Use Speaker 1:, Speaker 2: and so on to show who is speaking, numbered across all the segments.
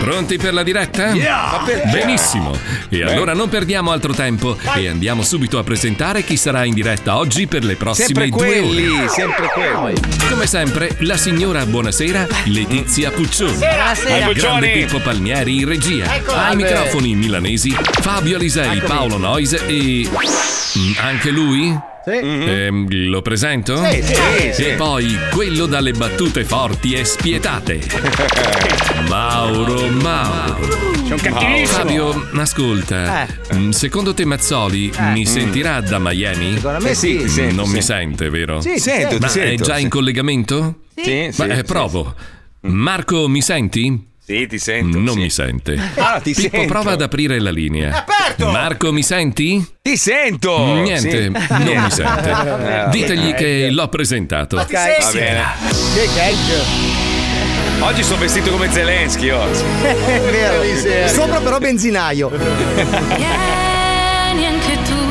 Speaker 1: Pronti per la diretta?
Speaker 2: Yeah!
Speaker 1: Benissimo. E allora non perdiamo altro tempo e andiamo subito a presentare chi sarà in diretta oggi per le prossime
Speaker 3: Sempre
Speaker 1: due
Speaker 3: quelli,
Speaker 1: ore.
Speaker 3: sempre quelli.
Speaker 1: Come sempre, la signora buonasera Letizia Puccioni.
Speaker 3: Buonasera.
Speaker 1: Al grande
Speaker 3: Puccioni.
Speaker 1: Pippo Palmieri in regia.
Speaker 3: Eccola.
Speaker 1: Ai
Speaker 3: Vabbè.
Speaker 1: microfoni milanesi Fabio Alisei,
Speaker 3: Eccomi.
Speaker 1: Paolo Noise e. Mm, anche lui? Sì. lo presento? Ah.
Speaker 3: Sì, sì, sì.
Speaker 1: E poi quello dalle battute forti e spietate. Mauro Mauro.
Speaker 4: C'è un cattivissimo.
Speaker 1: Fabio, ascolta. mm, Secondo te Mazzoli
Speaker 4: Eh.
Speaker 1: mi
Speaker 4: Mm.
Speaker 1: sentirà da Miami?
Speaker 4: Secondo me Eh sì, sì. ti sento,
Speaker 1: non
Speaker 4: sì.
Speaker 1: mi sente, vero?
Speaker 4: Sì, ti sento, ti
Speaker 1: Ma
Speaker 4: sento,
Speaker 1: è già
Speaker 4: sì.
Speaker 1: in collegamento?
Speaker 4: Sì. Sì,
Speaker 1: Ma,
Speaker 4: sì,
Speaker 1: eh, provo. Marco, mi senti?
Speaker 3: Mm. Sì, ti sento.
Speaker 1: Non mi sente.
Speaker 3: Ah, ti
Speaker 1: Pippo,
Speaker 3: sento.
Speaker 1: prova ad aprire la linea.
Speaker 3: aperto!
Speaker 1: Marco, mi senti?
Speaker 3: Ti sento!
Speaker 1: Niente,
Speaker 3: Sì.
Speaker 1: non mi sente.
Speaker 3: Eh,
Speaker 1: Ditegli
Speaker 3: vabbè.
Speaker 1: che l'ho presentato.
Speaker 3: Ma ti senti? Va bene.
Speaker 5: Che cacchio.
Speaker 3: Oggi sono vestito come Zelensky oggi.
Speaker 5: È vero. Sopra però benzinaio.
Speaker 6: Vieni anche tu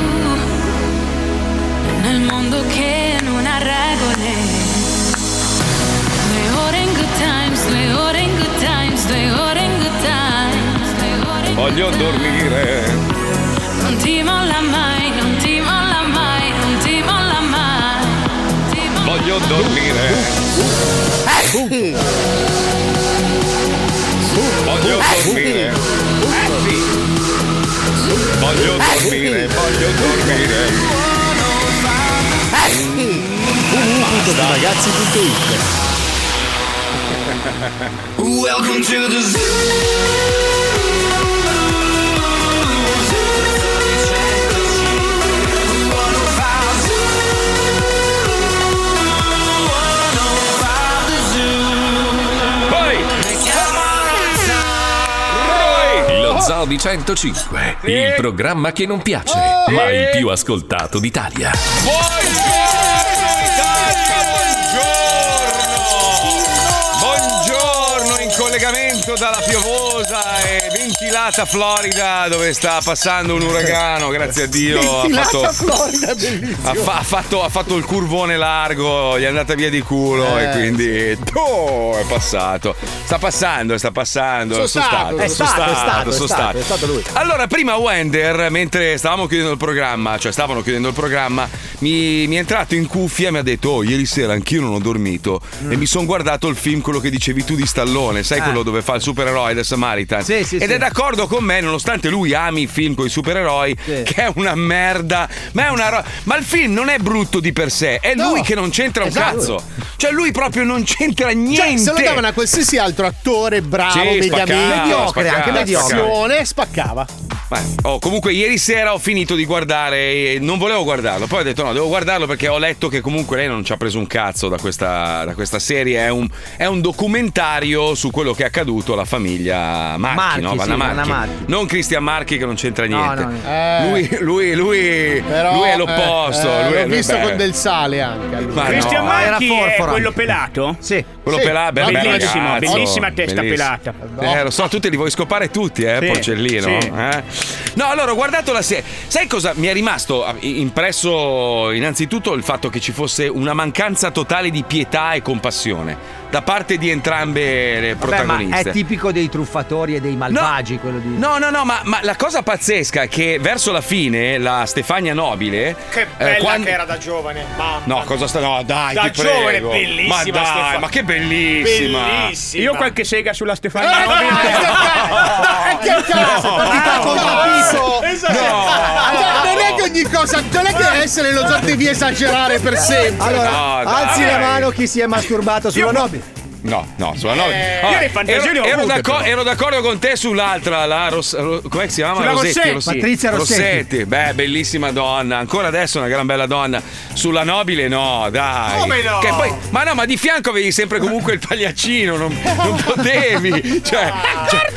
Speaker 6: nel mondo che non ha regole. Due ore in good times, due ore in good times, due ore in good times. Due ore in
Speaker 3: Voglio dormire.
Speaker 6: good- Non ti molla mai, non ti molla mai, non ti molla mai.
Speaker 3: Voglio dormire.
Speaker 4: Uh,
Speaker 3: Voglio
Speaker 7: Eh,
Speaker 3: dormire. Voglio
Speaker 7: Eh,
Speaker 3: dormire, voglio dormire.
Speaker 7: Eh,
Speaker 5: www.ragazzi.it
Speaker 8: Welcome to the zoo.
Speaker 1: Lo Zoo di 105, il programma che non piace, ma il più ascoltato d'Italia.
Speaker 3: Buongiorno in collegamento dalla piovosa e ventilata Florida dove sta passando un uragano, grazie a Dio. Oh, Ha fatto,
Speaker 9: Ventilata Florida, bellissimo.
Speaker 3: ha fa- ha fatto- ha fatto il curvone largo, gli è andata via di culo
Speaker 9: Eh.
Speaker 3: e quindi toh, Oh, è passato. Sta passando, sta passando.
Speaker 9: Sono
Speaker 3: sono
Speaker 9: stato,
Speaker 3: stato,
Speaker 9: è
Speaker 3: sono
Speaker 9: stato, è stato,
Speaker 3: stato,
Speaker 9: è
Speaker 3: sono
Speaker 9: stato,
Speaker 3: stato.
Speaker 9: è stato lui.
Speaker 3: Allora, prima Wender, mentre stavamo chiudendo il programma, cioè stavano chiudendo il programma, mi, mi è entrato in cuffia e mi ha detto: Oh, ieri sera anch'io non ho dormito.
Speaker 9: Mm.
Speaker 3: E mi sono guardato il film, quello che dicevi tu di Stallone, sai
Speaker 10: Ah.
Speaker 3: quello dove fa il supereroe del Samaritan. Ed è d'accordo con me, nonostante lui ami i film con i supereroi, che è una merda. Ma è una ro- Ma il film non è brutto di per sé, è lui che non c'entra un
Speaker 9: Esatto.
Speaker 3: cazzo. Cioè, lui proprio non c'entra niente.
Speaker 9: Cioè, se lo davano a qualsiasi altro attore bravo,
Speaker 3: Sì,
Speaker 9: mediamente
Speaker 3: spaccava,
Speaker 9: mediocre,
Speaker 3: spaccava,
Speaker 9: anche mediocre,
Speaker 3: spaccava.
Speaker 9: spaccava.
Speaker 3: Ma- oh, comunque ieri sera ho finito di guardare e non volevo guardarlo, poi ho detto no, devo guardarlo perché ho letto che comunque lei non ci ha preso un cazzo da questa, da questa serie, è un, è un documentario su quello che è accaduto alla famiglia Marchi,
Speaker 11: Marchi,
Speaker 3: no?
Speaker 11: sì,
Speaker 3: Vanna Marchi.
Speaker 11: Vanna Marchi.
Speaker 3: Non Cristian Marchi che non c'entra niente.
Speaker 11: no, no.
Speaker 9: Eh.
Speaker 3: Lui, lui, lui,
Speaker 9: Però,
Speaker 3: lui è
Speaker 9: eh,
Speaker 3: l'opposto.
Speaker 9: eh,
Speaker 3: lui è-
Speaker 9: l'ho visto
Speaker 3: beh.
Speaker 9: con del sale anche.
Speaker 3: Ma Cristian no.
Speaker 4: Marchi
Speaker 3: Era
Speaker 4: è
Speaker 3: forfora.
Speaker 4: quello pelato?
Speaker 9: Sì.
Speaker 3: Quello
Speaker 4: Sì.
Speaker 3: pelà, bello, bello
Speaker 4: Bellissimo,
Speaker 3: ragazzo.
Speaker 4: bellissima testa
Speaker 3: Bellissimo.
Speaker 4: pelata.
Speaker 3: Eh, lo so, tutti li vuoi scopare tutti, eh,
Speaker 4: Sì,
Speaker 3: Porcellino.
Speaker 4: sì.
Speaker 3: eh? No, allora ho guardato la serie. Sai cosa mi è rimasto eh, impresso? Innanzitutto il fatto che ci fosse una mancanza totale di pietà e compassione da parte di entrambe le
Speaker 11: Vabbè, ma
Speaker 3: protagoniste.
Speaker 11: è tipico dei truffatori e dei malvagi quello di.
Speaker 3: No, no, no, ma, ma la cosa pazzesca è che verso la fine la Stefania Nobile.
Speaker 7: Che
Speaker 3: eh,
Speaker 7: bella
Speaker 3: quando-
Speaker 7: che era da giovane, mamma.
Speaker 3: No, cosa sta. No, dai,
Speaker 7: Da
Speaker 3: ti
Speaker 7: giovane,
Speaker 3: prego.
Speaker 7: bellissima
Speaker 3: Ma dai,
Speaker 7: Stefania.
Speaker 3: ma che bellissima.
Speaker 7: Bellissima.
Speaker 4: Io ho qualche sega sulla Stefania.
Speaker 9: che cazzo, partita a contrappiso.
Speaker 7: Esatto.
Speaker 9: Cioè, Non è che ogni cosa, non è che essere lo zoo devi esagerare per sempre.
Speaker 5: Allora, alzi la
Speaker 3: dai.
Speaker 5: mano chi si è masturbato sulla nobile.
Speaker 3: No, no, sulla nove.
Speaker 5: Eh,
Speaker 3: Ah,
Speaker 5: io le fantasie
Speaker 3: ero,
Speaker 5: le ho
Speaker 3: ero
Speaker 5: avute,
Speaker 3: d'acco-
Speaker 5: però.
Speaker 3: ero d'accordo con te sull'altra, la Ros- Ro- com'è che si chiama?
Speaker 11: Sulla Rossetti. Patrizia Rossetti.
Speaker 3: Beh, bellissima donna, ancora adesso è una gran bella donna. Sulla Nobile no, dai.
Speaker 7: Come no?
Speaker 3: Che poi- ma no, ma di fianco avevi sempre comunque il pagliaccino, non, non potevi. Cioè, cioè-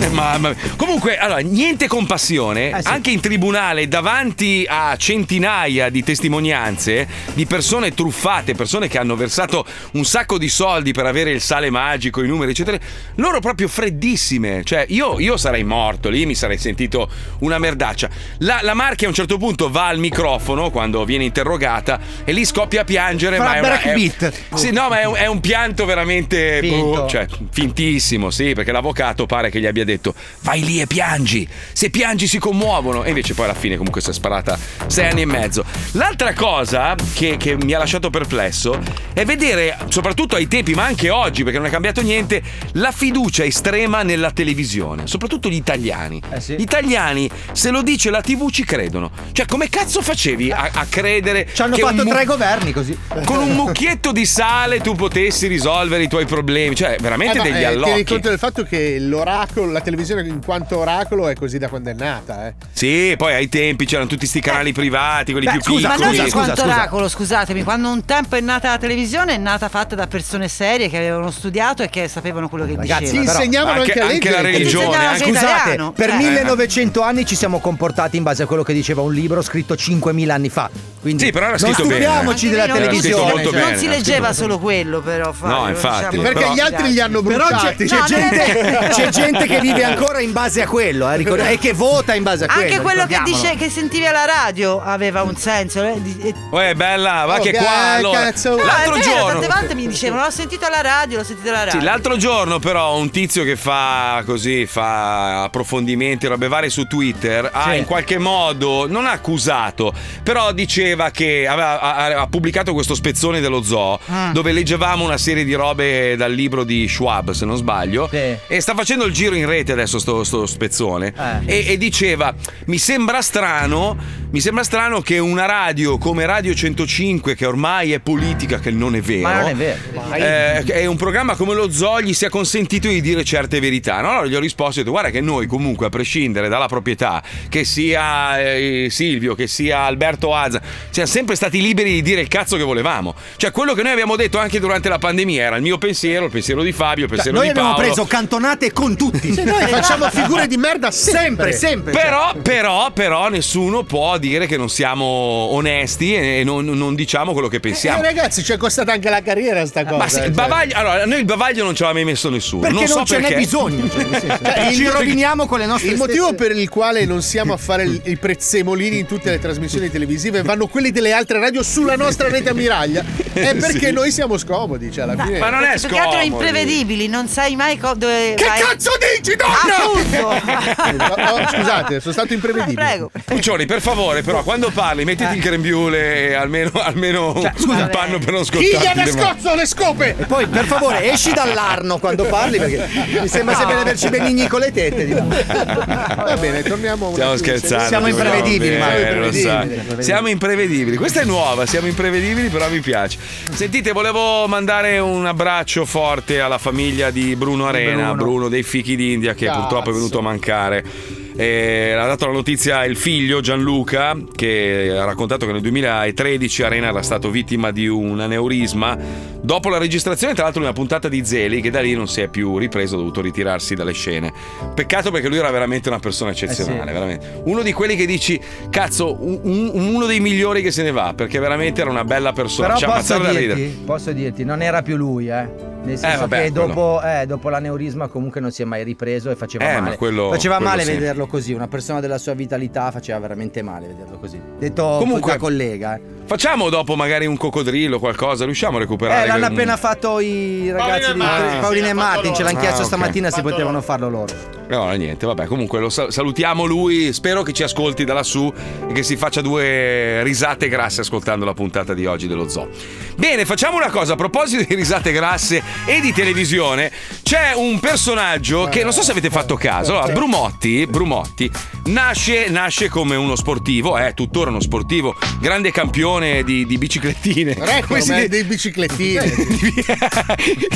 Speaker 3: Eh, Mamma mia. Comunque, allora, niente compassione. Anche in tribunale, davanti a centinaia di testimonianze di persone truffate, persone che hanno versato un sacco di soldi per avere il sale magico, i numeri, eccetera. Loro proprio freddissime. Cioè, io, io sarei morto lì, mi sarei sentito una merdaccia. La, la Marchi a un certo punto va al microfono quando viene interrogata e lì scoppia a piangere.
Speaker 11: Fra
Speaker 3: ma è una, è-
Speaker 11: Brad Pitt.
Speaker 3: Sì, no, ma è un, è un pianto veramente
Speaker 11: Finto.
Speaker 3: boh, cioè, fintissimo, sì, perché l'avvocato pare che gli abbia detto vai lì e piangi, se piangi si commuovono e invece poi alla fine comunque si è sparata sei anni e mezzo. L'altra cosa che, che mi ha lasciato perplesso è vedere, soprattutto ai tempi, ma anche oggi, perché non è cambiato niente, la fiducia estrema nella televisione, soprattutto gli italiani.
Speaker 11: Eh
Speaker 3: Gli italiani, se lo dice la TV, ci credono. Cioè, come cazzo facevi a, a credere...
Speaker 11: Ci hanno
Speaker 3: che un
Speaker 11: fatto
Speaker 3: mu-
Speaker 11: tre governi così.
Speaker 3: con un mucchietto di sale tu potessi risolvere i tuoi problemi. Cioè,
Speaker 9: Eh,
Speaker 3: veramente
Speaker 9: ma,
Speaker 3: degli
Speaker 9: eh, Tieni
Speaker 3: allocchi.
Speaker 9: conto del fatto che l'oracolo, la televisione in quanto oracolo è così da quando è nata, eh.
Speaker 3: Sì, poi ai tempi c'erano tutti sti canali privati, quelli
Speaker 2: Beh,
Speaker 3: più
Speaker 2: scusa, ma
Speaker 3: piccoli.
Speaker 2: non in quanto oracolo, scusatemi, quando un tempo è nata la televisione è nata fatta da persone serie che avevano studiato e che sapevano quello che dicevano.
Speaker 5: però-
Speaker 9: insegnavano anche a leggere.
Speaker 2: Ti insegnavano anche
Speaker 11: Scusate,
Speaker 2: italiano,
Speaker 11: per
Speaker 7: Eh.
Speaker 2: cioè.
Speaker 11: 1900 anni ci siamo comportati in base a quello che diceva un libro scritto 5000 anni fa. Quindi
Speaker 3: Sì, però era
Speaker 11: non
Speaker 3: scritto bene.
Speaker 11: stupiamoci della
Speaker 3: Era scritto
Speaker 11: televisione.
Speaker 3: molto
Speaker 11: cioè.
Speaker 3: bene.
Speaker 2: Non si leggeva solo quello, però. Fabio,
Speaker 3: infatti,
Speaker 2: diciamo.
Speaker 3: Perché però- gli altri
Speaker 9: li hanno
Speaker 11: Però c'è,
Speaker 9: bruciati.
Speaker 11: c'è
Speaker 2: No, non è
Speaker 11: gente,
Speaker 2: vero.
Speaker 11: c'è gente che vive ancora in base a quello eh, ricorda- e che vota in base a quello.
Speaker 2: Anche quello che,
Speaker 11: ricordiamolo.
Speaker 2: dice, che sentivi alla radio aveva un senso. eh, di- e-
Speaker 3: Uè, bella, va
Speaker 2: Oh,
Speaker 3: che
Speaker 2: beh,
Speaker 3: qua allora.
Speaker 2: cazzo. No,
Speaker 3: L'altro
Speaker 2: è vero,
Speaker 3: giorno.
Speaker 2: Tante volte mi dicevano, l'ho sentito alla radio, l'ho sentito alla radio.
Speaker 3: Sì, l'altro giorno però un tizio che fa così, fa approfondimenti, robe varie su Twitter, ha in qualche modo, non ha accusato, però diceva che aveva- ha, ha- ha pubblicato questo spezzone dello zoo
Speaker 10: Ah.
Speaker 3: dove leggevamo una serie di robe dal libro di Schwab, se non sbaglio, e sta facendo il giro in rete adesso sto, sto spezzone
Speaker 11: Eh.
Speaker 3: e, e diceva, mi sembra strano... Mi sembra strano che una radio come Radio 105, che ormai è politica, che non è vero,
Speaker 11: Ma non è vero.
Speaker 3: eh, è un programma come lo zoo gli sia consentito di dire certe verità. No? Allora gli ho risposto: ho detto, guarda che noi, comunque, a prescindere dalla proprietà, che sia eh, Silvio, che sia Alberto Azza, siamo sempre stati liberi di dire il cazzo che volevamo. Cioè, quello che noi abbiamo detto anche durante la pandemia era il mio pensiero, il pensiero di Fabio, il
Speaker 11: Cioè,
Speaker 3: pensiero
Speaker 11: noi
Speaker 3: di Paolo.
Speaker 11: abbiamo preso cantonate con tutti.
Speaker 9: Se noi facciamo figure di merda sempre, cioè.
Speaker 11: sempre, sempre.
Speaker 3: Però, però, però, nessuno può dire che non siamo onesti e non, non diciamo quello che pensiamo.
Speaker 9: Eh, ragazzi, ci è costata anche la carriera sta cosa. eh, cioè.
Speaker 3: Ma sì, il bavaglio, allora, a noi il bavaglio non ce l'ha mai messo nessuno.
Speaker 9: Perché
Speaker 3: non so
Speaker 9: non ce n'è
Speaker 3: perché.
Speaker 9: bisogno,
Speaker 11: cioè, nel senso-
Speaker 9: Cioè,
Speaker 11: Ci roviniamo con le nostre
Speaker 9: Il motivo
Speaker 11: stesse-
Speaker 9: per il quale non siamo a fare il- i prezzemolini in tutte le trasmissioni televisive vanno quelli delle altre radio sulla nostra rete ammiraglia è perché
Speaker 3: Sì.
Speaker 9: noi siamo scomodi, cioè alla fine.
Speaker 3: ma non è
Speaker 2: Perché più che altro è
Speaker 3: scomodo.
Speaker 2: imprevedibili, non sai mai co- dove.
Speaker 9: Che
Speaker 2: vai.
Speaker 9: cazzo dici,
Speaker 2: donna?
Speaker 9: Appunto! Oh, scusate, sono stato imprevedibile.
Speaker 2: Prego.
Speaker 3: Puccioni, per favore, però, quando parli, mettiti
Speaker 9: Eh.
Speaker 3: il grembiule e almeno, almeno un- un panno per non
Speaker 9: Cioè, Chi
Speaker 3: scottarti
Speaker 9: gli
Speaker 3: le
Speaker 9: ha
Speaker 3: mani.
Speaker 9: scozzo le scope?
Speaker 11: E poi per favore esci dall'arno quando parli perché mi sembra sempre di averci benigni con le tette. di là.
Speaker 9: Va bene, torniamo a una
Speaker 3: Stiamo
Speaker 9: fiducia.
Speaker 3: scherzando. stiamo
Speaker 11: imprevedibili,
Speaker 3: scherzando.
Speaker 11: Mario.
Speaker 3: Eh, lo
Speaker 11: Imprevedibili,
Speaker 3: sai.
Speaker 11: imprevedibili.
Speaker 3: Siamo imprevedibili. Questa è nuova, siamo imprevedibili, però mi piace. Sentite, volevo mandare un abbraccio forte alla famiglia di Bruno Arena, Bruno, dei Fichi d'India, che
Speaker 10: Cazzo.
Speaker 3: purtroppo è venuto a mancare. Eh, ha dato la notizia il figlio Gianluca che ha raccontato che nel 2013 Arena era stato vittima di un aneurisma dopo la registrazione tra l'altro di una puntata di Zeli che da lì non si è più ripreso ha dovuto ritirarsi dalle scene peccato perché lui era veramente una persona eccezionale Eh, veramente. uno di quelli che dici cazzo un- un- uno dei migliori che se ne va perché veramente era una bella persona
Speaker 11: Però
Speaker 3: ci ha
Speaker 11: posso
Speaker 3: ammazzato da ridere
Speaker 11: dirti, posso dirti, non era più lui, eh. Nel senso
Speaker 3: vabbè,
Speaker 11: che
Speaker 3: quello.
Speaker 11: dopo, eh, dopo l'aneurisma comunque non si è mai ripreso e faceva
Speaker 3: Eh, ma
Speaker 11: male.
Speaker 3: quello-
Speaker 11: faceva
Speaker 3: quello
Speaker 11: male
Speaker 3: sì.
Speaker 11: vederlo così, una persona della sua vitalità faceva veramente male vederlo così. Detto
Speaker 3: Comunque-
Speaker 11: da collega. Eh,
Speaker 3: facciamo dopo magari un coccodrillo qualcosa riusciamo a recuperare
Speaker 11: Eh, l'hanno
Speaker 3: un-
Speaker 11: appena fatto i ragazzi di Paolino, e Martin, ce l'hanno
Speaker 3: Ah,
Speaker 11: chiesto
Speaker 3: ok.
Speaker 11: stamattina se potevano farlo loro.
Speaker 3: No, niente, vabbè, comunque lo sal- salutiamo lui, spero che ci ascolti da lassù e che si faccia due risate grasse ascoltando la puntata di oggi dello zoo. Bene, facciamo una cosa, a proposito di risate grasse e di televisione, c'è un personaggio che non so se avete fatto caso, allora, Brumotti, Brumotti nasce, nasce come uno sportivo, è tuttora uno sportivo, grande campione di, di biciclettine. Come
Speaker 9: Record
Speaker 3: si
Speaker 9: man
Speaker 3: dice?
Speaker 9: eh, dei biciclettini.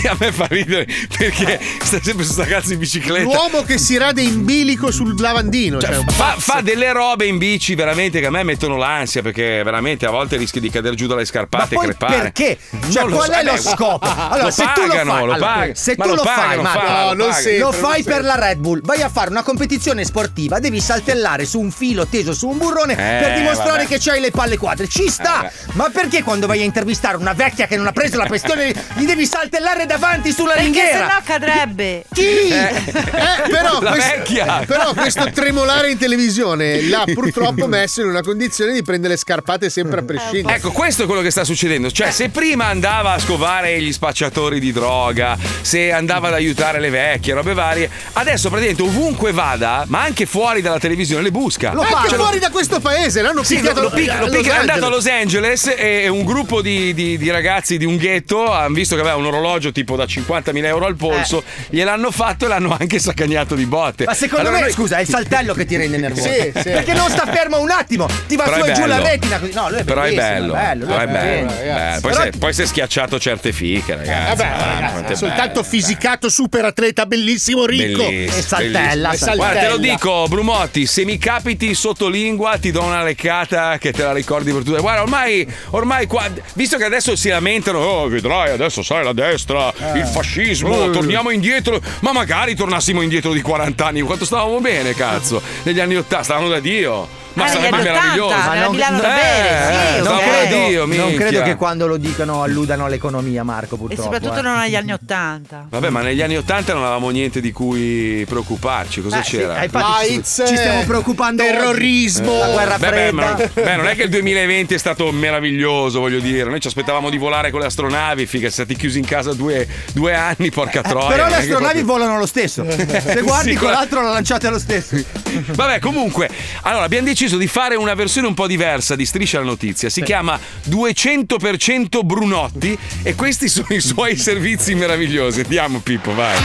Speaker 3: a me fa ridere perché sta sempre su sta cazzo in bicicletta.
Speaker 9: L'uomo che si rade in bilico sul lavandino. Cioè, un
Speaker 3: Fa, fa delle robe in bici veramente che a me mettono l'ansia perché veramente a volte rischi di cadere giù dalle scarpate e crepare.
Speaker 11: perché? Cioè,
Speaker 3: Non lo
Speaker 11: qual
Speaker 3: so,
Speaker 11: è lo
Speaker 3: vabbè,
Speaker 11: scopo? Allora,
Speaker 3: lo
Speaker 11: se tu lo fai,
Speaker 3: pagano, lo
Speaker 11: allora,
Speaker 3: pagano.
Speaker 11: se
Speaker 3: Ma
Speaker 11: tu
Speaker 3: lo
Speaker 11: lo fai,
Speaker 3: pagano,
Speaker 11: Mario,
Speaker 3: fanno, lo
Speaker 11: lo,
Speaker 3: pagano.
Speaker 11: fai per la Red Bull, vai a fare una competizione sportiva, devi saltellare su un filo teso su un burrone
Speaker 3: Eh,
Speaker 11: per dimostrare
Speaker 3: vabbè. Eh,
Speaker 11: che c'hai le palle quadre. Ci sta!
Speaker 3: vabbè.
Speaker 11: Ma perché quando vai a intervistare una vecchia che non ha preso la pestone gli devi saltellare davanti sulla
Speaker 12: Perché
Speaker 11: ringhiera?
Speaker 12: sennò cadrebbe.
Speaker 9: Sì!
Speaker 3: Eh,
Speaker 9: Eh, però,
Speaker 3: la
Speaker 9: questo,
Speaker 3: vecchia.
Speaker 9: però questo tremolare in televisione l'ha purtroppo messo in una condizione di prendere le scarpate sempre a prescindere.
Speaker 3: Ecco, questo è quello che sta succedendo. Cioè, se prima andava a scovare gli spacciatori di droga, se andava ad aiutare le vecchie, robe varie, adesso praticamente ovunque vada, ma anche fuori dalla televisione, le busca.
Speaker 9: Anche
Speaker 3: Cioè,
Speaker 9: fuori da questo paese l'hanno
Speaker 3: Sì, lo,
Speaker 9: picchiato
Speaker 3: lo pic- lo
Speaker 9: a
Speaker 3: pic-
Speaker 9: Los
Speaker 3: è andato a
Speaker 9: Angeles.
Speaker 3: Los Angeles e un gruppo di, di- di ragazzi di un ghetto hanno visto che aveva un orologio tipo da 50.000 euro al polso, gliel'hanno fatto e l'hanno anche sacagnato di botte.
Speaker 11: Ma secondo
Speaker 3: Allora
Speaker 11: me,
Speaker 3: noi-
Speaker 11: scusa, è il saltello che ti rende nervoso.
Speaker 9: Sì, sì.
Speaker 11: Perché non sta fermo un attimo, ti va
Speaker 3: Però
Speaker 11: su
Speaker 3: è
Speaker 11: e giù la
Speaker 3: bello.
Speaker 11: retina così. No, lui è
Speaker 3: Però è bello,
Speaker 11: bellissimo,
Speaker 3: però è
Speaker 11: lui è
Speaker 3: bello,
Speaker 11: bello.
Speaker 3: bello. Poi,
Speaker 11: Però-
Speaker 3: si è, poi si è schiacciato certe fiche, ragazzi.
Speaker 9: Vabbè,
Speaker 3: Ah,
Speaker 9: Eh ragazzi,
Speaker 3: quanto è
Speaker 9: soltanto
Speaker 3: bello.
Speaker 9: fisicato super atleta, bellissimo, ricco.
Speaker 3: Bellissimo,
Speaker 11: E saltella,
Speaker 3: bellissimo.
Speaker 9: saltella.
Speaker 3: Guarda, te lo dico, Brumotti, se mi capiti sotto lingua ti do una leccata che te la ricordi per tutta. Guarda, ormai, ormai qua, visto che adesso si lamentano, oh, vedrai, adesso sai la destra, il fascismo, torniamo indietro, ma magari tornassimo indietro di 40 anni, quanto stavamo bene, cazzo, negli anni 80, stavano da Dio. Ma
Speaker 12: Ah, negli
Speaker 3: sarebbe
Speaker 12: anni 80,
Speaker 3: meraviglioso.
Speaker 12: nella
Speaker 3: non-
Speaker 12: Milano da
Speaker 3: eh,
Speaker 12: bere, sì,
Speaker 3: stavano
Speaker 12: ok.
Speaker 3: da Dio,
Speaker 11: non
Speaker 3: minchia.
Speaker 11: credo che quando lo dicano alludano all'economia, Marco,
Speaker 12: E
Speaker 11: purtroppo.
Speaker 12: soprattutto
Speaker 11: eh.
Speaker 12: non agli anni Ottanta.
Speaker 3: Vabbè, ma negli anni 80 non avevamo niente di cui preoccuparci, cosa
Speaker 11: Eh, sì,
Speaker 3: c'era?
Speaker 11: eh, infatti ci-
Speaker 9: AIDS,
Speaker 11: ci stiamo preoccupando oggi.
Speaker 9: eh, terrorismo.
Speaker 11: La guerra
Speaker 3: Beh, beh, ma
Speaker 11: fredda.
Speaker 3: non, beh, non è che il 2020 è stato meraviglioso, voglio dire. Noi ci aspettavamo di volare con le astronavi, figa, siete stati chiusi in casa due, due anni, porca
Speaker 7: Eh,
Speaker 3: troia.
Speaker 11: Però le
Speaker 3: non è che
Speaker 11: astronavi
Speaker 3: proprio-
Speaker 11: volano lo stesso. Se
Speaker 3: eh,
Speaker 11: guardi
Speaker 3: Sì,
Speaker 11: quell'altro lo lanciate lo stesso.
Speaker 3: Vabbè, comunque, allora abbiamo deciso di fare una versione un po' diversa di Striscia la Notizia. Si chiama 200% Brunotti e questi sono i suoi servizi meravigliosi. Andiamo, Pippo, vai.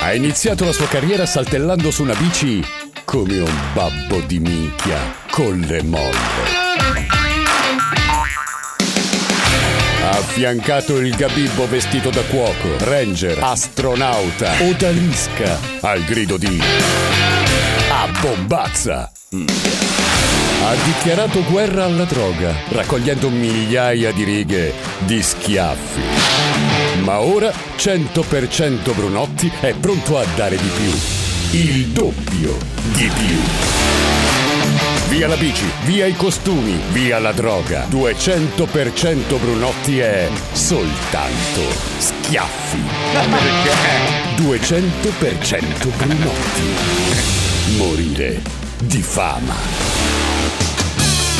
Speaker 13: Ha iniziato la sua carriera saltellando su una bici come un babbo di minchia con le molle. Ha affiancato il gabibbo vestito da cuoco, ranger, astronauta, odalisca, al grido di A bombazza! Ha dichiarato guerra alla droga, raccogliendo migliaia di righe di schiaffi. Ma ora 100% Brunotti è pronto a dare di più. Il doppio di più. Via la bici, via i costumi, via la droga. 200% Brunotti è soltanto schiaffi. 200% Brunotti. Morire di fama.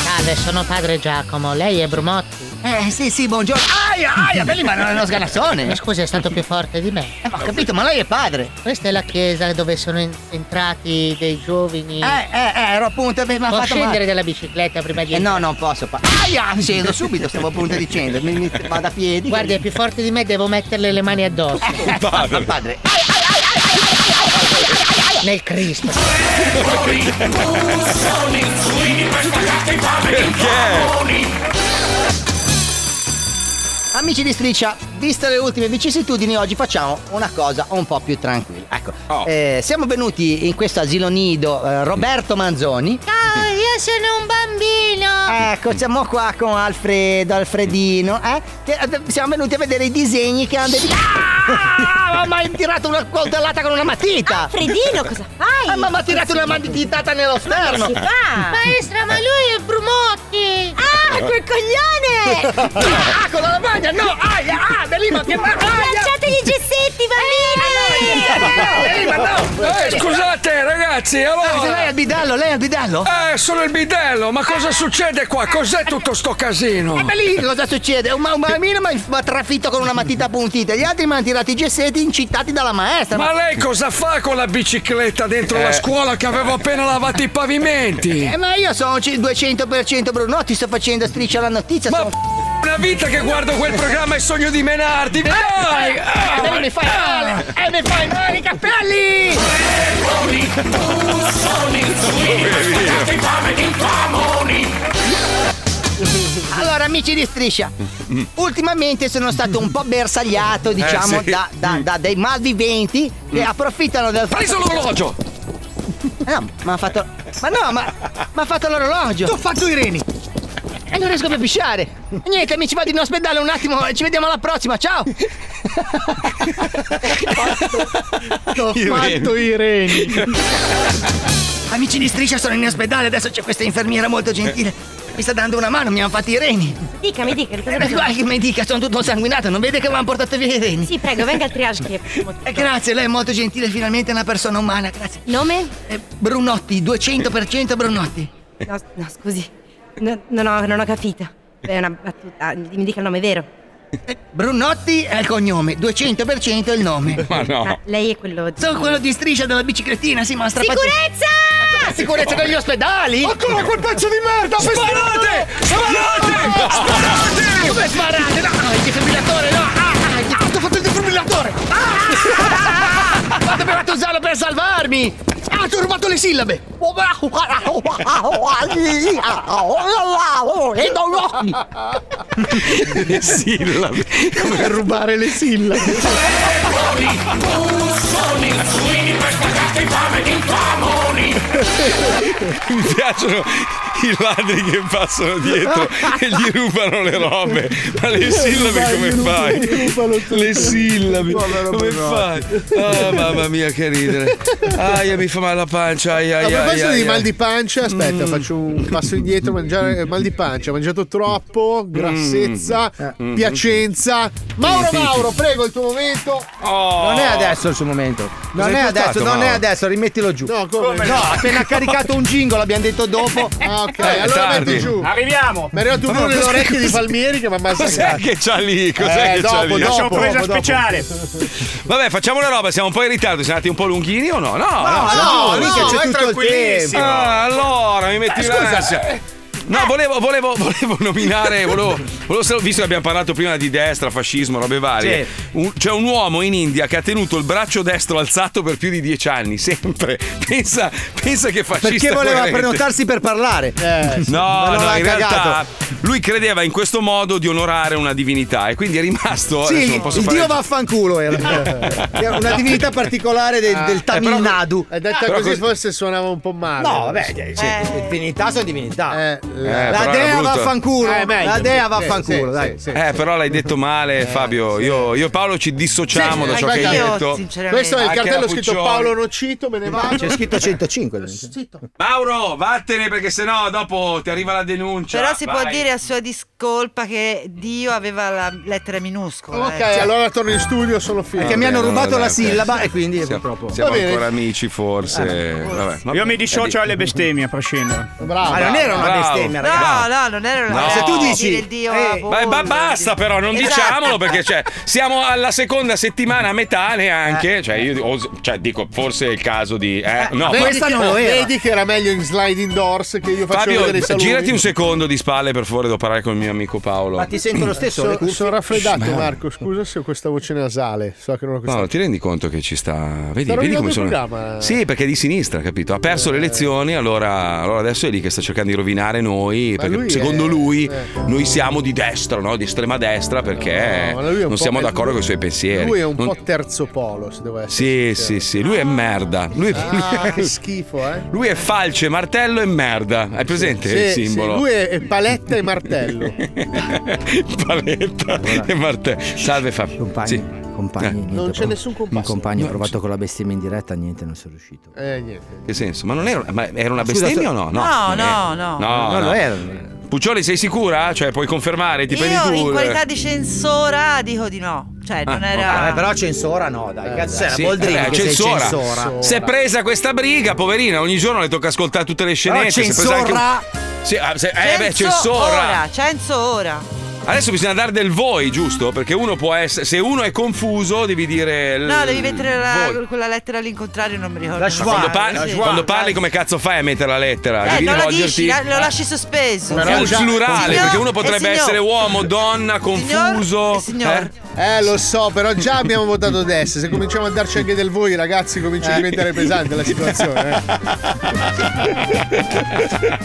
Speaker 2: Salve, sono padre Giacomo, lei è Brumotti?
Speaker 7: Eh sì sì, buongiorno. Aia, aia, belli, ma non è uno sganassone.
Speaker 2: Ma scusi, è stato più forte di me.
Speaker 7: Eh, ma ho capito, ma lei è padre.
Speaker 2: Questa è la chiesa dove sono en- entrati dei giovani.
Speaker 7: Eh, eh, eh, ero appunto, aveva
Speaker 2: Può
Speaker 7: fatto
Speaker 2: scendere
Speaker 7: male.
Speaker 2: dalla bicicletta prima di
Speaker 7: Eh, no, non posso. Pa- aia, scendo subito, stavo appunto dicendo. Mi, mi, vado a piedi.
Speaker 2: Guardi, è più forte di me, devo metterle le mani addosso.
Speaker 7: Eh, padre. padre.
Speaker 2: Nel Cristo.
Speaker 7: Amici di Striscia, viste le ultime vicissitudini, oggi facciamo una cosa un po' più tranquilla. Ecco, eh, siamo venuti in questo asilo nido eh, Roberto Manzoni.
Speaker 2: Ciao, io sono un bambino.
Speaker 7: Ecco, siamo qua con Alfredo, Alfredino, eh? Che- eh, Siamo venuti a vedere i disegni che hanno dedicato. Ah! Ma mi hai tirato una coltellata con una matita!
Speaker 2: Fredino, cosa fai?
Speaker 7: Ah, ma mi ha tirato una matitata nello sterno!
Speaker 2: Maestra, ma lui è Brumotti!
Speaker 14: Ah, quel coglione!
Speaker 7: Ah, con la lavagna, no! Aia, ah, Delima, che ma... Aia! Eh,
Speaker 14: Lanciate i gessetti,
Speaker 2: Eh,
Speaker 14: bambini!
Speaker 7: Delima, no!
Speaker 3: Eh, scusate, ragazzi,
Speaker 7: Ah, Lei è il bidello, lei è il bidello? Ah.
Speaker 3: Eh, sono il bidello, ma cosa succede qua? Cos'è tutto sto casino?
Speaker 7: Ma lì cosa succede? Un, un bambino mi ha trafitto con una matita puntita, gli altri mi hanno tirato i gessetti incittati dalla maestra.
Speaker 15: Ma lei cosa fa con la bicicletta dentro
Speaker 3: Eh.
Speaker 15: la scuola che avevo appena lavato i pavimenti?
Speaker 7: Eh, ma io sono ci- 200% Brunotti, sto facendo striscia la notizia. Ma
Speaker 15: Una vita che guardo quel programma e sogno di menarti. Dai! Ah!
Speaker 7: E mi fai male! E mi fai male i capelli! Allora, Amici di Striscia, ultimamente sono stato un po' bersagliato, diciamo,
Speaker 14: sì.
Speaker 7: da, da- da dei malviventi che approfittano del Eh,
Speaker 14: Preso l'orologio!
Speaker 7: No, ma ha fatto. Ma no, ma. Ma ha fatto l'orologio! Ti ho fatto i reni! E non riesco più a pisciare! Niente, amici, vado in ospedale un attimo e ci vediamo alla prossima, ciao!
Speaker 9: Ho
Speaker 7: I
Speaker 9: fatto i reni.
Speaker 7: Amici di striscia sono in ospedale, adesso c'è questa infermiera molto gentile. Mi sta dando una mano, mi hanno fatto i reni. Dica, mi dica,
Speaker 16: cosa faccio?
Speaker 7: che mi dica, sono tutto sanguinato, non vede che mi hanno portato via i reni? Sì, prego, venga al triage che Grazie, lei è molto gentile, finalmente è una persona umana, grazie. Nome? Brunotti, 200% Brunotti.
Speaker 16: No, no, scusi. No, non, ho, non ho capito. È una battuta. Ah, Mi dica il nome vero.
Speaker 7: Brunotti è il cognome, 200% è il nome.
Speaker 14: Ma no.
Speaker 7: lei è quello di... Sono quello di striscia della biciclettina, sì, ma strapazzo-
Speaker 16: Sicurezza!
Speaker 7: Sicurezza degli ospedali!
Speaker 9: Ancora Ah, quel pezzo di merda!
Speaker 14: Sparate! Sparate!
Speaker 7: Sparate! Come sparate? No, no, il defibrillatore, no! Ah, ah, gli- ah, ti ho fatto il defibrillatore! Ah! Ma dovevate usarlo per salvarmi! Ah, ti ho rubato le sillabe!
Speaker 14: Sillabe.
Speaker 9: Per rubare le sillabe.
Speaker 3: Mi piacciono i ladri che passano dietro e gli rubano le robe. Ma le sillabe come fai? Le sillabe. Come fai? Ah, mamma mia, che ridere. Aia, mi fa male la pancia. Aia,
Speaker 9: A
Speaker 3: aia,
Speaker 9: proposito
Speaker 3: aia,
Speaker 9: di
Speaker 3: aia.
Speaker 9: mal di pancia,
Speaker 11: Mm.
Speaker 9: aspetta, faccio un passo indietro. Mangiare, mal di pancia, ho mangiato troppo, grassezza,
Speaker 11: Mm.
Speaker 9: piacenza. Mauro,
Speaker 11: Mm-hmm.
Speaker 9: Mauro, prego il tuo momento.
Speaker 11: Non è adesso il suo momento. Non
Speaker 9: Cosa
Speaker 11: è
Speaker 9: hai portato,
Speaker 11: adesso, non è
Speaker 9: Mauro?
Speaker 11: adesso, rimettilo giù.
Speaker 9: No, come?
Speaker 11: No, appena caricato un jingle, abbiamo detto dopo.
Speaker 9: Ah, ok,
Speaker 11: Eh,
Speaker 9: allora
Speaker 11: tardi.
Speaker 9: metto giù. Arriviamo. Mi è arrivato
Speaker 11: Ma
Speaker 9: uno
Speaker 11: no,
Speaker 9: nelle
Speaker 11: cos'è-
Speaker 9: orecchie di
Speaker 11: cos'è-
Speaker 9: Palmieri che mi ha
Speaker 3: Cos'è
Speaker 9: massacrato.
Speaker 3: che c'ha lì? Cos'è
Speaker 9: Eh,
Speaker 3: che c'ha
Speaker 9: dopo,
Speaker 3: lì?
Speaker 9: dopo, dopo, dopo.
Speaker 3: Vabbè, facciamo una roba, siamo un po' in ritardo, siamo andati un po' lunghini o no? No,
Speaker 14: no,
Speaker 3: no,
Speaker 14: mica c'è
Speaker 3: vai
Speaker 14: tutto il
Speaker 3: tranquillissimo.
Speaker 14: tempo.
Speaker 3: Ah, allora, mi metti
Speaker 14: Eh,
Speaker 3: in
Speaker 14: scusa.
Speaker 3: ansia. No, volevo, volevo, volevo nominare, volevo, volevo sal- visto che abbiamo parlato prima di destra, fascismo, robe varie, un- c'è un uomo in India che ha tenuto il braccio destro alzato per più di dieci anni, sempre. Pensa, pensa che fascista
Speaker 11: Perché voleva
Speaker 3: coerente.
Speaker 11: prenotarsi per parlare?
Speaker 3: No,
Speaker 11: Ma
Speaker 3: no,
Speaker 11: l'ha
Speaker 3: in realtà
Speaker 11: cagato.
Speaker 3: lui credeva in questo modo di onorare una divinità e quindi è rimasto... adesso
Speaker 11: Sì,
Speaker 3: non posso
Speaker 11: il
Speaker 3: fare-
Speaker 11: dio vaffanculo era. Era eh, una divinità particolare del,
Speaker 3: Eh,
Speaker 11: del Tamil Nadu.
Speaker 9: È detta
Speaker 11: Però
Speaker 9: così,
Speaker 11: cos-
Speaker 9: forse suonava un po' male. Eh.
Speaker 11: No, vabbè, sì. divinità sono divinità.
Speaker 3: Eh,
Speaker 11: la
Speaker 3: però
Speaker 11: dea
Speaker 3: era brutto.
Speaker 11: vaffanculo.
Speaker 9: Eh, meglio.
Speaker 11: la dea
Speaker 9: Sì,
Speaker 11: vaffanculo,
Speaker 9: sì,
Speaker 11: dai.
Speaker 3: Eh, però l'hai detto male,
Speaker 11: Eh,
Speaker 3: Fabio. Io, io e Paolo ci dissociamo
Speaker 9: Sì,
Speaker 3: da ciò
Speaker 9: guarda,
Speaker 3: che hai
Speaker 9: io,
Speaker 3: detto.
Speaker 9: sinceramente- Questo è il
Speaker 3: Anche
Speaker 9: cartello
Speaker 3: la
Speaker 9: scritto
Speaker 3: Puccioni.
Speaker 9: Paolo Nocito, me ne vado.
Speaker 11: C'è scritto 105.
Speaker 3: Mauro, vattene perché sennò dopo ti arriva la denuncia.
Speaker 2: Però si può
Speaker 3: Vai.
Speaker 2: dire a sua discolpa che Dio aveva la lettera minuscola. eh, cioè.
Speaker 9: Ok, allora torno in studio, sono finito.
Speaker 3: Vabbè, allora, Eh, vabbè, ok. siamo,
Speaker 9: Va
Speaker 3: Siamo
Speaker 9: bene.
Speaker 3: ancora amici, forse.
Speaker 2: Ah,
Speaker 3: Vabbè, ma-
Speaker 4: Io mi dissocio
Speaker 3: eh,
Speaker 4: alle bestemmie a prescindere.
Speaker 9: Bravo.
Speaker 2: Ma non era una
Speaker 3: bravo.
Speaker 2: bestemmia, ragazzi. No, no, non era una- Se tu dici- Dire il Dio a voi,
Speaker 3: Eh, ma, ma basta, però, non
Speaker 2: Esatto.
Speaker 3: diciamolo perché cioè, siamo alla seconda settimana, a metà
Speaker 2: Eh.
Speaker 3: neanche. Cioè, io os- cioè, dico, forse è il caso di. eh, no,
Speaker 9: vedi,
Speaker 3: ma-
Speaker 9: che, vedi che era meglio in sliding doors che io facevo
Speaker 3: Fabio,
Speaker 9: vedere i salumi.
Speaker 3: girati un secondo di spalle, per favore, devo parlare con il mio amico Paolo.
Speaker 9: So-
Speaker 3: No,
Speaker 9: sono raffreddato, Marco. Scusa se ho questa voce nasale. So che non ho questa.
Speaker 3: Paolo, ti rendi conto che ci sta. Vedi,
Speaker 9: Sta
Speaker 3: vedi come
Speaker 9: rovinando
Speaker 3: sono.
Speaker 9: il programma. eh.
Speaker 3: Sì, perché è di sinistra, capito? Ha perso le elezioni, allora, allora adesso è lì che sta cercando di rovinare noi. Perché
Speaker 9: lui
Speaker 3: secondo
Speaker 9: è-
Speaker 3: lui
Speaker 9: eh.
Speaker 3: noi siamo di destra, no? Di estrema destra, perché
Speaker 9: No, ma lui è un
Speaker 3: non
Speaker 9: po'
Speaker 3: siamo
Speaker 9: mezzo-
Speaker 3: d'accordo con i suoi pensieri.
Speaker 9: Lui è un
Speaker 3: Non-
Speaker 9: po' terzo polo, se devo essere.
Speaker 3: Sì, sì, sì, lui è merda. Lui,
Speaker 9: Ah, che schifo, eh.
Speaker 3: lui è falce, martello e merda. Hai presente
Speaker 9: Sì,
Speaker 3: il
Speaker 9: sì,
Speaker 3: simbolo?
Speaker 9: lui è, è paletta e martello.
Speaker 3: Paletta e martello. Eh, Salve Fabio.
Speaker 17: Compagni,
Speaker 3: Sì.
Speaker 17: compagni,
Speaker 3: Eh.
Speaker 17: niente,
Speaker 9: Non c'è
Speaker 17: ho-
Speaker 9: nessun
Speaker 17: Un
Speaker 9: compasso.
Speaker 17: compagno ha provato con la bestemmia in diretta, niente, non sono riuscito.
Speaker 9: Eh, niente.
Speaker 3: Che senso? Ma non era, ma era una
Speaker 17: Scusa, se-
Speaker 3: bestemmia o no?
Speaker 2: No,
Speaker 3: non era.
Speaker 2: no, no.
Speaker 3: No,
Speaker 17: Non
Speaker 3: no.
Speaker 17: lo era.
Speaker 3: Puccioli, sei sicura? Cioè, puoi confermare? Ti prendi
Speaker 2: Io
Speaker 3: tu.
Speaker 2: in
Speaker 3: eh?
Speaker 2: qualità di censora dico di no. Cioè, non
Speaker 3: Ah,
Speaker 2: era.
Speaker 3: ok. Eh,
Speaker 11: Però censora no, dai. Cazzo, era
Speaker 3: Sì,
Speaker 11: Boldrini
Speaker 3: vabbè,
Speaker 11: che sei
Speaker 3: censora.
Speaker 11: censora.
Speaker 3: Si è presa questa briga, poverina. Ogni giorno le tocca ascoltare tutte le scenette. si è presa anche-
Speaker 2: censora.
Speaker 3: Sì, ah, se- eh, beh,
Speaker 2: Ora,
Speaker 3: censora.
Speaker 2: censo ora.
Speaker 3: Adesso bisogna dar del voi, giusto? Perché uno può essere. Se uno è confuso, devi dire. l-
Speaker 2: No, devi mettere la-
Speaker 3: voi.
Speaker 2: quella lettera lì in contrario, non mi ricordo.
Speaker 3: Ma quando parli,
Speaker 2: Sì.
Speaker 3: quando parli, come cazzo fai a mettere la lettera?
Speaker 2: Eh,
Speaker 3: Devi
Speaker 2: non lo dici,
Speaker 3: rivolgerti.
Speaker 2: la- lo lasci sospeso.
Speaker 3: È un plurale,
Speaker 2: Signor-
Speaker 3: perché uno
Speaker 2: eh,
Speaker 3: potrebbe
Speaker 2: signor.
Speaker 3: essere uomo, donna, confuso. eh?
Speaker 9: Eh, lo so, però già abbiamo votato destra. Se cominciamo a darci anche del voi, ragazzi, comincia a diventare eh. pesante la situazione.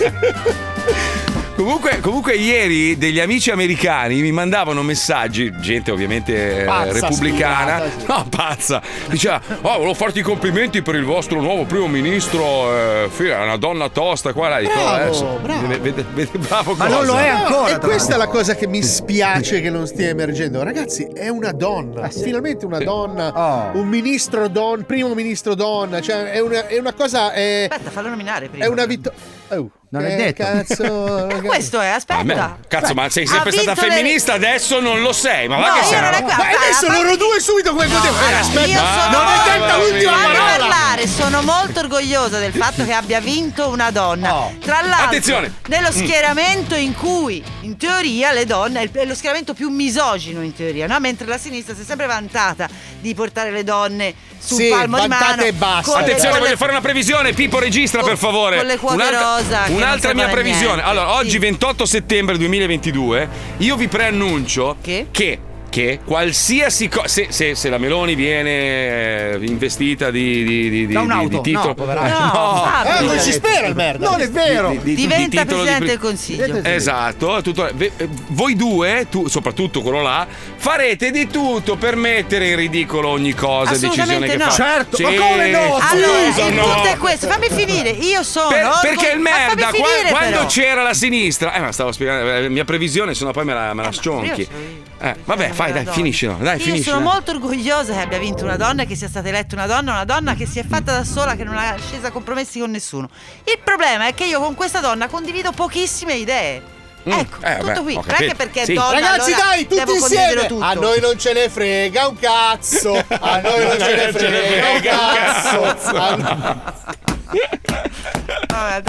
Speaker 9: eh.
Speaker 3: Comunque, comunque ieri degli amici americani mi mandavano messaggi, gente ovviamente eh,
Speaker 18: Pazza,
Speaker 3: repubblicana,
Speaker 18: sfigata, sì.
Speaker 3: no pazza, diceva, oh volevo farti i complimenti per il vostro nuovo primo ministro, eh, fi- è una donna tosta qua, là, dico,
Speaker 9: Bravo,
Speaker 3: adesso,
Speaker 9: bravo.
Speaker 3: vede- vede- vede- bravo
Speaker 9: Ma
Speaker 3: cosa.
Speaker 9: non lo è E questa è la cosa che mi spiace che non stia emergendo. Ragazzi, è una donna.
Speaker 2: Ah,
Speaker 9: Finalmente una donna.
Speaker 2: Oh.
Speaker 9: Un ministro don, primo ministro donna. Cioè, è una, è una cosa. È,
Speaker 2: Aspetta, fallo nominare prima.
Speaker 9: è una vittoria. Oh,
Speaker 2: Non è
Speaker 9: che
Speaker 2: detto.
Speaker 9: Cazzo,
Speaker 2: Eh, questo è,
Speaker 3: A me-
Speaker 2: aspetta.
Speaker 3: Ah, cazzo, ma sei sempre
Speaker 2: Ha
Speaker 3: stata
Speaker 2: vinto le-
Speaker 3: femminista, adesso non lo sei, ma va
Speaker 2: No,
Speaker 3: che
Speaker 2: io
Speaker 3: sei.
Speaker 2: non
Speaker 3: una
Speaker 2: è
Speaker 3: roba-
Speaker 2: qua-
Speaker 9: Ma adesso
Speaker 2: Ah,
Speaker 9: loro due subito come potevano fare?
Speaker 2: Io
Speaker 9: Aspetta,
Speaker 2: sono
Speaker 9: non è
Speaker 2: molto-
Speaker 9: detta l'ultima
Speaker 2: Fammi
Speaker 9: parola.
Speaker 2: parlare, sono molto orgogliosa del fatto che abbia vinto una donna. Tra l'altro,
Speaker 3: Attenzione.
Speaker 2: nello
Speaker 3: Mm.
Speaker 2: schieramento in cui in teoria le donne è il- è lo schieramento più misogino in teoria, no? Mentre la sinistra si è sempre vantata di portare le donne sul
Speaker 9: Sì,
Speaker 2: palmo di
Speaker 9: vantate
Speaker 2: mano.
Speaker 9: e basta.
Speaker 2: con le-
Speaker 3: Attenzione,
Speaker 2: con le-
Speaker 3: voglio fare una previsione. Pippo, registra per favore.
Speaker 2: con le quote
Speaker 3: un'altra,
Speaker 2: rosa che non
Speaker 3: Un'altra
Speaker 2: servono
Speaker 3: mia
Speaker 2: a
Speaker 3: previsione.
Speaker 2: niente.
Speaker 3: Allora, oggi 28 settembre 2022, io vi preannuncio che. che qualsiasi cosa, se, se- se la Meloni viene eh, investita di, di, di, di,
Speaker 11: Da un'auto.
Speaker 3: di- di titolo,
Speaker 11: No, poveraccio.
Speaker 3: No.
Speaker 11: Ah, Eh, non ci spera il merda. Non è vero.
Speaker 3: Di- di- di
Speaker 2: Diventa
Speaker 3: titolo
Speaker 2: presidente
Speaker 3: pre-
Speaker 2: del Consiglio. Diventa
Speaker 3: Esatto. è tutto- ve- eh, voi due, tu- soprattutto quello là, farete di tutto per mettere in ridicolo ogni cosa, decisione
Speaker 2: Assolutamente
Speaker 3: che
Speaker 2: no.
Speaker 3: fa. Sì.
Speaker 2: Allora,
Speaker 3: Scusa,
Speaker 2: il
Speaker 3: no.
Speaker 2: punto è questo. Fammi finire. Io sono.
Speaker 3: Per- perché il
Speaker 2: Ma fammi
Speaker 3: merda, qua-
Speaker 2: finire,
Speaker 3: quando
Speaker 2: però.
Speaker 3: c'era la sinistra, eh, ma stavo spiegando, eh, mia previsione, sennò poi me la, me la
Speaker 2: io
Speaker 3: scionchi.
Speaker 2: ce l'ho
Speaker 3: Eh, vabbè, fai, dai,
Speaker 2: Madonna.
Speaker 3: finiscila, dai,
Speaker 2: Io
Speaker 3: finiscila.
Speaker 2: sono molto orgogliosa che abbia vinto una donna, che sia stata eletta una donna, una donna
Speaker 3: Mhm.
Speaker 2: che si è fatta da sola, che non ha sceso a compromessi con nessuno. Il problema è che io con questa donna condivido pochissime idee. Ecco, tutto
Speaker 9: Mm. Eh, vabbè,
Speaker 2: qui.
Speaker 9: ho
Speaker 2: Non è che
Speaker 9: capito.
Speaker 2: perché è
Speaker 9: Sì.
Speaker 2: donna,
Speaker 9: Ragazzi,
Speaker 2: allora
Speaker 9: dai, tutti
Speaker 2: devo
Speaker 9: insieme.
Speaker 2: condividere tutto.
Speaker 9: A noi non ce ne frega un cazzo. A noi Ah, non ce ne frega un cazzo. Ah, A noi-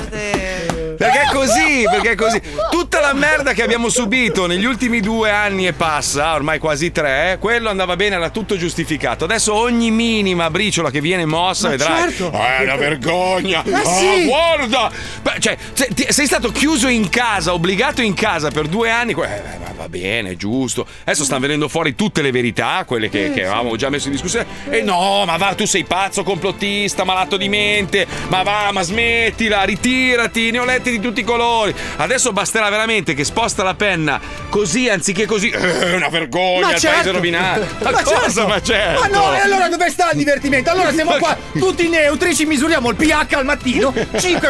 Speaker 3: Perché è così, perché è così. Tutta la merda che abbiamo subito negli ultimi due anni e passa, ormai quasi tre, eh, quello andava bene, era tutto giustificato. Adesso ogni minima briciola che viene mossa,
Speaker 18: Ma
Speaker 3: vedrai.
Speaker 18: certo.
Speaker 3: "Ah, È una vergogna.
Speaker 18: Ma
Speaker 3: Ah,
Speaker 18: sì.
Speaker 3: guarda! Beh, Cioè, se ti- sei stato chiuso in casa, obbligato in casa per due anni. que- eh,
Speaker 1: Ah,
Speaker 3: va- va bene, giusto. Adesso stanno venendo fuori tutte le verità, quelle che, che avevamo già messo in discussione. E Eh no, ma va, tu sei pazzo, complottista, malato di mente. Ma va, ma smettila, ritirati. Ne ho letti di tutti i colori. Adesso basterà veramente che sposta la penna così anziché così. Eh, una vergogna, il paese rovinato. Ma, cosa,
Speaker 11: certo.
Speaker 3: ma certo.
Speaker 11: Ma no, e allora dove sta il divertimento? Allora siamo qua tutti neutri, ci misuriamo il pH al mattino,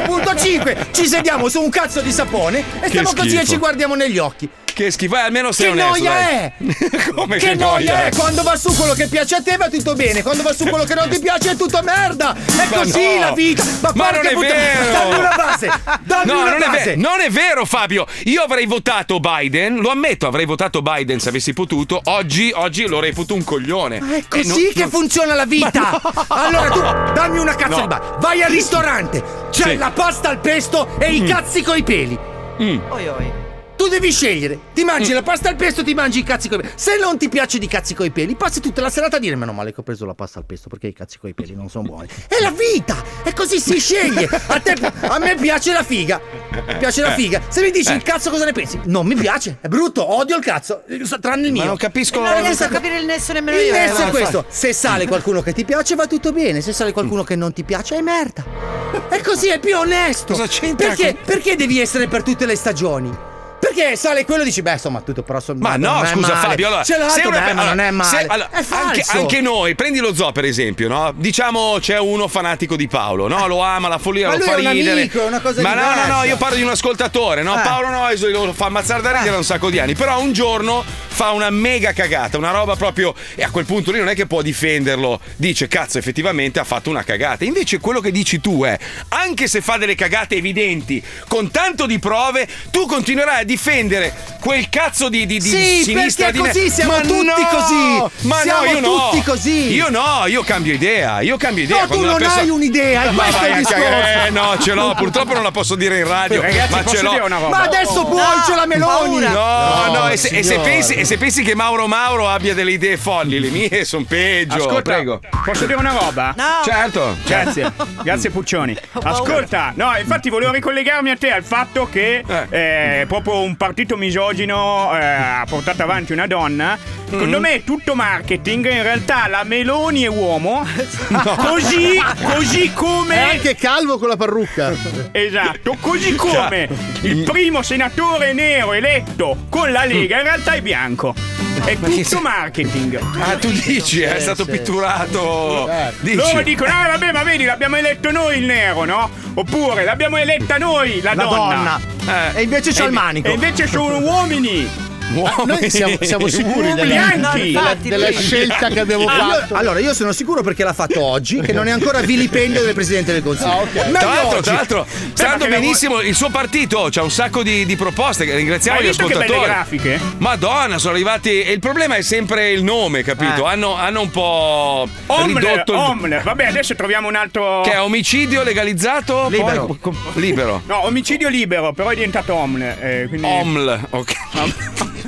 Speaker 11: 5.5, ci sediamo su un cazzo di sapone e
Speaker 3: Che
Speaker 11: stiamo così
Speaker 3: schifo.
Speaker 11: e ci guardiamo negli occhi.
Speaker 3: Che schifo, eh, almeno sei
Speaker 11: Che
Speaker 3: onesto.
Speaker 11: noia
Speaker 3: dai.
Speaker 11: è?
Speaker 3: Come
Speaker 11: che noia è?
Speaker 3: è?
Speaker 11: Eh, Quando va su quello che piace a te va tutto bene, quando va su quello che non ti piace è tutto merda. È
Speaker 3: Ma
Speaker 11: così
Speaker 3: no.
Speaker 11: la vita. Ma,
Speaker 3: Ma
Speaker 11: porca
Speaker 3: non è
Speaker 11: puttana,
Speaker 3: vero.
Speaker 11: Dammi una base. Dammi
Speaker 3: No,
Speaker 11: una
Speaker 3: non è,
Speaker 11: base.
Speaker 3: vero, non è vero, Fabio. Io avrei votato Biden, lo ammetto, avrei votato Biden se avessi potuto. Oggi, oggi lo reputo un coglione.
Speaker 11: Ma è
Speaker 3: E non-
Speaker 11: così che
Speaker 3: non-
Speaker 11: funziona la vita! Allora tu dammi una cazzo
Speaker 3: No.
Speaker 11: di ba- Vai al ristorante! C'è
Speaker 3: Sì. Mm.
Speaker 11: la pasta al pesto e i cazzi coi peli!
Speaker 2: Oi oi.
Speaker 11: Tu devi scegliere, ti
Speaker 3: Mm.
Speaker 11: mangi la pasta al pesto o ti mangi i cazzi coi peli. Se non ti piace di cazzi coi peli, passi tutta la serata a dire meno male che ho preso la pasta al pesto perché i cazzi coi peli non sono buoni. È la vita! E così si sceglie! A, te, a me piace la figa! Mi piace la figa! Se mi
Speaker 3: Eh.
Speaker 11: dici il cazzo cosa ne pensi? Non mi piace, è brutto, odio il cazzo, tranne il mio.
Speaker 3: non capisco-
Speaker 2: Non riesco a capire il nesso nemmeno
Speaker 11: il
Speaker 2: io. eh,
Speaker 11: nesso
Speaker 2: va.
Speaker 11: è questo. Se sale qualcuno che ti piace va tutto bene, se sale qualcuno che non ti piace è merda. E così è più onesto.
Speaker 18: Cosa c'entra
Speaker 11: Perché,
Speaker 18: che-
Speaker 11: perché devi essere per tutte le stagioni? Perché sale quello e dici, beh, insomma, tutto però sono
Speaker 3: Ma no,
Speaker 11: non è
Speaker 3: scusa
Speaker 11: male.
Speaker 3: Fabio, allora,
Speaker 11: C'è l'altro, beh, ma non è
Speaker 3: allora,
Speaker 11: male.
Speaker 3: se- allora,
Speaker 11: è
Speaker 3: anche,
Speaker 11: falso.
Speaker 3: anche noi, prendi lo zoo per esempio, no? Diciamo c'è uno fanatico di Paolo, no? Lo ama, la follia,
Speaker 11: Ma
Speaker 3: lo
Speaker 11: lui
Speaker 3: fa
Speaker 11: è un
Speaker 3: ridere.
Speaker 11: amico, è una cosa
Speaker 3: ma no,
Speaker 11: diversa.
Speaker 3: no, no, io parlo di un ascoltatore, no?
Speaker 11: Eh.
Speaker 3: Paolo Noisoli lo fa ammazzare da ridere da un sacco di anni, però un giorno fa una mega cagata, una roba proprio e a quel punto lì non è che può difenderlo. Dice "Cazzo, effettivamente ha fatto una cagata". Invece quello che dici tu è anche se fa delle cagate evidenti, con tanto di prove, tu continuerai a difendere quel cazzo di, di, di
Speaker 11: Sì,
Speaker 3: sinistra
Speaker 11: perché
Speaker 3: di me-
Speaker 11: così siamo
Speaker 3: Ma
Speaker 11: tutti
Speaker 3: no!
Speaker 11: così.
Speaker 3: Ma
Speaker 11: Siamo
Speaker 3: no, io no.
Speaker 11: tutti così.
Speaker 3: Io no, io cambio idea, io cambio idea.
Speaker 11: No, tu
Speaker 3: Quando una
Speaker 11: non
Speaker 3: persona-
Speaker 11: hai un'idea, è
Speaker 3: Ma
Speaker 11: questo
Speaker 3: vai
Speaker 11: il
Speaker 3: a
Speaker 11: discorso.
Speaker 3: cagare. Eh no, ce l'ho, purtroppo non la posso dire in radio.
Speaker 11: Ragazzi,
Speaker 3: ma
Speaker 11: posso
Speaker 3: ce l'ho.
Speaker 11: dire una roba? Ma adesso puoi, No, ce la Meloni. paura.
Speaker 3: No, no,
Speaker 11: No,
Speaker 3: e, se, e se
Speaker 11: signore.
Speaker 3: pensi, e se pensi che Mauro Mauro abbia delle idee folli, le mie sono peggio.
Speaker 4: Ascolta,
Speaker 3: prego.
Speaker 4: Posso dire una roba?
Speaker 2: No.
Speaker 3: Certo.
Speaker 4: Grazie, grazie Puccioni. Ascolta, no, infatti volevo ricollegarmi a te al fatto che eh, proprio un un partito misogino eh, ha portato avanti una donna,
Speaker 3: Mm.
Speaker 4: secondo me è tutto marketing. In realtà la Meloni è uomo. Così, così come.
Speaker 9: È anche calvo con la parrucca.
Speaker 4: Esatto,
Speaker 3: Cioè,
Speaker 4: così come il primo senatore nero eletto con
Speaker 3: Mm.
Speaker 4: la Lega in realtà è bianco. È tutto marketing.
Speaker 3: Ah, tu dici, è stato pitturato.
Speaker 9: Eh.
Speaker 3: Dici.
Speaker 4: Loro dicono, ah vabbè, ma vedi, l'abbiamo eletto noi il nero, no? Oppure l'abbiamo eletta noi, la,
Speaker 11: La
Speaker 4: donna. Eh.
Speaker 11: donna. E invece c'ho
Speaker 4: e-
Speaker 11: il manico.
Speaker 4: E invece sono uomini.
Speaker 9: Ah, noi siamo, siamo sicuri
Speaker 4: Uomini
Speaker 9: della,
Speaker 4: bianchi.
Speaker 9: della- della scelta che abbiamo
Speaker 11: Allora-
Speaker 9: fatto.
Speaker 11: Allora, io sono sicuro perché l'ha fatto oggi, che non è ancora vilipendio del presidente del consiglio.
Speaker 4: Ah,
Speaker 9: Ah,
Speaker 11: Ma
Speaker 3: Tra l'altro,
Speaker 11: oggi-
Speaker 3: tra l'altro, sta andando benissimo il suo partito, c'ha un sacco di, di proposte, che ringraziamo
Speaker 4: Hai
Speaker 3: gli
Speaker 4: visto che belle
Speaker 3: ascoltatori.
Speaker 4: grafiche?
Speaker 3: Madonna, sono arrivati. E il problema è sempre il nome, capito?
Speaker 4: Eh.
Speaker 3: Hanno, hanno un po'
Speaker 4: Omler,
Speaker 3: ridotto il
Speaker 4: Omler. Vabbè, adesso troviamo un altro.
Speaker 3: Che è omicidio legalizzato? poi-
Speaker 4: Libero.
Speaker 3: com- libero.
Speaker 4: No, omicidio libero, però è diventato Omler. eh, quindi...
Speaker 3: Oml, ok.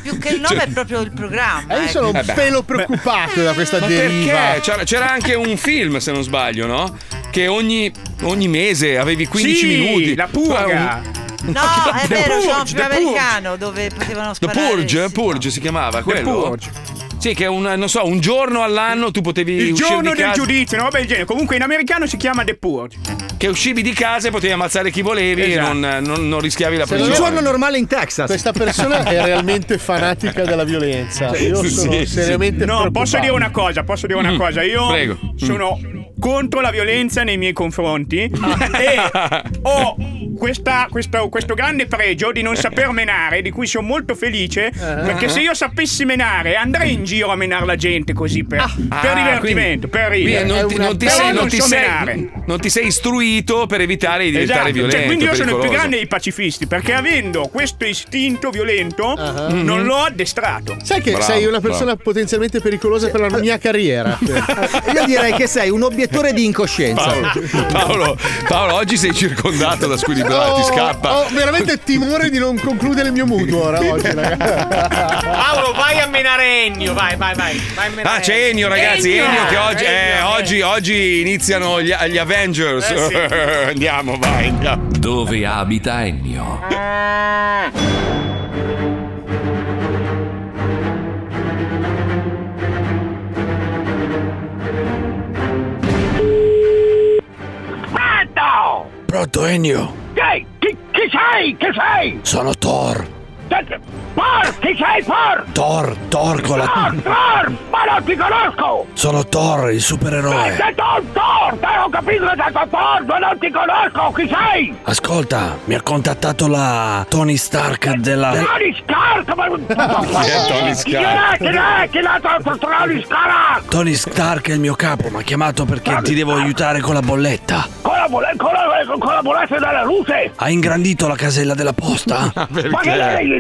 Speaker 2: Più che il nome è proprio il programma.
Speaker 9: Eh, io
Speaker 2: ecco.
Speaker 9: sono un
Speaker 3: Eh beh.
Speaker 9: pelo preoccupato da questa
Speaker 3: Ma
Speaker 9: deriva.
Speaker 3: perché? C'era, c'era anche un film, se non sbaglio, no? Che ogni, ogni mese avevi 15
Speaker 4: Sì,
Speaker 3: minuti. Cioè,
Speaker 4: La Purga.
Speaker 2: No, è
Speaker 3: Eh, The
Speaker 2: vero, c'è un
Speaker 3: Purge,
Speaker 2: film
Speaker 3: The Purge.
Speaker 2: americano dove potevano
Speaker 3: The
Speaker 2: sparare.
Speaker 3: Purge, Purge si chiamava quello.
Speaker 4: Purge.
Speaker 3: Sì, che è un, non so, un giorno all'anno tu potevi
Speaker 4: Il
Speaker 3: uscire
Speaker 4: giorno
Speaker 3: di
Speaker 4: del
Speaker 3: casa.
Speaker 4: giudizio, una roba del genere. Comunque in americano si chiama The Purge.
Speaker 3: Che uscivi di casa e potevi ammazzare chi volevi
Speaker 4: Esatto.
Speaker 3: e non, non- non rischiavi la
Speaker 9: Se non
Speaker 3: prigione.
Speaker 9: è un giorno
Speaker 11: normale in Texas.
Speaker 9: Questa persona è realmente fanatica della violenza.
Speaker 4: Cioè,
Speaker 9: Io sono
Speaker 4: sì, sì.
Speaker 9: seriamente
Speaker 4: No,
Speaker 9: preoccupato.
Speaker 4: posso dire una cosa, posso dire una
Speaker 9: Mm,
Speaker 4: cosa. Io
Speaker 9: prego.
Speaker 4: sono
Speaker 3: Mm.
Speaker 4: contro la violenza nei miei confronti e ho questa- questo, questo grande pregio di non saper menare, di cui sono molto
Speaker 9: Eh.
Speaker 4: felice, perché se io sapessi menare andrei in giro a menare la gente così per, per
Speaker 3: Ah, quindi-
Speaker 4: divertimento, per ridere.
Speaker 3: quindi Non ti, non ti
Speaker 4: Però
Speaker 3: sei,
Speaker 4: non
Speaker 3: non ti
Speaker 4: so
Speaker 3: sei-
Speaker 4: menare.
Speaker 3: non ti sei istruito per evitare di diventare
Speaker 4: Esatto,
Speaker 3: violento.
Speaker 4: cioè, quindi io sono il più
Speaker 3: pericoloso.
Speaker 4: grande dei pacifisti perché avendo questo istinto violento
Speaker 9: Uh-huh.
Speaker 4: non
Speaker 3: Mm-hmm.
Speaker 9: Mhm.
Speaker 4: l'ho addestrato.
Speaker 9: Sai che sei una persona potenzialmente pericolosa per la mia carriera.
Speaker 11: Io direi che sei un obiettore di incoscienza.
Speaker 3: Paolo, Paolo, Paolo, oggi sei circondato da
Speaker 4: Oh,
Speaker 3: squilibrati,
Speaker 9: Ho-
Speaker 3: scappa.
Speaker 9: Ho veramente timore di non concludere il mio mutuo ora oggi, ragazzi.
Speaker 10: Paolo, vai a menare Ennio, vai, vai, vai. vai a menare
Speaker 3: Ah, c'è Ennio, ragazzi. Ennio, che oggi, eh,
Speaker 10: Ennio.
Speaker 3: oggi, oggi iniziano gli, gli Avengers.
Speaker 10: Eh, sì.
Speaker 3: andiamo, vai, andiamo.
Speaker 1: Dove abita Ennio?
Speaker 14: Pronto!
Speaker 15: Pronto Ennio?
Speaker 14: Chi, chi, chi sei? Chi sei?
Speaker 15: Sono Thor.
Speaker 14: Por, chi sei Por?
Speaker 15: Thor, Thor con la...
Speaker 14: Por, Por, ma non ti conosco!
Speaker 15: Sono Thor, il
Speaker 14: Ma
Speaker 15: supereroe.
Speaker 14: sei Thor, Thor, te ho capito che sei Thor, ma non ti conosco, chi sei?
Speaker 15: Ascolta, mi ha contattato la Tony Stark della...
Speaker 14: Tony Stark, ma...
Speaker 15: Chi è Tony
Speaker 14: Chi è,
Speaker 15: Stark?
Speaker 14: chi è, chi è la tua Tony Stark?
Speaker 15: Tony Stark è il mio capo, mi ha chiamato perché ti devo aiutare con la bolletta.
Speaker 14: Con la bolle- con la- con la bolletta della luce?
Speaker 15: Ha ingrandito la casella della posta?
Speaker 14: Ma, che,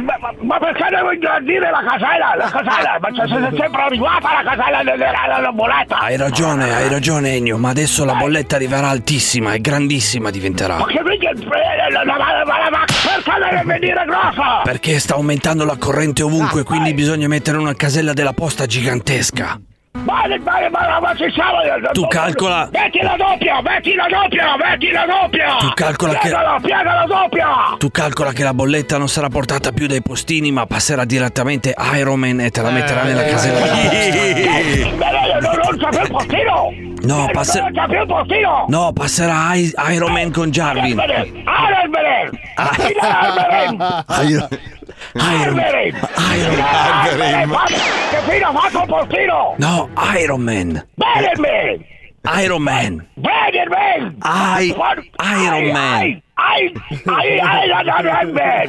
Speaker 14: ma, ma- ma perché devo ingrandire la casella? La casella? Ma se sei sempre arrivata la casella della, della, della bolletta?
Speaker 15: Hai ragione, hai ragione Ennio, ma adesso la bolletta arriverà altissima e grandissima diventerà.
Speaker 14: Ma che minchia eh, la, la, la, la, la, perché deve venire grossa?
Speaker 15: Perché sta aumentando la corrente ovunque, quindi bisogna mettere una casella della posta gigantesca.
Speaker 14: Vale, vale, ma, ma ci siamo!
Speaker 15: Tu calcola-
Speaker 14: Metti la doppia, metti la doppia, metti la doppia!
Speaker 15: Tu calcola che-
Speaker 14: Piega la, piega la doppia!
Speaker 15: Tu calcola che la bolletta non sarà portata più dai postini, ma passerà direttamente a Iron Man e te la metterà nella casella della
Speaker 14: Eh, ma io non,
Speaker 15: posta.
Speaker 14: non c'è più postino!
Speaker 15: No,
Speaker 14: passerà.
Speaker 15: passerà.
Speaker 14: Non c'è più postino!
Speaker 15: No, passerà a I- Iron Man con Jarvin.
Speaker 14: Arberen! Arberen! Arberen!
Speaker 15: Iron Iron
Speaker 14: Arberen! Arberen! Ma Che fine ha fatto il postino?
Speaker 15: No, Iron Man.
Speaker 14: Iron Man!
Speaker 15: Iron Man.
Speaker 14: Iron Man!
Speaker 15: I- Iron Man.
Speaker 14: I, I, I, I, Iron Man!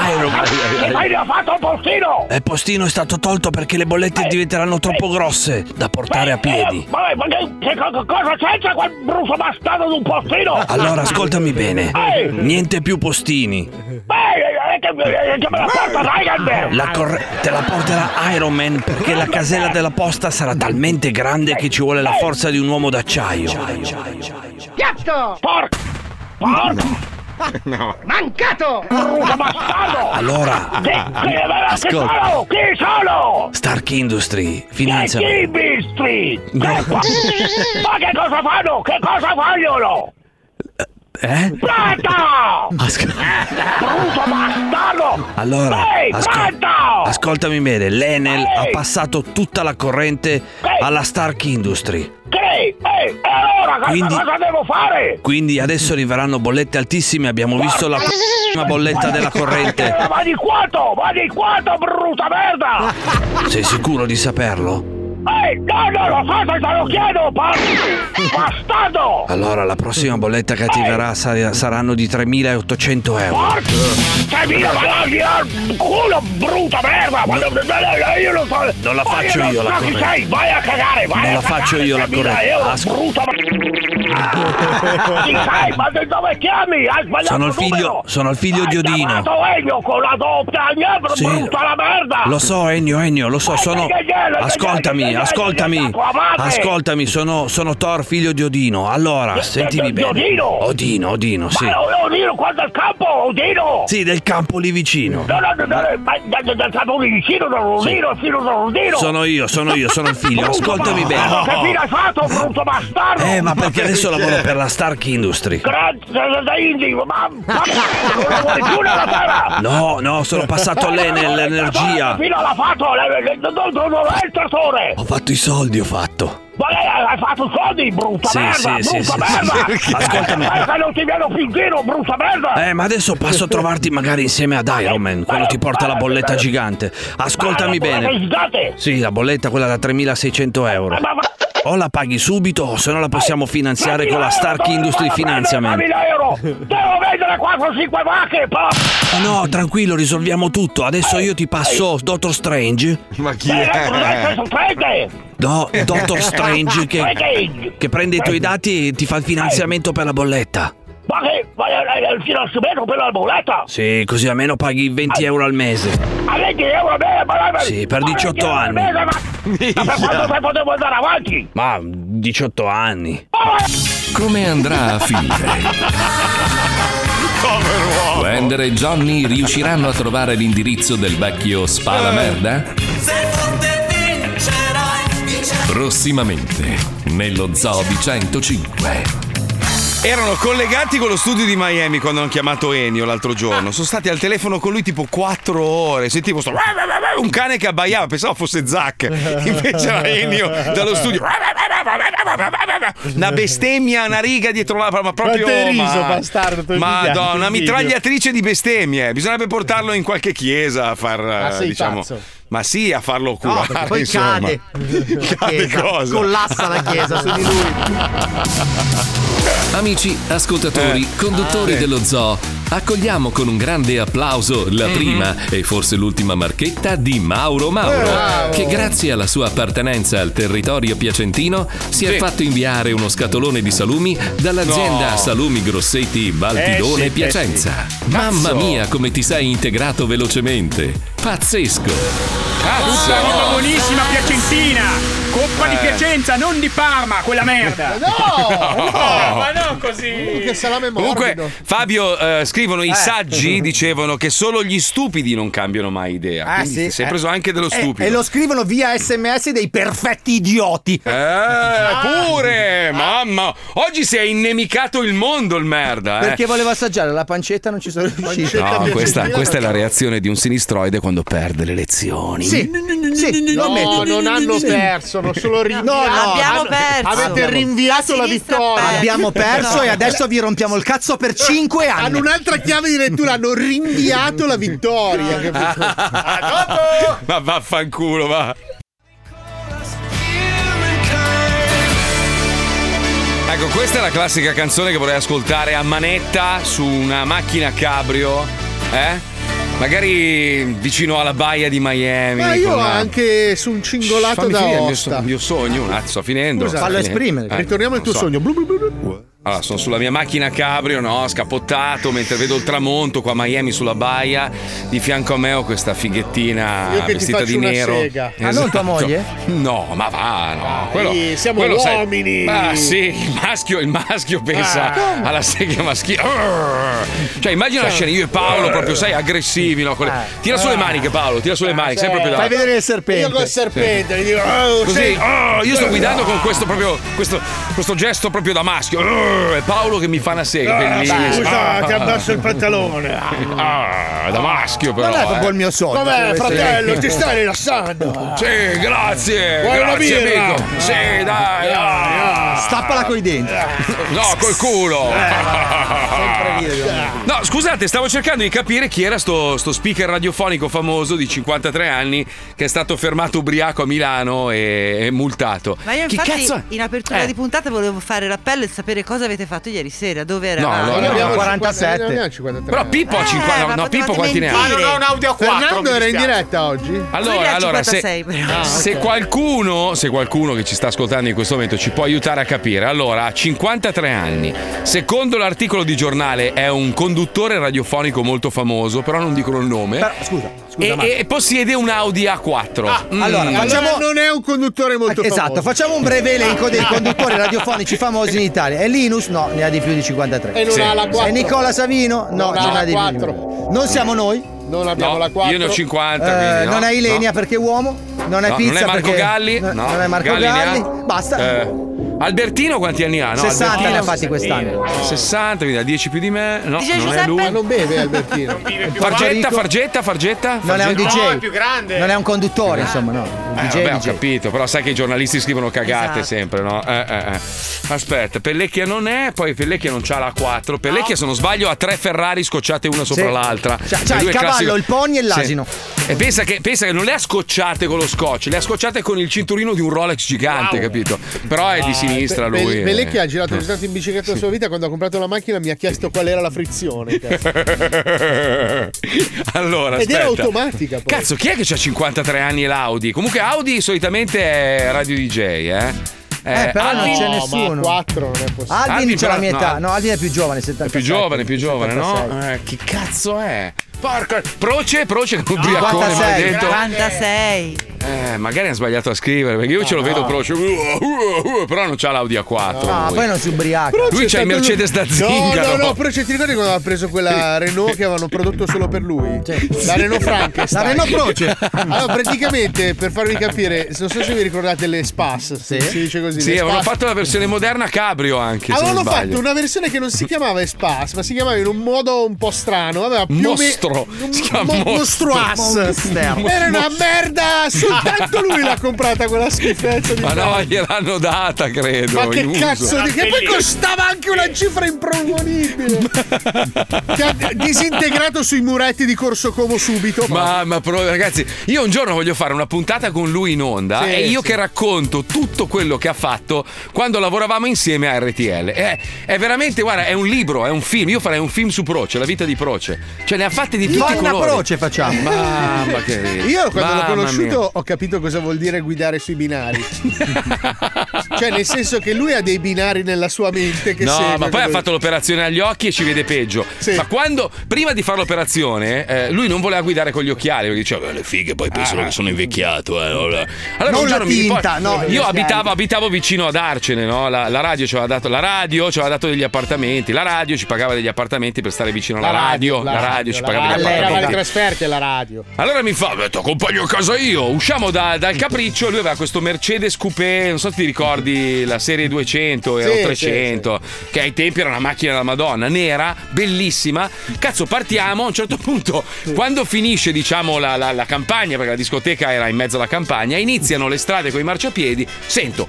Speaker 15: Iron
Speaker 14: Che
Speaker 15: Man.
Speaker 14: fine ha fatto il postino?
Speaker 15: E Eh, postino è stato tolto perché le bollette diventeranno troppo grosse da portare
Speaker 14: eh,
Speaker 15: a piedi.
Speaker 14: Ma, ma che, che co- cosa c'entra quel brucio bastardo di un postino?
Speaker 15: Ah, Allora ascoltami bene.
Speaker 14: Eh.
Speaker 15: Niente più postini.
Speaker 14: Beh, eh, che, eh, che me la porta Iron Man!
Speaker 15: eh, La corre- te la porterà Iron Man perché la casella della posta sarà talmente grande che ci vuole la forza di un uomo d'acciaio.
Speaker 14: Cazzo! Porco! Porco!
Speaker 15: No.
Speaker 14: Mancato! Brucio bastardo!
Speaker 15: Allora,
Speaker 14: Che, che, ma che
Speaker 15: ascolta.
Speaker 14: sono? Eh, Chi sono?
Speaker 15: Stark Industry finanzia.
Speaker 14: Che Industry!
Speaker 15: No.
Speaker 14: Ma che cosa fanno? Che cosa vogliono?
Speaker 15: Eh?
Speaker 14: Pronto! Bruto Eh, bastardo!
Speaker 15: Allora,
Speaker 14: Ehi,
Speaker 15: ascol-
Speaker 14: pronto!
Speaker 15: ascoltami bene, l'Enel ha passato tutta la corrente alla Stark Industry.
Speaker 14: Che? Ehi, eh, e allora cosa,
Speaker 15: Quindi-
Speaker 14: cosa devo fare?
Speaker 15: Quindi adesso arriveranno bollette altissime, abbiamo visto la prima bolletta della corrente.
Speaker 14: Eh, Ma di quanto? Ma di quanto, brutta merda?
Speaker 15: Sei sicuro di saperlo?
Speaker 14: Ehi, no, no, lo so, se te lo chiedo, par- bastardo!
Speaker 15: Allora la prossima bolletta che arriverà sar- saranno di 3.800 euro.
Speaker 14: Cioè, mira, ma la mia culo, brutta merda! Ma no, no, no, io lo so!
Speaker 15: Non la
Speaker 14: Ma
Speaker 15: faccio io la
Speaker 14: non so chi
Speaker 15: corrente.
Speaker 14: sei, vai a cagare, vai
Speaker 15: Non
Speaker 14: a
Speaker 15: la
Speaker 14: cagare, cioè,
Speaker 15: faccio io la
Speaker 14: 3.000
Speaker 15: corrente.
Speaker 14: euro,
Speaker 15: Ascol-
Speaker 14: brutta merda! Chi sei? Ma da dove chiami? Hai sbagliato
Speaker 15: Sono il figlio,
Speaker 14: numero.
Speaker 15: sono il figlio di
Speaker 14: Ma
Speaker 15: Odino.
Speaker 14: tu, Elio, con la doppia, niente,
Speaker 15: Sì.
Speaker 14: brutta la merda!
Speaker 15: Lo so, Ennio, Ennio, lo so, sono. Ascoltami, ascoltami. Ascoltami, sono, sono Thor, figlio di Odino. Allora, sentimi bene.
Speaker 14: Odino?
Speaker 15: Odino, Odino, sì.
Speaker 14: Ma oh, Odino, quanto il campo, Odino!
Speaker 15: Sì, del campo lì vicino.
Speaker 14: No, no, no, no, eh, ma da- da- da- da dove vicino da Rodino, fino da Rodino!
Speaker 15: Sono io, sono io, sono il figlio.
Speaker 14: Brutto
Speaker 15: Ascoltami
Speaker 14: bastardo, Sei
Speaker 15: bene.
Speaker 14: fidanzato, brutto bastardo! Eh,
Speaker 15: Eh, ma perché adesso lavoro per la Stark Industry?
Speaker 14: Grazie, da- da Indy, ma... ma- Non la vuole più nella terra!
Speaker 15: No, no, sono passato lei nell'energia.
Speaker 14: Fino alla fatto, le- le- non non- non è il tertore!
Speaker 15: Ho fatto i soldi, ho fatto.
Speaker 14: Ma lei ha hai fatto soldi, brutta
Speaker 15: Sì,
Speaker 14: merda,
Speaker 15: sì, sì,
Speaker 14: brutta
Speaker 15: sì,
Speaker 14: merda!
Speaker 15: sì. Ascoltami.
Speaker 14: Eh, se non ti vedo più in giro, brutta merda!
Speaker 15: Eh, ma adesso passo a trovarti magari insieme ad Iron Man, quello ti porta la bolletta gigante. Ascoltami bene.
Speaker 14: Date!
Speaker 15: Sì, la bolletta quella da 3.600 euro.
Speaker 14: Eh,
Speaker 15: O la paghi subito, o se no la possiamo finanziare con la Stark Industry Finanziament.
Speaker 14: 1000 euro! Devo vendere 4 5 vacche, pa!
Speaker 15: Eh No, tranquillo, risolviamo tutto. Adesso io ti passo Doctor Strange. Ma chi
Speaker 14: Eh, adesso prende!
Speaker 15: No, Doctor Strange che, che prende i tuoi dati e ti fa il finanziamento per la bolletta.
Speaker 14: Ma che... Ma è è il finanziamento per la bolletta!
Speaker 15: Sì, così almeno paghi 20 euro al mese.
Speaker 14: A 20 euro a me, ma... ma-
Speaker 15: Sì, per
Speaker 14: ma
Speaker 15: 18
Speaker 14: 20 euro al
Speaker 15: anni.
Speaker 14: mese, Ma, ma per quanto tempo devo andare avanti? Oh!
Speaker 15: Ma 18 anni.
Speaker 1: Come andrà a finire? Wender e Johnny riusciranno a trovare l'indirizzo del vecchio spada merda? Prossimamente, nello Zoo di 105.
Speaker 3: Erano collegati con lo studio di Miami quando hanno chiamato Enio l'altro giorno. Sono stati al telefono con lui tipo quattro ore. Sentivo sto un cane che abbaiava, pensavo fosse Zack. Invece era Enio dallo studio. Una bestemmia, una riga dietro l'altra, ma proprio.
Speaker 9: Quanto hai riso,
Speaker 3: ma-
Speaker 9: bastardo, tu
Speaker 3: Madonna, una
Speaker 9: il video.
Speaker 3: mitragliatrice di bestemmie. Bisognerebbe portarlo in qualche chiesa a far.
Speaker 9: Ma Ah, sei
Speaker 3: diciamo,
Speaker 9: pazzo?
Speaker 3: Ma sì, a farlo
Speaker 9: No,
Speaker 3: curare.
Speaker 9: perché Ah, poi
Speaker 3: insomma.
Speaker 9: cade.
Speaker 3: Cade
Speaker 9: Chiesa,
Speaker 3: cosa?
Speaker 9: Collassa la chiesa su di
Speaker 1: Amici, ascoltatori, conduttori
Speaker 3: Ah. Sì.
Speaker 1: dello zoo, accogliamo con un grande applauso la
Speaker 3: Mhm.
Speaker 1: prima e forse l'ultima marchetta di Mauro Mauro,
Speaker 3: Bravo.
Speaker 1: che grazie alla sua appartenenza al territorio piacentino si è
Speaker 3: Sì.
Speaker 1: fatto inviare uno scatolone di salumi dall'azienda
Speaker 3: No.
Speaker 1: Salumi Grossetti Baltidone
Speaker 3: Eh sì,
Speaker 1: Piacenza.
Speaker 3: eh sì.
Speaker 1: Mamma
Speaker 3: Cazzo.
Speaker 1: mia, come ti sei integrato velocemente! Pazzesco!
Speaker 4: Tutta la roba buonissima piacentina! Coppa di
Speaker 1: Eh.
Speaker 4: Piacenza, non di Parma, quella merda!
Speaker 9: No! Uh.
Speaker 3: No, ma
Speaker 4: non così!
Speaker 9: Che salame
Speaker 3: Comunque,
Speaker 9: morbido.
Speaker 3: Fabio, eh, scrivono i
Speaker 9: Eh.
Speaker 3: saggi dicevano che solo gli stupidi non cambiano mai idea.
Speaker 11: Ah,
Speaker 3: Quindi
Speaker 11: sì,
Speaker 3: ti sei
Speaker 11: eh.
Speaker 3: preso anche dello
Speaker 11: Eh,
Speaker 3: stupido.
Speaker 11: E lo scrivono via sms dei perfetti idioti. Ah.
Speaker 3: Eh, pure, mamma, oggi si è innemicato il mondo, il merda. eh.
Speaker 19: Perché voleva assaggiare la pancetta, non ci sono riuscito.
Speaker 3: No, questa, questa è la reazione di un sinistroide quando perde le elezioni.
Speaker 19: Sì.
Speaker 9: Sì,
Speaker 11: lo ammetto.
Speaker 9: no, non hanno perso, hanno solo rinviato.
Speaker 11: abbiamo
Speaker 9: hanno-
Speaker 11: perso.
Speaker 9: Avete
Speaker 11: Abbiamo-
Speaker 9: rinviato la vittoria.
Speaker 11: Abbiamo perso e adesso vi rompiamo il cazzo per 5 anni.
Speaker 9: Hanno un'altra chiave di lettura, hanno rinviato la vittoria. capito?
Speaker 3: Ma vaffanculo, va. Ecco, questa è la classica canzone che vorrei ascoltare a manetta su una macchina cabrio, eh? Magari vicino alla baia di Miami.
Speaker 9: Ma io
Speaker 3: con una-
Speaker 9: anche su un cingolato
Speaker 3: Fammi
Speaker 9: da
Speaker 3: finire il mio,
Speaker 9: osta.
Speaker 3: so- il mio sogno, un attimo, sto finendo.
Speaker 9: Scusa,
Speaker 3: sto
Speaker 9: fallo
Speaker 3: finendo.
Speaker 9: esprimere.
Speaker 3: Eh,
Speaker 9: Ritorniamo al
Speaker 3: non
Speaker 9: tuo
Speaker 3: so.
Speaker 9: sogno. Blu, blu, blu, blu.
Speaker 3: Allora, sono sulla mia macchina cabrio, no? Scappottato mentre vedo il tramonto qua a Miami sulla baia. Di fianco a me ho questa fighettina
Speaker 9: Io che ti
Speaker 3: vestita
Speaker 9: faccio
Speaker 3: di
Speaker 9: una
Speaker 3: nero. Esatto.
Speaker 9: sega. Ah, non tua moglie?
Speaker 3: No, ma va, no. Quello,
Speaker 9: siamo
Speaker 3: quello sai-
Speaker 9: uomini. Ah.
Speaker 3: Ah, sì, il maschio, il maschio pensa alla sega maschile. Urgh. Cioè, immagina la scena, io e Paolo, proprio, sai, aggressivi, no? Quelle- Tira sulle maniche, Paolo, tira sulle maniche, sempre più da.
Speaker 9: Ah. Fai vedere il serpente.
Speaker 3: Io col
Speaker 9: serpente, gli dico,
Speaker 20: "Oh,
Speaker 3: Oh,
Speaker 20: eh."
Speaker 3: Così, oh, io sto guidando con questo proprio questo, questo gesto proprio da maschio. Brrr, è Paolo che mi fa una sega.
Speaker 20: Ah,
Speaker 3: bellissimo.
Speaker 20: scusa, ti abbasso il pantalone.
Speaker 3: Ah, da maschio però.
Speaker 20: Non è proprio
Speaker 3: eh.
Speaker 20: il mio sogno. Vabbè, fratello, ti stai rilassando.
Speaker 3: Sì, grazie.
Speaker 20: Vuoi una
Speaker 3: grazie,
Speaker 20: birra?
Speaker 3: amico. Sì, dai. ah.
Speaker 11: Stappala coi denti.
Speaker 20: Eh,
Speaker 3: No, col culo. No, scusate, stavo cercando di capire chi era sto, sto speaker radiofonico famoso di 53 anni che è stato fermato ubriaco a Milano e, e multato.
Speaker 2: Ma io
Speaker 3: Chi cazzo è?
Speaker 2: infatti in apertura
Speaker 3: Eh.
Speaker 2: di puntata volevo fare l'appello e sapere cosa avete fatto ieri sera, dove
Speaker 3: No,
Speaker 2: eravate.
Speaker 3: no, no, abbiamo
Speaker 9: 47.
Speaker 3: Però
Speaker 9: Eh,
Speaker 3: Pippo ha 50 no, no, Pippo quanti ne ha?
Speaker 2: mentire. Ah, no, no, un audio a quattro,
Speaker 9: Fernando
Speaker 2: mi
Speaker 9: era in
Speaker 2: dispiace.
Speaker 9: diretta oggi?
Speaker 2: Lui ne
Speaker 3: Allora,
Speaker 2: ha
Speaker 3: allora se, Ah,
Speaker 2: 56
Speaker 9: Ah,
Speaker 11: Ah,
Speaker 2: però.
Speaker 3: se qualcuno, se qualcuno che ci sta ascoltando in questo momento ci può aiutare a capire, allora a 53 anni, secondo l'articolo di giornale è un conduttore radiofonico molto famoso, però non dicono il nome.
Speaker 21: Però, scusa,
Speaker 3: e,
Speaker 21: Marco.
Speaker 3: e possiede un Audi A4. Mm.
Speaker 11: Ah, allora, facciamo-
Speaker 9: non è un conduttore molto
Speaker 11: Esatto,
Speaker 9: famoso.
Speaker 11: facciamo un breve elenco dei conduttori radiofonici famosi in Italia. E Linus? No, ne ha di più di 53.
Speaker 9: E non
Speaker 3: Sì. ha la
Speaker 9: quattro.
Speaker 11: E Nicola Savino? No,
Speaker 9: Non ha
Speaker 11: non
Speaker 9: la
Speaker 11: ha di più. di
Speaker 9: quattro.
Speaker 11: 50. Non siamo noi.
Speaker 9: Non abbiamo
Speaker 3: No,
Speaker 9: la 4.
Speaker 3: io ne ho 50,
Speaker 11: Eh,
Speaker 3: quindi no,
Speaker 11: non è Ilenia
Speaker 3: no.
Speaker 11: perché è uomo, non è
Speaker 3: No,
Speaker 11: Pizza
Speaker 3: non è Marco
Speaker 11: perché-
Speaker 3: Galli,
Speaker 11: non,
Speaker 3: no,
Speaker 11: non è Marco
Speaker 3: Galli
Speaker 11: Galli,
Speaker 3: ne ha.
Speaker 11: basta.
Speaker 3: Eh, Albertino quanti anni ha? No,
Speaker 11: 60
Speaker 3: Albertino-
Speaker 11: ne ha fatti quest'anno.
Speaker 3: 60, quindi ha 10 più di me. No,
Speaker 11: Dice
Speaker 3: non è
Speaker 11: Giuseppe-
Speaker 3: lui.
Speaker 11: Ma non beve Albertino.
Speaker 3: Fargetta,
Speaker 11: Federico?
Speaker 3: fargetta, fargetta.
Speaker 11: Non è un
Speaker 3: Fargetta?
Speaker 11: DJ. Non è un conduttore, insomma, no.
Speaker 3: Eh,
Speaker 11: DJ,
Speaker 3: vabbè, ho
Speaker 11: DJ.
Speaker 3: capito, però sai che i giornalisti scrivono cagate
Speaker 11: Esatto.
Speaker 3: sempre, no? Eh, eh, eh. Aspetta, Pellecchia non è, poi Pellecchia non c'ha la 4. Pellecchia, se non sbaglio, ha tre Ferrari scocciate una sopra
Speaker 11: Sì.
Speaker 3: l'altra.
Speaker 11: C'ha-
Speaker 3: Le
Speaker 11: c'ha il
Speaker 3: due
Speaker 11: Cioè, cavallo, il pony e l'asino.
Speaker 3: E pensa che, pensa che non le ha scocciate con lo scotch, le ha scocciate con il cinturino di un Rolex gigante, capito? Però è di sinistra
Speaker 9: Be-
Speaker 3: lui.
Speaker 9: Be- Bellecchi ha girato
Speaker 3: Eh.
Speaker 9: il tanto in bicicletta la sua vita quando ha comprato la macchina mi ha chiesto qual era la frizione cazzo.
Speaker 3: allora,
Speaker 9: ed era
Speaker 3: aspetta.
Speaker 9: automatica poi.
Speaker 3: Cazzo, chi è che ha 53 anni e l'Audi? Comunque Audi solitamente è radio DJ, eh?
Speaker 11: Eh, però non c'è
Speaker 3: Alvin-
Speaker 11: nessuno.
Speaker 9: 4 non è possibile.
Speaker 11: Alvin
Speaker 3: Alvin
Speaker 11: c'ha la
Speaker 3: però-
Speaker 11: mia
Speaker 3: no.
Speaker 11: età. No, Alvin è più giovane, 70.
Speaker 3: Più giovane, più giovane, no? Eh, chi cazzo è? Porca. Proce, Proce,
Speaker 11: Ah,
Speaker 3: che ubriacone
Speaker 2: 46,
Speaker 3: maledetto.
Speaker 2: 46.
Speaker 3: Eh, magari ha sbagliato a scrivere, perché io ce lo vedo Proce. uh, uh, uh, però non c'ha l'Audi A4.
Speaker 11: Ah,
Speaker 3: lui.
Speaker 11: poi non si ubriaca.
Speaker 3: Lui c'ha il Mercedes da
Speaker 9: No,
Speaker 3: zingaro.
Speaker 9: no, no, però c'è, ti ricordi quando aveva preso quella Renault che avevano prodotto solo per lui? La Renault Frankenstein.
Speaker 11: La Renault Croce.
Speaker 9: Allora, praticamente, per farvi capire, non so se vi ricordate le Spas, se si dice così.
Speaker 3: Sì,
Speaker 9: le
Speaker 3: avevano
Speaker 9: Spas.
Speaker 3: fatto la versione moderna a cabrio anche. se non
Speaker 9: Avevano
Speaker 3: sbaglio.
Speaker 9: fatto una versione che non si chiamava Spas, ma si chiamava in un modo un po' strano. Aveva più
Speaker 3: Mostro. Si chiama mostro.
Speaker 9: Mostruas.
Speaker 3: Monster.
Speaker 9: Era una merda. Soltanto lui l'ha comprata quella schifezza di
Speaker 3: Ma no, gliel'hanno data, credo.
Speaker 9: Esatto. Ma che
Speaker 3: in uso.
Speaker 9: cazzo di... Che poi costava anche una cifra improponibile. che ha disintegrato sui muretti di Corso Como subito.
Speaker 3: Ma, ma però, ragazzi, io un giorno voglio fare una puntata con lui in onda
Speaker 9: Sì,
Speaker 3: e io
Speaker 9: sì.
Speaker 3: che racconto tutto quello che ha fatto quando lavoravamo insieme a RTL. È, è veramente, guarda, è un libro, è un film. Io farei un film su Proce, la vita di Proce. Cioè, ne ha fatte di tutti i
Speaker 11: Donna
Speaker 3: colori.
Speaker 11: Croce facciamo.
Speaker 3: Mamma che ridere.
Speaker 9: Io quando l'ho
Speaker 3: Mamma
Speaker 9: conosciuto
Speaker 3: mia.
Speaker 9: ho capito cosa vuol dire guidare sui binari. cioè, nel senso che lui ha dei binari nella sua mente che
Speaker 3: No,
Speaker 9: segue
Speaker 3: ma poi ha
Speaker 9: quello-
Speaker 3: fatto l'operazione agli occhi e ci vede peggio. Ma quando, prima di fare l'operazione, eh, lui non voleva guidare con gli occhiali perché diceva, "Beh, le fighe, poi pensano che sono invecchiato. eh, allora, Allora,
Speaker 11: Ah. Non
Speaker 3: un
Speaker 11: la
Speaker 3: giorno mi ricordo-
Speaker 11: tinta, no, gli
Speaker 3: Io
Speaker 11: occhiali.
Speaker 3: abitavo, abitavo vicino ad Arcene, no? la, la radio ci aveva dato, la radio ci aveva dato degli appartamenti, la radio ci pagava degli appartamenti per stare vicino alla radio, la radio ci
Speaker 9: la
Speaker 3: pagava degli
Speaker 9: radio, pagava le
Speaker 3: appartamenti.
Speaker 9: trasferte alla radio.
Speaker 3: Allora mi fa, "Beh, ti accompagno a casa io. Usciamo da- dal capriccio. Lui aveva questo Mercedes Coupé. Non so se ti ricordi la serie 200 era
Speaker 15: Sì,
Speaker 3: 300, che ai tempi era una macchina della Madonna, nera, bellissima. Cazzo, partiamo. A un certo punto, quando finisce, diciamo, la, la- la campagna, perché la discoteca era in mezzo alla campagna, iniziano le strade con i marciapiedi. Sento.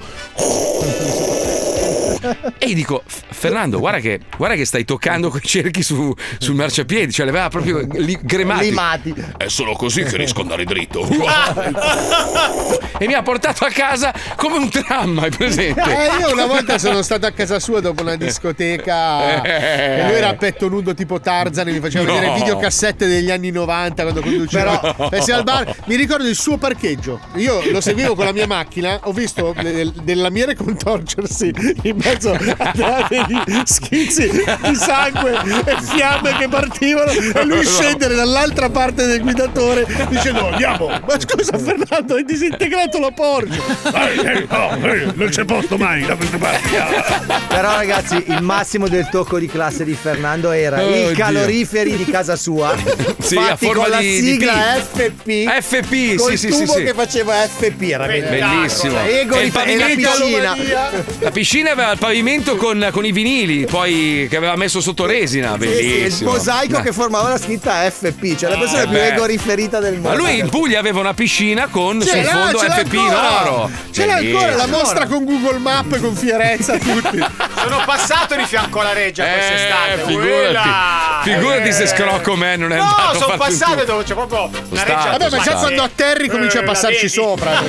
Speaker 3: E gli dico, "F- Fernando, guarda che, guarda che stai toccando quei cerchi su- sul marciapiedi, cioè li aveva proprio li- gremati.
Speaker 11: Limati.
Speaker 3: È solo così che riesco ad andare dritto. e mi ha portato a casa come un tram, hai presente?
Speaker 9: Eh, io una volta sono stato a casa sua dopo una discoteca
Speaker 3: Eh.
Speaker 9: e lui era a petto nudo tipo Tarzan e mi faceva
Speaker 3: No.
Speaker 9: vedere videocassette degli anni 90 quando conduceva.
Speaker 3: Però-
Speaker 9: E se al bar mi ricordo il suo parcheggio. Io lo seguivo con la mia macchina, ho visto del- delle lamiere contorcersi in mezzo a degli schizzi di sangue e fiamme che partivano e lui
Speaker 14: No.
Speaker 9: scendere dall'altra parte del guidatore dicendo andiamo, ma scusa Fernando hai disintegrato la Porsche.
Speaker 20: Eh, non c'è posto mai da questa parte.
Speaker 11: Però ragazzi, il massimo del tocco di classe di Fernando era
Speaker 3: Oh,
Speaker 11: i
Speaker 3: Dio.
Speaker 11: caloriferi di casa sua.
Speaker 3: Sì, a
Speaker 11: fatti
Speaker 3: forma
Speaker 11: con la
Speaker 3: di- di
Speaker 11: sigla
Speaker 3: P.
Speaker 11: FP.
Speaker 3: FP,
Speaker 11: col
Speaker 3: sì, sì, sì,
Speaker 11: tubo
Speaker 3: sì.
Speaker 11: che faceva FP, era
Speaker 3: Bellissimo.
Speaker 11: Ego
Speaker 3: E il
Speaker 11: di e la
Speaker 3: pavimento-
Speaker 11: piscina.
Speaker 3: La piscina aveva il pavimento con, con i vinili, poi che aveva messo sotto resina.
Speaker 11: Sì, il
Speaker 3: Bellissimo.
Speaker 11: mosaico che formava la scritta FP, cioè la persona
Speaker 3: Eh,
Speaker 11: più
Speaker 3: beh.
Speaker 11: egoriferita del mondo.
Speaker 3: Ma lui in Puglia aveva una piscina con
Speaker 11: Ce
Speaker 3: sul
Speaker 11: l'ha,
Speaker 3: fondo
Speaker 11: ce l'ha
Speaker 3: FP in
Speaker 11: ancora!
Speaker 3: oro.
Speaker 9: Ce l'ha ancora la mostra con Google Map con fierezza a tutti.
Speaker 22: Sono passato di fianco alla reggia
Speaker 3: Eh,
Speaker 22: quest'estate.
Speaker 3: figurati,
Speaker 22: quella!
Speaker 3: figurati se
Speaker 22: Eh.
Speaker 3: scrocco me non è
Speaker 22: No,
Speaker 3: andato a
Speaker 22: sono
Speaker 3: farsi un
Speaker 22: passato
Speaker 3: tour.
Speaker 22: dove c'è proprio una
Speaker 3: stato,
Speaker 22: reggia.
Speaker 3: Vabbè, ma già quando
Speaker 9: atterri comincia
Speaker 22: Eh,
Speaker 9: a passarci sopra,
Speaker 22: e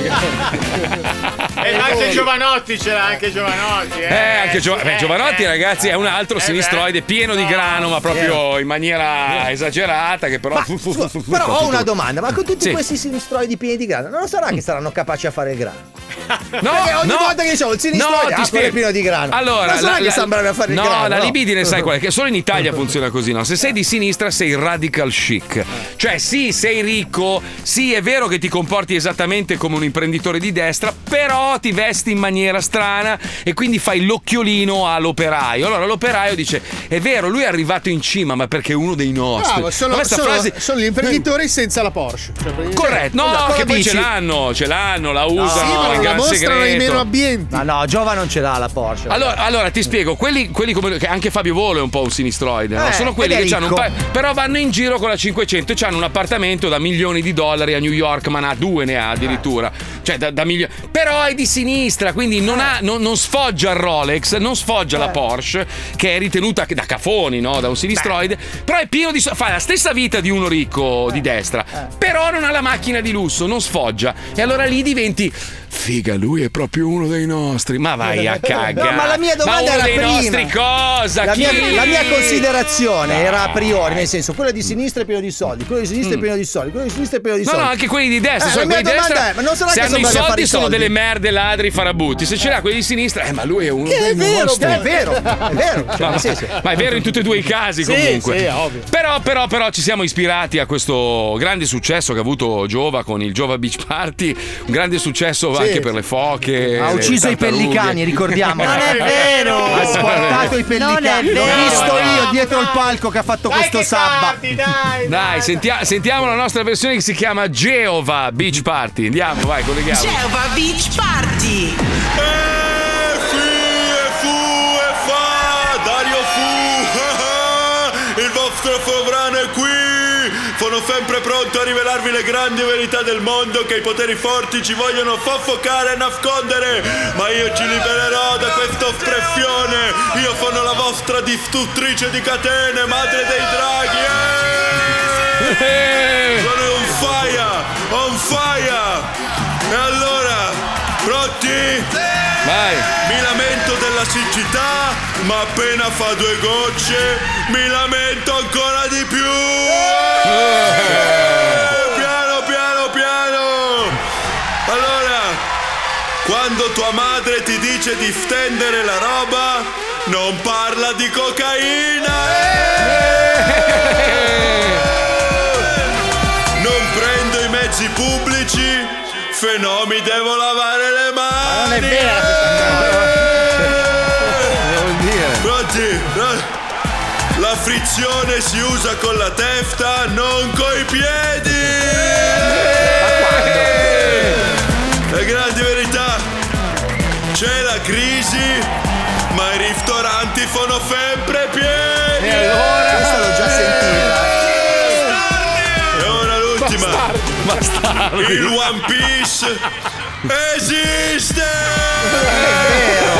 Speaker 22: Eh, anche Giovanotti c'era, anche Giovanotti. Eh,
Speaker 3: Eh, anche Gio- beh,
Speaker 11: eh.
Speaker 3: Giovanotti, ragazzi, è un altro sinistroide pieno di grano, ma proprio in maniera esagerata. Che però. fu- fu- fu- fu-
Speaker 11: Eh. Però
Speaker 3: fu-
Speaker 11: ho
Speaker 3: fu-
Speaker 11: una
Speaker 3: fu-
Speaker 11: domanda, ma con tutti
Speaker 3: Sì. Mm.
Speaker 11: questi sinistroidi pieni di grano, non lo sarà che saranno capaci a fare il grano?
Speaker 3: No,
Speaker 11: Perché ogni
Speaker 3: no.
Speaker 11: volta che dicevo il sinistroide,
Speaker 3: ti
Speaker 11: ah, quello è
Speaker 3: spiego.
Speaker 11: pieno di grano.
Speaker 3: Allora,
Speaker 11: non sarà
Speaker 3: la-
Speaker 11: che
Speaker 3: la-
Speaker 11: saranno bravi a fare
Speaker 3: no,
Speaker 11: il grano?
Speaker 3: la libidine sai qual è? Che solo in Italia funziona così, no? Se sei di sinistra sei radical chic. Cioè, sì, sei ricco, sì, è vero che ti comporti esattamente come un imprenditore di destra, però ti vesti in maniera strana e quindi fai l'occhiolino all'operaio. Allora l'operaio dice, è vero, lui è arrivato in cima, ma perché è uno dei nostri.
Speaker 9: Bravo,
Speaker 3: Ma
Speaker 9: sono,
Speaker 3: questa
Speaker 9: sono-
Speaker 3: frase-
Speaker 9: sono gli imprenditori senza la Porsche. Cioè, praticamente-
Speaker 3: Corretto, no,
Speaker 9: Cosa
Speaker 3: che poi
Speaker 9: dici?
Speaker 3: ce l'hanno, ce l'hanno, la usano,
Speaker 9: sì, ma
Speaker 3: è
Speaker 9: non la
Speaker 3: gran
Speaker 9: mostrano ai
Speaker 3: segreto.
Speaker 9: meno ambienti.
Speaker 11: Ma no, Giova non ce l'ha la Porsche.
Speaker 3: Allora, allora, ti spiego, quelli, quelli come che anche Fabio Volo è un po' un sinistroide, no?
Speaker 11: Eh,
Speaker 3: sono quelli
Speaker 11: ed è
Speaker 3: che hanno un
Speaker 11: ricco.
Speaker 3: pa- però vanno in giro con la 500 e hanno un appartamento da milioni di dollari a New York, ma ne ha due ne ha addirittura,
Speaker 11: Eh.
Speaker 3: cioè da, da milio- però è di sinistra, quindi non, ha- non- non sfoggia il Rolex, non sfoggia
Speaker 11: Eh.
Speaker 3: la Porsche, che è ritenuta che- da cafoni, no? da un sinistroide, però è pieno di... so- fa la stessa vita di uno ricco
Speaker 11: Eh.
Speaker 3: di destra, però non ha la macchina di lusso, non sfoggia, e allora lì diventi... Figa, lui è proprio uno dei nostri. Ma vai a cagare.
Speaker 11: No, ma la mia domanda
Speaker 3: ma uno
Speaker 11: era
Speaker 3: dei
Speaker 11: prima.
Speaker 3: nostri cosa?
Speaker 11: La
Speaker 3: Chi?
Speaker 11: mia, la mia considerazione era a priori, nel senso, quello di sinistra è pieno di soldi, quello di sinistra è pieno di soldi, quello di sinistra è pieno di
Speaker 3: Mm. No,
Speaker 11: soldi.
Speaker 3: no, anche quelli di destra. sono
Speaker 11: Eh, la mia
Speaker 3: quelli di
Speaker 11: domanda
Speaker 3: destra
Speaker 11: è, ma non sarà
Speaker 3: se
Speaker 11: che
Speaker 3: hanno
Speaker 11: sono
Speaker 3: i
Speaker 11: bravi a
Speaker 3: soldi,
Speaker 11: fare i
Speaker 3: sono
Speaker 11: soldi?
Speaker 3: delle merde, ladri, farabutti. Se ce l'ha quelli di sinistra, eh, ma lui è uno
Speaker 11: Che è
Speaker 3: dei
Speaker 11: vero,
Speaker 3: nostri.
Speaker 11: è vero, è vero. Cioè,
Speaker 3: Ma,
Speaker 11: nel senso-
Speaker 3: ma è vero in tutti e due i casi,
Speaker 11: Sì,
Speaker 3: comunque.
Speaker 11: sì, ovvio.
Speaker 3: Però, però, però ci siamo ispirati a questo grande successo che ha avuto Giova con il Giova Beach Party. Un grande successo anche per le foche.
Speaker 11: Ha
Speaker 3: le
Speaker 11: ucciso i
Speaker 3: tartarughe.
Speaker 11: pellicani, ricordiamo.
Speaker 3: Non è vero!
Speaker 11: Ha squartato i
Speaker 2: Non è
Speaker 11: pellicani. L'ho
Speaker 2: vero.
Speaker 11: visto io dietro il palco che ha fatto questo sabba.
Speaker 3: Dai, sentia- sentiamo la nostra versione che si chiama Geova Beach Party. Andiamo, vai, colleghiamo.
Speaker 23: Geova Beach Party.
Speaker 24: Eh, Dario Fu, il vostro sovrano è qui! Sono sempre pronto a rivelarvi le grandi verità del mondo che i poteri forti ci vogliono soffocare e nascondere! Ma io ci libererò da questa oppressione! Io sono la vostra distruttrice di catene, madre dei eh. draghi! eh! Sono on fire! On fire! E allora, pronti? Mi lamento della siccità, ma appena fa due gocce mi lamento ancora di più. Eh, Piano, piano, piano. Allora, quando tua madre ti dice di stendere la roba, non parla di cocaina. Eh! Non prendo i mezzi pubblici, fenomi devo lavare le mani. Ah, Eh. non è Pronti? Pro- Eh. La frizione si usa con la testa, non coi piedi! Eh. Le grandi verità! C'è la crisi, ma i ristoranti sono sempre pieni! E allora? Questa l'ho già sentita! E ora l'ultima!
Speaker 8: Bastardi.
Speaker 24: Il One Piece esiste! È vero,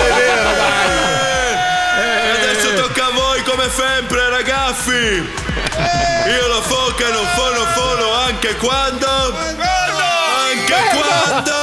Speaker 24: e adesso tocca a voi come sempre ragazzi io lo so che non sono solo anche quando anche quando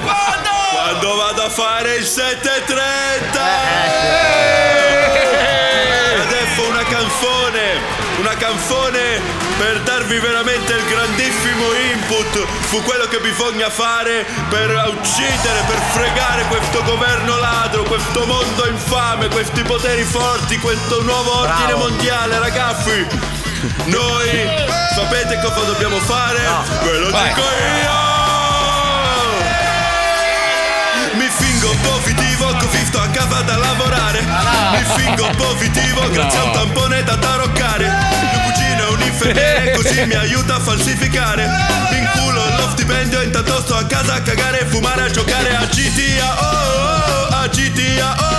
Speaker 24: quando vado a fare il 730 E Eh. adesso una canzone una canzone per darvi veramente il grandissimo input su quello che bisogna fare per uccidere, per fregare questo governo ladro, questo mondo infame, questi poteri forti, questo nuovo ordine mondiale, ragazzi. Noi sapete cosa dobbiamo fare? Ve lo dico io! Mi fingo positivo così sto a casa da lavorare Mi fingo positivo grazie a un tampone da taroccare Mio cugino è un infermiere così mi aiuta a falsificare In culo lo stipendio intanto sto a casa a cagare Fumare a giocare a GTA oh, oh, oh, A GTA oh, oh, oh.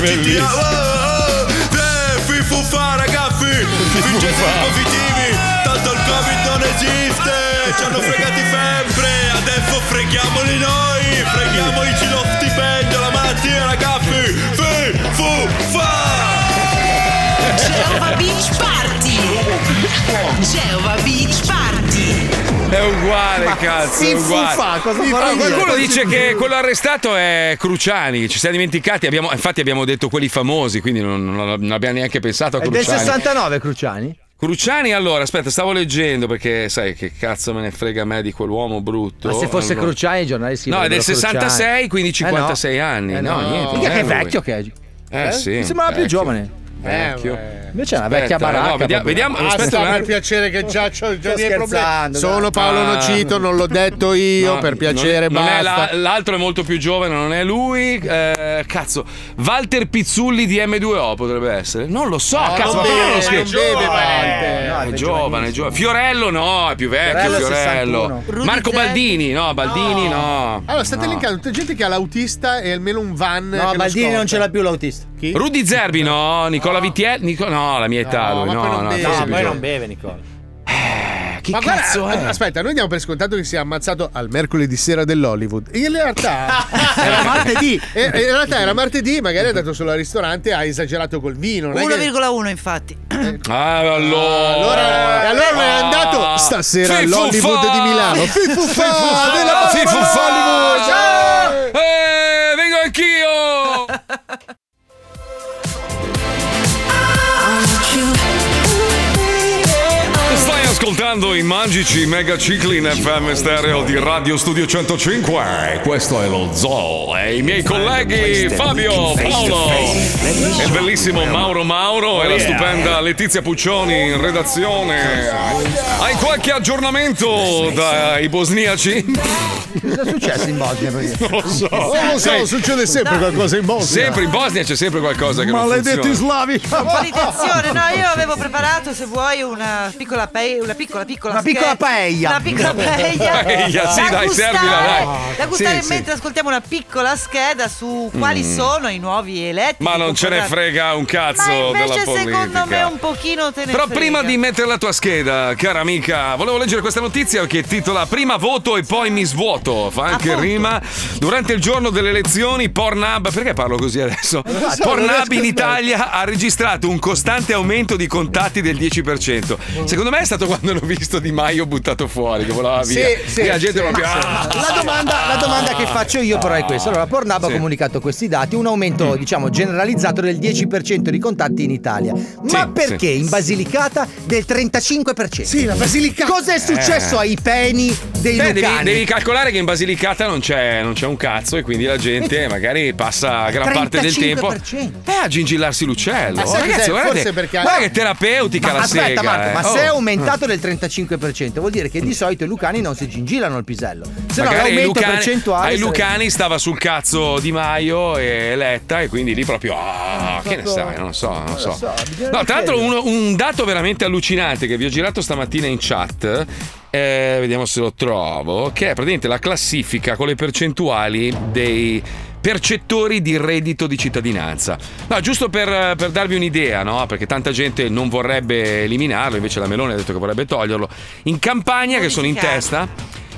Speaker 24: GTA. Oh, oh, eh, fifufa, ragazzi. Vincete i positivi. Tanto il Covid non esiste. Ci hanno fregati sempre. Adesso freghiamoli noi. Freghiamo i cilofti meglio la mattina, ragazzi. Fifufa.
Speaker 23: Geova Beach Party. Geova Beach Party.
Speaker 3: È uguale, cazzo. È
Speaker 5: si
Speaker 3: uguale.
Speaker 5: fa, cosa
Speaker 3: Si
Speaker 5: vorrà
Speaker 3: fa.
Speaker 5: dire?
Speaker 3: Qualcuno
Speaker 5: Cosa
Speaker 3: dice
Speaker 5: si
Speaker 3: che
Speaker 5: dire?
Speaker 3: quello arrestato è Cruciani. Ci siamo dimenticati. abbiamo- infatti, abbiamo detto quelli famosi, quindi non, non- non abbiamo neanche pensato a
Speaker 11: È del
Speaker 3: Cruciani.
Speaker 11: 69 Cruciani?
Speaker 3: Cruciani, allora, aspetta, stavo leggendo perché sai che cazzo me ne frega a me di quell'uomo brutto.
Speaker 11: Ma se fosse
Speaker 3: Allora-
Speaker 11: Cruciani i giornalisti
Speaker 3: No, è del
Speaker 11: scriverebbero
Speaker 3: 66,
Speaker 11: Cruciani.
Speaker 3: quindi
Speaker 11: Eh no.
Speaker 3: 56 anni.
Speaker 11: Eh
Speaker 3: no, niente. non
Speaker 11: Mica che è
Speaker 3: lui.
Speaker 11: vecchio che è.
Speaker 3: Eh, sì.
Speaker 11: Mi sembrava più
Speaker 3: vecchio.
Speaker 11: giovane.
Speaker 9: "Eh,
Speaker 11: Eh.
Speaker 3: Vecchio.
Speaker 11: Invece è una
Speaker 3: Aspetta,
Speaker 11: vecchia baracca.
Speaker 3: no, vediamo-
Speaker 11: proprio.
Speaker 3: vediamo- aspetta
Speaker 9: Basta
Speaker 3: un
Speaker 9: per
Speaker 3: attimo.
Speaker 9: piacere che già c'ho già
Speaker 11: Sto
Speaker 9: dei problemi.
Speaker 11: scherzando,
Speaker 9: Sono
Speaker 11: dai.
Speaker 9: Paolo
Speaker 11: Ah.
Speaker 9: Nocito, non l'ho detto io, per piacere,
Speaker 3: non, non è la-
Speaker 9: basta.
Speaker 3: l'altro è molto più giovane, non è lui. Eh, cazzo, Walter Pizzulli di M2O potrebbe essere. Non lo so,
Speaker 9: No,
Speaker 3: cazzo,
Speaker 9: non
Speaker 3: ma
Speaker 9: beve,
Speaker 3: perché lo
Speaker 9: non
Speaker 3: scrivi?
Speaker 9: beve,
Speaker 3: Eh,
Speaker 9: Walter.
Speaker 3: è giovane, è giovane. Fiorello no, è più vecchio
Speaker 9: Fiorello è
Speaker 3: Fiorello.
Speaker 9: 61. Rudy
Speaker 3: Marco
Speaker 9: Zerbi.
Speaker 3: Baldini, no, Baldini no.
Speaker 9: Allora, state
Speaker 3: No.
Speaker 9: elencando tutta gente che ha l'autista e almeno un van.
Speaker 11: No,
Speaker 9: che
Speaker 11: Baldini non ce l'ha più l'autista.
Speaker 9: Chi?
Speaker 3: Rudy Zerbi no, Nicola Vittielli, Nico- no, la mia età lui, no, no, cazzo, più giovane.
Speaker 11: beve Nicola.
Speaker 3: Chi
Speaker 9: Ma
Speaker 3: cazzo
Speaker 9: guarda,
Speaker 3: è?
Speaker 9: Aspetta, noi diamo per scontato che sia ammazzato al mercoledì sera dell'Hollywood. In realtà
Speaker 11: era martedì.
Speaker 9: Eh, In realtà era martedì, magari è andato solo al ristorante, ha esagerato col vino. non è che- Eh,
Speaker 2: 1,1 infatti.
Speaker 3: Ah, allora.
Speaker 9: Allora, e allora non è andato
Speaker 3: Oh. Ah.
Speaker 9: stasera
Speaker 3: Fifufà!
Speaker 9: all'Hollywood di Milano. Fifufà
Speaker 22: Ah,
Speaker 3: Fifufà!
Speaker 9: della
Speaker 3: Fifufà Hollywood!
Speaker 9: Ciao!
Speaker 3: Eh, vengo anch'io! Stai ascoltando i magici megacicli in FM stereo di Radio Studio 105. Questo è lo Zoo e i miei colleghi Fabio, Paolo e il bellissimo Mauro Mauro e la stupenda Letizia Puccioni in redazione. Hai qualche aggiornamento dai bosniaci? Oh,
Speaker 11: Cosa è successo in Bosnia? Non
Speaker 3: lo so.
Speaker 9: Non lo so,
Speaker 3: Dai.
Speaker 9: succede sempre qualcosa in Bosnia.
Speaker 3: Sempre in Bosnia c'è sempre qualcosa che non
Speaker 9: Maledetti
Speaker 3: funziona.
Speaker 9: slavi.
Speaker 2: Un po' di tensione, no? Io avevo preparato, se vuoi, una piccola paella, una piccola piccola
Speaker 11: Una piccola
Speaker 2: sche-
Speaker 11: paella.
Speaker 2: Una piccola paella.
Speaker 3: Paella, sì,
Speaker 2: da
Speaker 3: dai,
Speaker 2: gustare-
Speaker 3: servila, dai.
Speaker 2: Da gustare
Speaker 3: Sì,
Speaker 2: mentre ascoltiamo una piccola scheda su quali
Speaker 3: Mm.
Speaker 2: sono i nuovi eletti.
Speaker 3: Ma non ce ne
Speaker 2: concorrenti.
Speaker 3: frega un cazzo
Speaker 2: Ma invece
Speaker 3: della politica.
Speaker 2: secondo me un pochino te ne
Speaker 3: Però
Speaker 2: frega.
Speaker 3: prima di mettere la tua scheda, cara amica, volevo leggere questa notizia che titola Prima voto e poi mi svuoto. Fa anche rima. Durante il giorno delle elezioni, Pornhub. Perché parlo così adesso?
Speaker 15: Non lo so, non
Speaker 3: Pornhub
Speaker 15: riesco
Speaker 3: in
Speaker 15: a
Speaker 3: Italia ha registrato un costante aumento di contatti del 10%. Secondo me è stato quando l'ho visto Di Maio buttato fuori, che volava via. E la gente proprio.
Speaker 11: Ma-
Speaker 3: "Ah!"
Speaker 11: la, domanda, la domanda che faccio io però è questa. Allora, Pornhub
Speaker 3: Sì. Mm.
Speaker 11: ha comunicato questi dati, un aumento diciamo generalizzato del 10% di contatti in Italia. Ma perché in Basilicata del 35%? Sì, la Basilicata. Cosa è successo
Speaker 3: Eh.
Speaker 11: ai peni dei
Speaker 3: Beh, devi,
Speaker 11: lucani?
Speaker 3: devi calcolare che in Basilicata non c'è, non c'è un cazzo e quindi la gente magari passa gran parte del tempo
Speaker 11: 35%.
Speaker 3: eh, a gingillarsi l'uccello.
Speaker 11: Ma sai
Speaker 3: Ragazzi,
Speaker 11: cos'è?
Speaker 3: guardate,
Speaker 11: Forse perché-
Speaker 3: guarda che terapeutica
Speaker 11: Ma
Speaker 3: la
Speaker 11: aspetta
Speaker 3: sega.
Speaker 11: Marco,
Speaker 3: eh.
Speaker 11: ma se è
Speaker 3: Oh.
Speaker 11: aumentato del 35% vuol dire che di solito i lucani non si gingilano il pisello. Se no
Speaker 3: Magari ai
Speaker 11: l'aumento
Speaker 3: Lucani,
Speaker 11: percentuale
Speaker 3: ai
Speaker 11: sarebbe-
Speaker 3: Lucani stava sul cazzo Di Maio e Letta e quindi lì proprio ah, che ne sai, non lo so, non lo so. No, tra l'altro uno- un dato veramente allucinante che vi ho girato stamattina in chat, eh, vediamo se lo trovo, che è praticamente la classifica con le percentuali dei percettori di reddito di cittadinanza. No, giusto per, per darvi un'idea, no? Perché tanta gente non vorrebbe eliminarlo, invece la Meloni ha detto che vorrebbe toglierlo. In Campania, che sono in testa,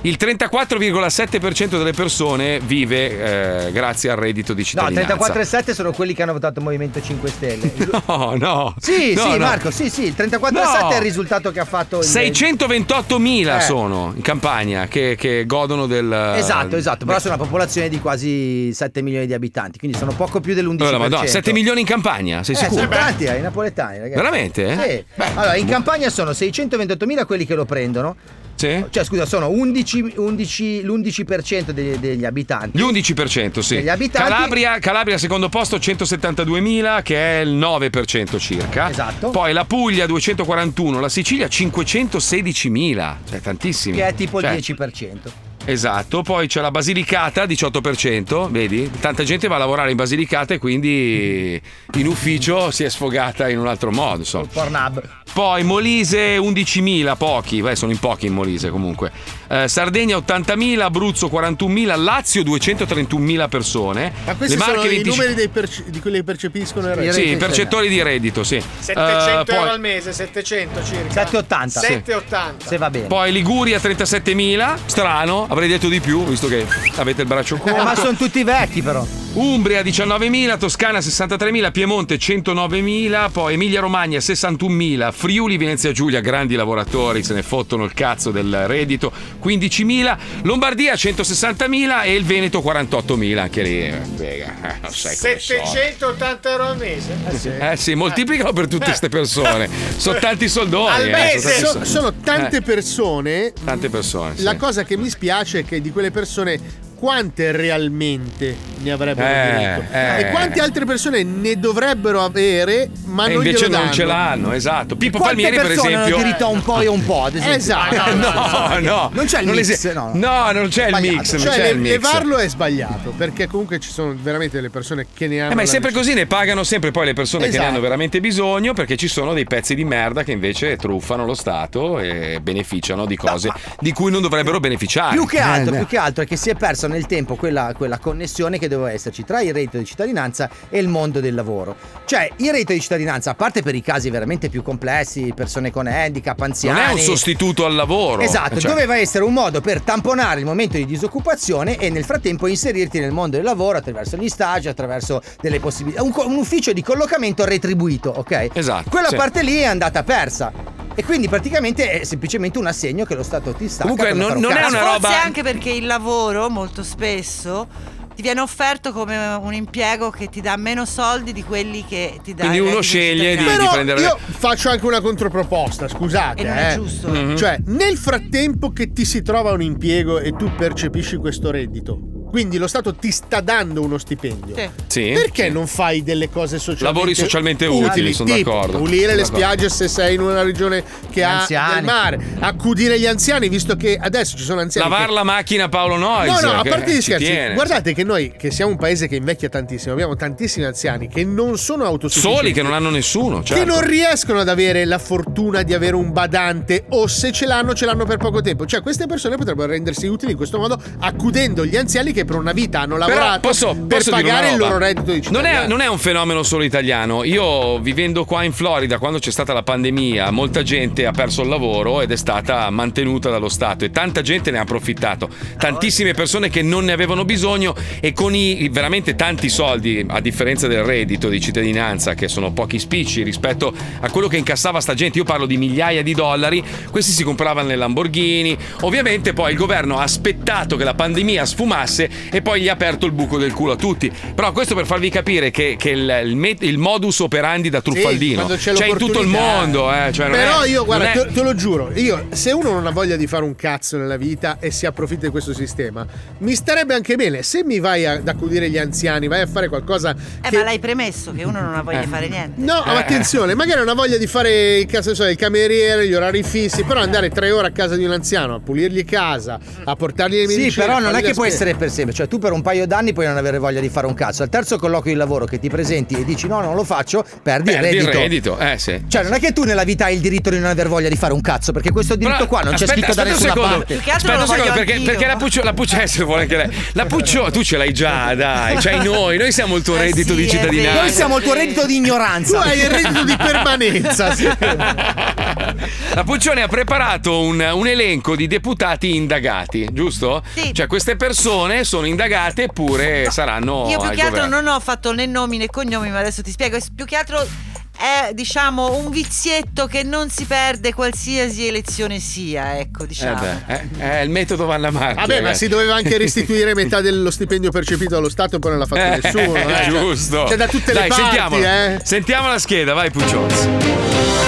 Speaker 3: il 34,7% delle persone vive eh, grazie al reddito di
Speaker 11: No,
Speaker 3: cittadinanza.
Speaker 11: 34,7 sono quelli che hanno votato Movimento 5 Stelle.
Speaker 3: No, no.
Speaker 11: Sì,
Speaker 3: No,
Speaker 11: sì,
Speaker 3: no.
Speaker 11: Marco, sì, sì, il 34,7
Speaker 3: No.
Speaker 11: è il risultato che ha fatto il
Speaker 3: 628.000
Speaker 11: Eh.
Speaker 3: sono in Campania che, che godono del.
Speaker 11: Esatto, esatto, però
Speaker 3: del-
Speaker 11: sono una popolazione di quasi 7 milioni di abitanti, quindi sono poco più dell'11%.
Speaker 3: Allora, Eh, Madonna, 7 milioni in Campania, sei
Speaker 11: Eh,
Speaker 3: sicuro?
Speaker 11: sono tanti eh, i napoletani, ragazzi.
Speaker 3: Veramente?
Speaker 11: Sì. allora, in Campania sono 628.000 quelli che lo prendono.
Speaker 3: Sì.
Speaker 11: Cioè, scusa, sono 11, 11 l'11% degli, degli abitanti.
Speaker 3: Gli 11%, sì.
Speaker 11: Degli abitanti-
Speaker 3: Calabria, Calabria, secondo posto, 172.000, che è il 9% circa.
Speaker 11: Esatto.
Speaker 3: Poi la Puglia, 241. La Sicilia, 516.000. Cioè, tantissimi.
Speaker 11: Che è tipo il
Speaker 3: Cioè,
Speaker 11: 10%.
Speaker 3: Esatto, poi c'è la Basilicata 18%, vedi? Tanta gente va a lavorare in Basilicata e quindi in ufficio si è sfogata in un altro modo, insomma.
Speaker 11: Pornhub.
Speaker 3: Poi Molise 11.000, pochi, beh sono in pochi in Molise comunque. Eh, Sardegna 80.000, Abruzzo 41.000, Lazio 231.000 persone.
Speaker 9: Ma questi
Speaker 3: Le
Speaker 9: sono
Speaker 3: Marche
Speaker 9: i
Speaker 3: 25
Speaker 9: numeri dei perce- di quelli che percepiscono il reddito.
Speaker 3: Sì, i percettori di reddito, sì.
Speaker 22: 700
Speaker 3: Eh, poi-
Speaker 22: euro al mese, 700 circa.
Speaker 11: 780.
Speaker 22: 780.
Speaker 11: Se va bene.
Speaker 3: Poi Liguria 37.000, strano, avrei detto di più visto che avete il braccio
Speaker 11: Eh,
Speaker 3: corto.
Speaker 11: ma sono tutti vecchi però.
Speaker 3: Umbria 19.000, Toscana 63.000, Piemonte 109.000, poi Emilia Romagna 61.000, Friuli Venezia Giulia, grandi lavoratori, se ne fottono il cazzo del reddito, 15.000, Lombardia 160.000 e il Veneto 48.000, anche lì, eh, vega, eh, non sai come sono.
Speaker 22: 780 euro al mese. Eh.
Speaker 3: Eh sì, moltiplicalo per tutte queste persone. Sono tanti soldoni. eh,
Speaker 9: Eh. So-
Speaker 3: tanti
Speaker 9: sono,
Speaker 3: soldi.
Speaker 9: tante
Speaker 3: Eh,
Speaker 9: persone.
Speaker 3: tante persone. sì.
Speaker 9: La cosa che mi spiace è che di quelle persone quante realmente ne avrebbero
Speaker 3: Eh,
Speaker 9: diritto
Speaker 3: eh.
Speaker 9: e quante altre persone ne dovrebbero avere ma
Speaker 3: e
Speaker 9: non
Speaker 3: invece
Speaker 9: glielo
Speaker 3: non
Speaker 9: danno.
Speaker 3: ce l'hanno, esatto. Pippo
Speaker 9: Quante
Speaker 3: Palmieri, per
Speaker 9: persone hanno
Speaker 3: esempio.
Speaker 9: diritto
Speaker 11: a un po' e un po', ad esempio.
Speaker 9: Esatto.
Speaker 3: No, no,
Speaker 9: Non c'è il mix,
Speaker 3: esiste-
Speaker 9: no.
Speaker 3: non c'è il
Speaker 9: Sbagliato.
Speaker 3: mix. non
Speaker 9: Cioè,
Speaker 3: c'è
Speaker 9: le-
Speaker 3: il mix.
Speaker 9: levarlo è sbagliato perché comunque ci sono veramente delle persone che ne hanno
Speaker 3: Eh, ma è
Speaker 9: la
Speaker 3: sempre così, ne pagano sempre poi le persone che
Speaker 9: Esatto.
Speaker 3: ne hanno veramente bisogno perché ci sono dei pezzi di merda che invece truffano lo Stato e beneficiano di cose di cui non dovrebbero beneficiare.
Speaker 11: Più che, altro,
Speaker 3: Eh,
Speaker 11: più che altro è che si è persa nel tempo quella, quella connessione che doveva esserci tra il reddito di cittadinanza e il mondo del lavoro. Cioè, il reddito di cittadinanza, a parte per i casi veramente più complessi, persone con handicap,
Speaker 3: Non
Speaker 11: anziani.
Speaker 3: è un sostituto al lavoro.
Speaker 11: Esatto,
Speaker 3: Cioè,
Speaker 11: doveva essere un modo per tamponare il momento di disoccupazione e nel frattempo inserirti nel mondo del lavoro attraverso gli stage, attraverso delle possibilità. Un, co- un ufficio di collocamento retribuito, ok?
Speaker 3: Esatto.
Speaker 11: Quella
Speaker 3: sì.
Speaker 11: parte lì è andata persa. E quindi praticamente è semplicemente un assegno che lo Stato ti sta
Speaker 3: Comunque non- non è una
Speaker 2: Forse
Speaker 3: roba-
Speaker 2: anche perché il lavoro molto spesso ti viene offerto come un impiego che ti dà meno soldi di quelli che ti dà
Speaker 3: Quindi
Speaker 2: il
Speaker 9: Eh,
Speaker 3: uno
Speaker 2: reddito
Speaker 3: sceglie di,
Speaker 2: cittadinanza.
Speaker 3: di
Speaker 9: Però
Speaker 3: prendere.
Speaker 9: io faccio anche una controproposta, scusate.
Speaker 2: E non è
Speaker 9: eh.
Speaker 2: giusto.
Speaker 3: Mhm.
Speaker 9: Cioè, nel frattempo che ti si trova un impiego e tu percepisci questo reddito, quindi lo Stato ti sta dando uno stipendio.
Speaker 3: Sì,
Speaker 9: Perché
Speaker 3: sì.
Speaker 9: non fai delle cose socialmente
Speaker 3: Lavori socialmente utili, sono
Speaker 9: tipo
Speaker 3: d'accordo.
Speaker 9: Pulire
Speaker 3: Sono
Speaker 9: le
Speaker 3: d'accordo.
Speaker 9: spiagge se sei in una regione che ha
Speaker 3: anziani.
Speaker 9: del mare, accudire gli anziani, visto che adesso ci sono anziani che
Speaker 3: Lavare la macchina Paolo Noyes.
Speaker 9: No, no, a
Speaker 3: che
Speaker 9: parte gli
Speaker 3: ci
Speaker 9: scherzi,
Speaker 3: tiene.
Speaker 9: guardate che noi, che siamo un paese che invecchia tantissimo, abbiamo tantissimi anziani che non sono autosufficienti.
Speaker 3: Soli che non hanno nessuno.
Speaker 9: Che
Speaker 3: certo.
Speaker 9: non riescono ad avere la fortuna di avere un badante o se ce l'hanno ce l'hanno per poco tempo. Cioè queste persone potrebbero rendersi utili in questo modo accudendo gli anziani che per una vita hanno
Speaker 3: Però
Speaker 9: lavorato
Speaker 3: posso-
Speaker 9: per
Speaker 3: posso dire
Speaker 9: pagare
Speaker 3: una
Speaker 9: il
Speaker 3: roba?
Speaker 9: loro reddito di
Speaker 3: non
Speaker 9: cittadinanza.
Speaker 3: è, non è un fenomeno solo italiano. Io vivendo qua in Florida, quando c'è stata la pandemia, molta gente ha perso il lavoro ed è stata mantenuta dallo Stato e tanta gente ne ha approfittato. Tantissime persone che non ne avevano bisogno e con i veramente tanti soldi, a differenza del reddito di cittadinanza, che sono pochi spicci rispetto a quello che incassava sta gente, io parlo di migliaia di dollari, questi si compravano le Lamborghini. Ovviamente poi il governo ha aspettato che la pandemia sfumasse e poi gli ha aperto il buco del culo a tutti. Però questo per farvi capire che, che il, il met- il modus operandi da truffaldino
Speaker 9: quando c'è
Speaker 3: c'è, in tutto il
Speaker 9: l'opportunità.
Speaker 3: mondo. eh, cioè non
Speaker 9: Però
Speaker 3: è-
Speaker 9: io, guarda,
Speaker 3: non è-
Speaker 9: te, te lo giuro, io se uno non ha voglia di fare un cazzo nella vita e si approfitta di questo sistema, mi starebbe anche bene. Se mi vai a- ad accudire gli anziani, vai a fare qualcosa.
Speaker 2: Eh,
Speaker 9: che-
Speaker 2: ma l'hai premesso che uno non ha voglia
Speaker 3: Eh.
Speaker 2: di fare niente.
Speaker 9: No, ma attenzione, magari non ha voglia di fare il, cazzo, so, il cameriere, gli orari fissi, però andare tre ore a casa di un anziano, a pulirgli casa, a portargli le medicine.
Speaker 11: Sì, però non
Speaker 9: fargli la
Speaker 11: è che può
Speaker 9: spesa.
Speaker 11: essere per sempre. Cioè, tu per un paio d'anni puoi non avere voglia di fare un cazzo. Al terzo colloquio di lavoro che ti presenti e dici no, non lo faccio, perdi,
Speaker 3: Perdi
Speaker 11: il reddito.
Speaker 3: eh sì.
Speaker 11: Cioè, non è che tu nella vita hai il diritto di non aver voglia di fare un cazzo, perché questo diritto
Speaker 3: Però,
Speaker 11: qua non c'è
Speaker 3: aspetta-
Speaker 11: scritto da
Speaker 3: aspetta un
Speaker 11: nessuna
Speaker 3: secondo.
Speaker 11: parte.
Speaker 3: Aspetta un secondo, perché, perché la Puccio, la Puccio- eh, se vuole anche lei. La Puccio, tu ce l'hai già, dai. C'hai noi, noi siamo il tuo
Speaker 9: Eh,
Speaker 2: Eh
Speaker 3: reddito di cittadinanza.
Speaker 11: Noi siamo il tuo reddito di ignoranza. Eh,
Speaker 9: Tu hai il reddito di permanenza, sì.
Speaker 3: La Puccione ha preparato un, un elenco di deputati indagati, giusto? Sì. Cioè, queste persone sono indagate eppure saranno.
Speaker 2: Io più
Speaker 3: al
Speaker 2: che altro
Speaker 3: governo.
Speaker 2: non ho fatto né nomi né cognomi, ma adesso ti spiego. È Più che altro è diciamo un vizietto che non si perde qualsiasi elezione sia, ecco,
Speaker 3: Eh
Speaker 2: diciamo.
Speaker 3: beh, eh, eh, il metodo Vanna Marchi.
Speaker 9: Vabbè, ma
Speaker 3: ragazzi.
Speaker 9: si doveva anche restituire metà dello stipendio percepito dallo Stato e poi non l'ha fatto
Speaker 3: Eh,
Speaker 9: nessuno. eh. Cioè,
Speaker 3: giusto.
Speaker 9: Cioè, da tutte
Speaker 3: Dai,
Speaker 9: le parti,
Speaker 3: sentiamola.
Speaker 9: eh.
Speaker 3: Sentiamo la scheda, vai Pucciozzi.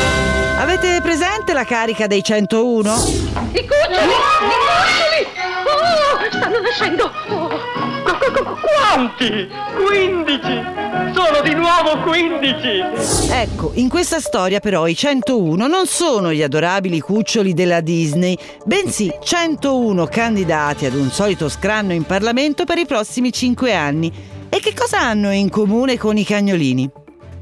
Speaker 2: Avete presente la carica dei 101?
Speaker 6: I cuccioli! I cuccioli! Oh, stanno nascendo! Oh, qu- qu- qu- quanti? 15, sono di nuovo 15!
Speaker 2: Ecco, in questa storia però i 101 non sono gli adorabili cuccioli della Disney, bensì 101 candidati ad un solito scranno in Parlamento per i prossimi 5 anni. E che cosa hanno in comune con i cagnolini?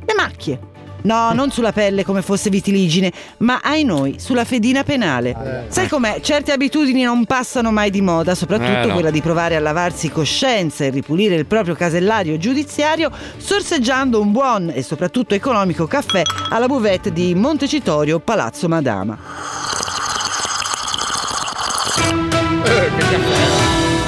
Speaker 2: Le macchie. No, non sulla pelle come fosse vitiligine, ma ai noi sulla fedina
Speaker 10: Eh.
Speaker 2: penale. Sai com'è? Certe abitudini non passano mai di moda, soprattutto
Speaker 10: Eh, no.
Speaker 2: quella di provare a lavarsi coscienza e ripulire il proprio casellario giudiziario sorseggiando un buon e soprattutto economico caffè alla buvette di Montecitorio Palazzo Madama.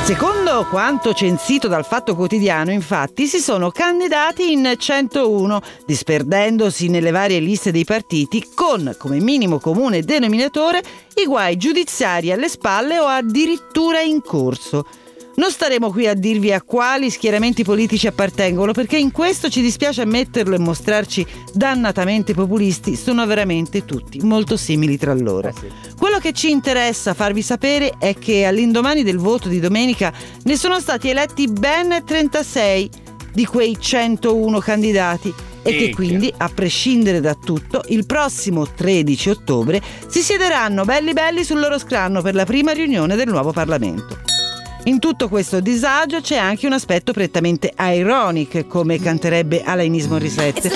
Speaker 2: Secondo quanto censito dal Fatto Quotidiano, infatti, si sono candidati in 101, disperdendosi nelle varie liste dei partiti, con come minimo comune denominatore i guai giudiziari alle spalle o addirittura in corso. Non staremo qui a dirvi a quali schieramenti politici appartengono, perché in questo ci dispiace ammetterlo e mostrarci dannatamente populisti, sono veramente tutti molto simili tra loro. Quello che ci interessa farvi sapere è che all'indomani del voto di domenica ne sono stati eletti ben 36 di quei 101 candidati e che
Speaker 10: Minchia.
Speaker 2: quindi, a prescindere da tutto, il prossimo 13 ottobre si siederanno belli belli sul loro scranno per la prima riunione del nuovo Parlamento. In tutto questo disagio c'è anche un aspetto prettamente ironic, come canterebbe Alanis Morissette.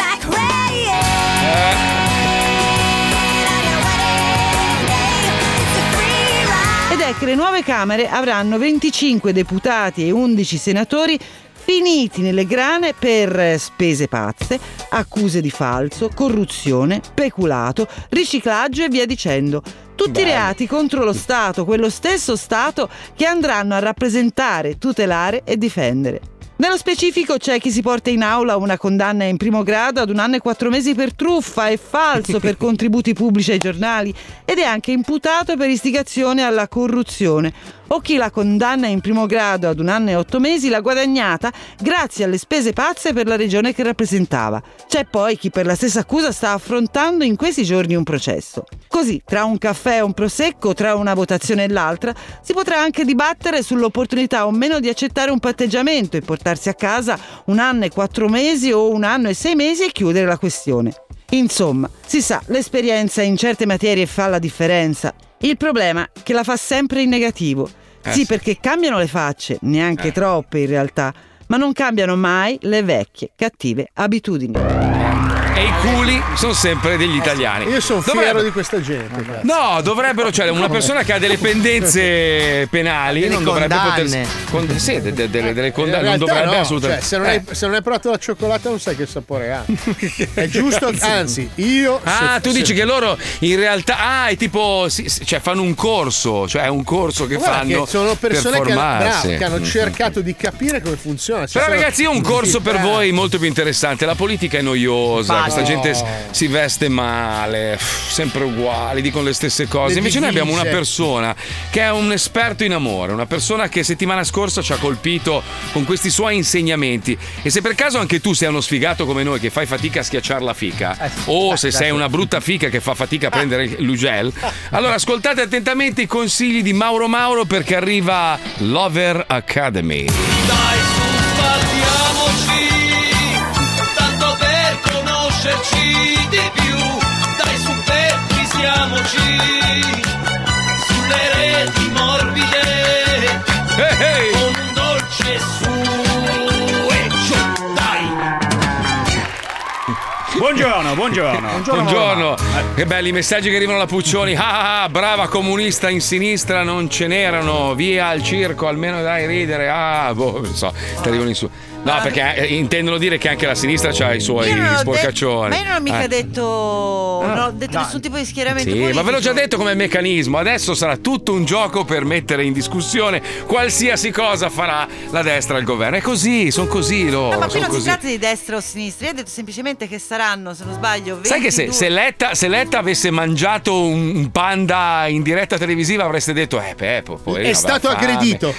Speaker 2: Ed è che le nuove Camere avranno 25 deputati e 11 senatori finiti nelle grane per eh, spese pazze, accuse di falso, corruzione, peculato, riciclaggio e via dicendo. Tutti reati contro lo Stato, quello stesso Stato che andranno a rappresentare, tutelare e difendere. Nello specifico c'è chi si porta in aula una condanna in primo grado ad un anno e quattro mesi per truffa e falso per contributi pubblici ai giornali ed è anche imputato per istigazione alla corruzione o chi la condanna in primo grado ad un anno e otto mesi l'ha guadagnata grazie alle spese pazze per la regione che rappresentava. C'è poi chi per la stessa accusa sta affrontando in questi giorni un processo. Così, tra un caffè e un prosecco, tra una votazione e l'altra, si potrà anche dibattere sull'opportunità o meno di accettare un patteggiamento e portarsi a casa un anno e quattro mesi o un anno e sei mesi e chiudere la questione. Insomma, si sa, l'esperienza in certe materie fa la differenza. Il problema è che la fa sempre in negativo.
Speaker 3: Eh
Speaker 2: Sì, perché cambiano le facce, neanche troppe in realtà, ma non cambiano mai le vecchie, cattive abitudini.
Speaker 3: E i culi sono sempre degli italiani.
Speaker 9: Io sono
Speaker 3: Dovrebbe-
Speaker 9: fiero di questa gente. cazzo.
Speaker 3: No, dovrebbero, cioè una persona che ha delle pendenze penali
Speaker 9: Delle
Speaker 3: non dovrebbe
Speaker 9: condanne.
Speaker 3: poter. con- sì, de- de- delle, delle
Speaker 9: In
Speaker 3: condanne, non
Speaker 9: realtà
Speaker 3: dovrebbe
Speaker 9: no,
Speaker 3: assolutamente.
Speaker 9: cioè, se, non
Speaker 3: Eh.
Speaker 9: hai, se non hai provato la cioccolata non sai che sapore ha. È giusto, anzi, io...
Speaker 3: Eh. Ah,
Speaker 9: se-
Speaker 3: tu
Speaker 9: se-
Speaker 3: dici che loro in realtà. Ah, è tipo. sì, sì, cioè, fanno un corso. Cioè, è un corso che
Speaker 9: Guarda
Speaker 3: fanno.
Speaker 9: che sono persone
Speaker 3: per
Speaker 9: che hanno,
Speaker 3: formarsi.
Speaker 9: bravo, che hanno
Speaker 3: Mm.
Speaker 9: cercato di capire come funziona. Ci
Speaker 3: Però
Speaker 9: sono-
Speaker 3: ragazzi io ho un corso per
Speaker 9: Sì,
Speaker 3: voi molto più interessante, la politica è noiosa,
Speaker 9: Infatti.
Speaker 3: questa
Speaker 9: No.
Speaker 3: gente s- si veste male, pff, sempre uguali, dicono le stesse cose,
Speaker 9: Le
Speaker 3: invece noi abbiamo una
Speaker 9: divise.
Speaker 3: persona che è un esperto in amore, una persona che settimana scorsa ci ha colpito con questi suoi insegnamenti e se per caso anche tu sei uno sfigato come noi che fai fatica a schiacciare la fica
Speaker 9: Eh
Speaker 3: o se sei una brutta fica che fa fatica a prendere il- l'ugel, allora ascoltate attentamente i consigli di Mauro Mauro perché arriva Lover Academy.
Speaker 6: Sbattiamoci, tanto per conoscerci di più, dai superfisiamoci, sulle reti morbide, con un dolce su e giù, dai!
Speaker 4: Buongiorno, buongiorno.
Speaker 3: Buongiorno. Che belli i messaggi che arrivano da Puccioni. Ah, ah, ah, brava comunista in sinistra, non ce n'erano. Via al circo, almeno dai ridere. Ah, boh, non so, ti arrivano in su. No, perché eh, intendono dire che anche la sinistra ha i suoi
Speaker 2: Io non ho detto-
Speaker 3: sporcaccioni.
Speaker 2: Ma io non ho mica
Speaker 3: Eh.
Speaker 2: detto. Non ho detto nessun tipo di schieramento.
Speaker 3: Sì, ma ve l'ho
Speaker 2: politico.
Speaker 3: già detto come meccanismo. Adesso sarà tutto un gioco per mettere in discussione qualsiasi cosa farà la destra al governo. È così, sono così loro.
Speaker 2: No, ma qui
Speaker 3: son
Speaker 2: non si
Speaker 3: così.
Speaker 2: tratta di destra o sinistra, io ho detto semplicemente che saranno, se non sbaglio, 22.
Speaker 3: Sai che se, se Letta, se Letta avesse mangiato un un panda in diretta televisiva avreste detto, eh Peppo, poverino,
Speaker 9: È
Speaker 3: avrà
Speaker 9: stato
Speaker 3: fame."
Speaker 9: aggredito.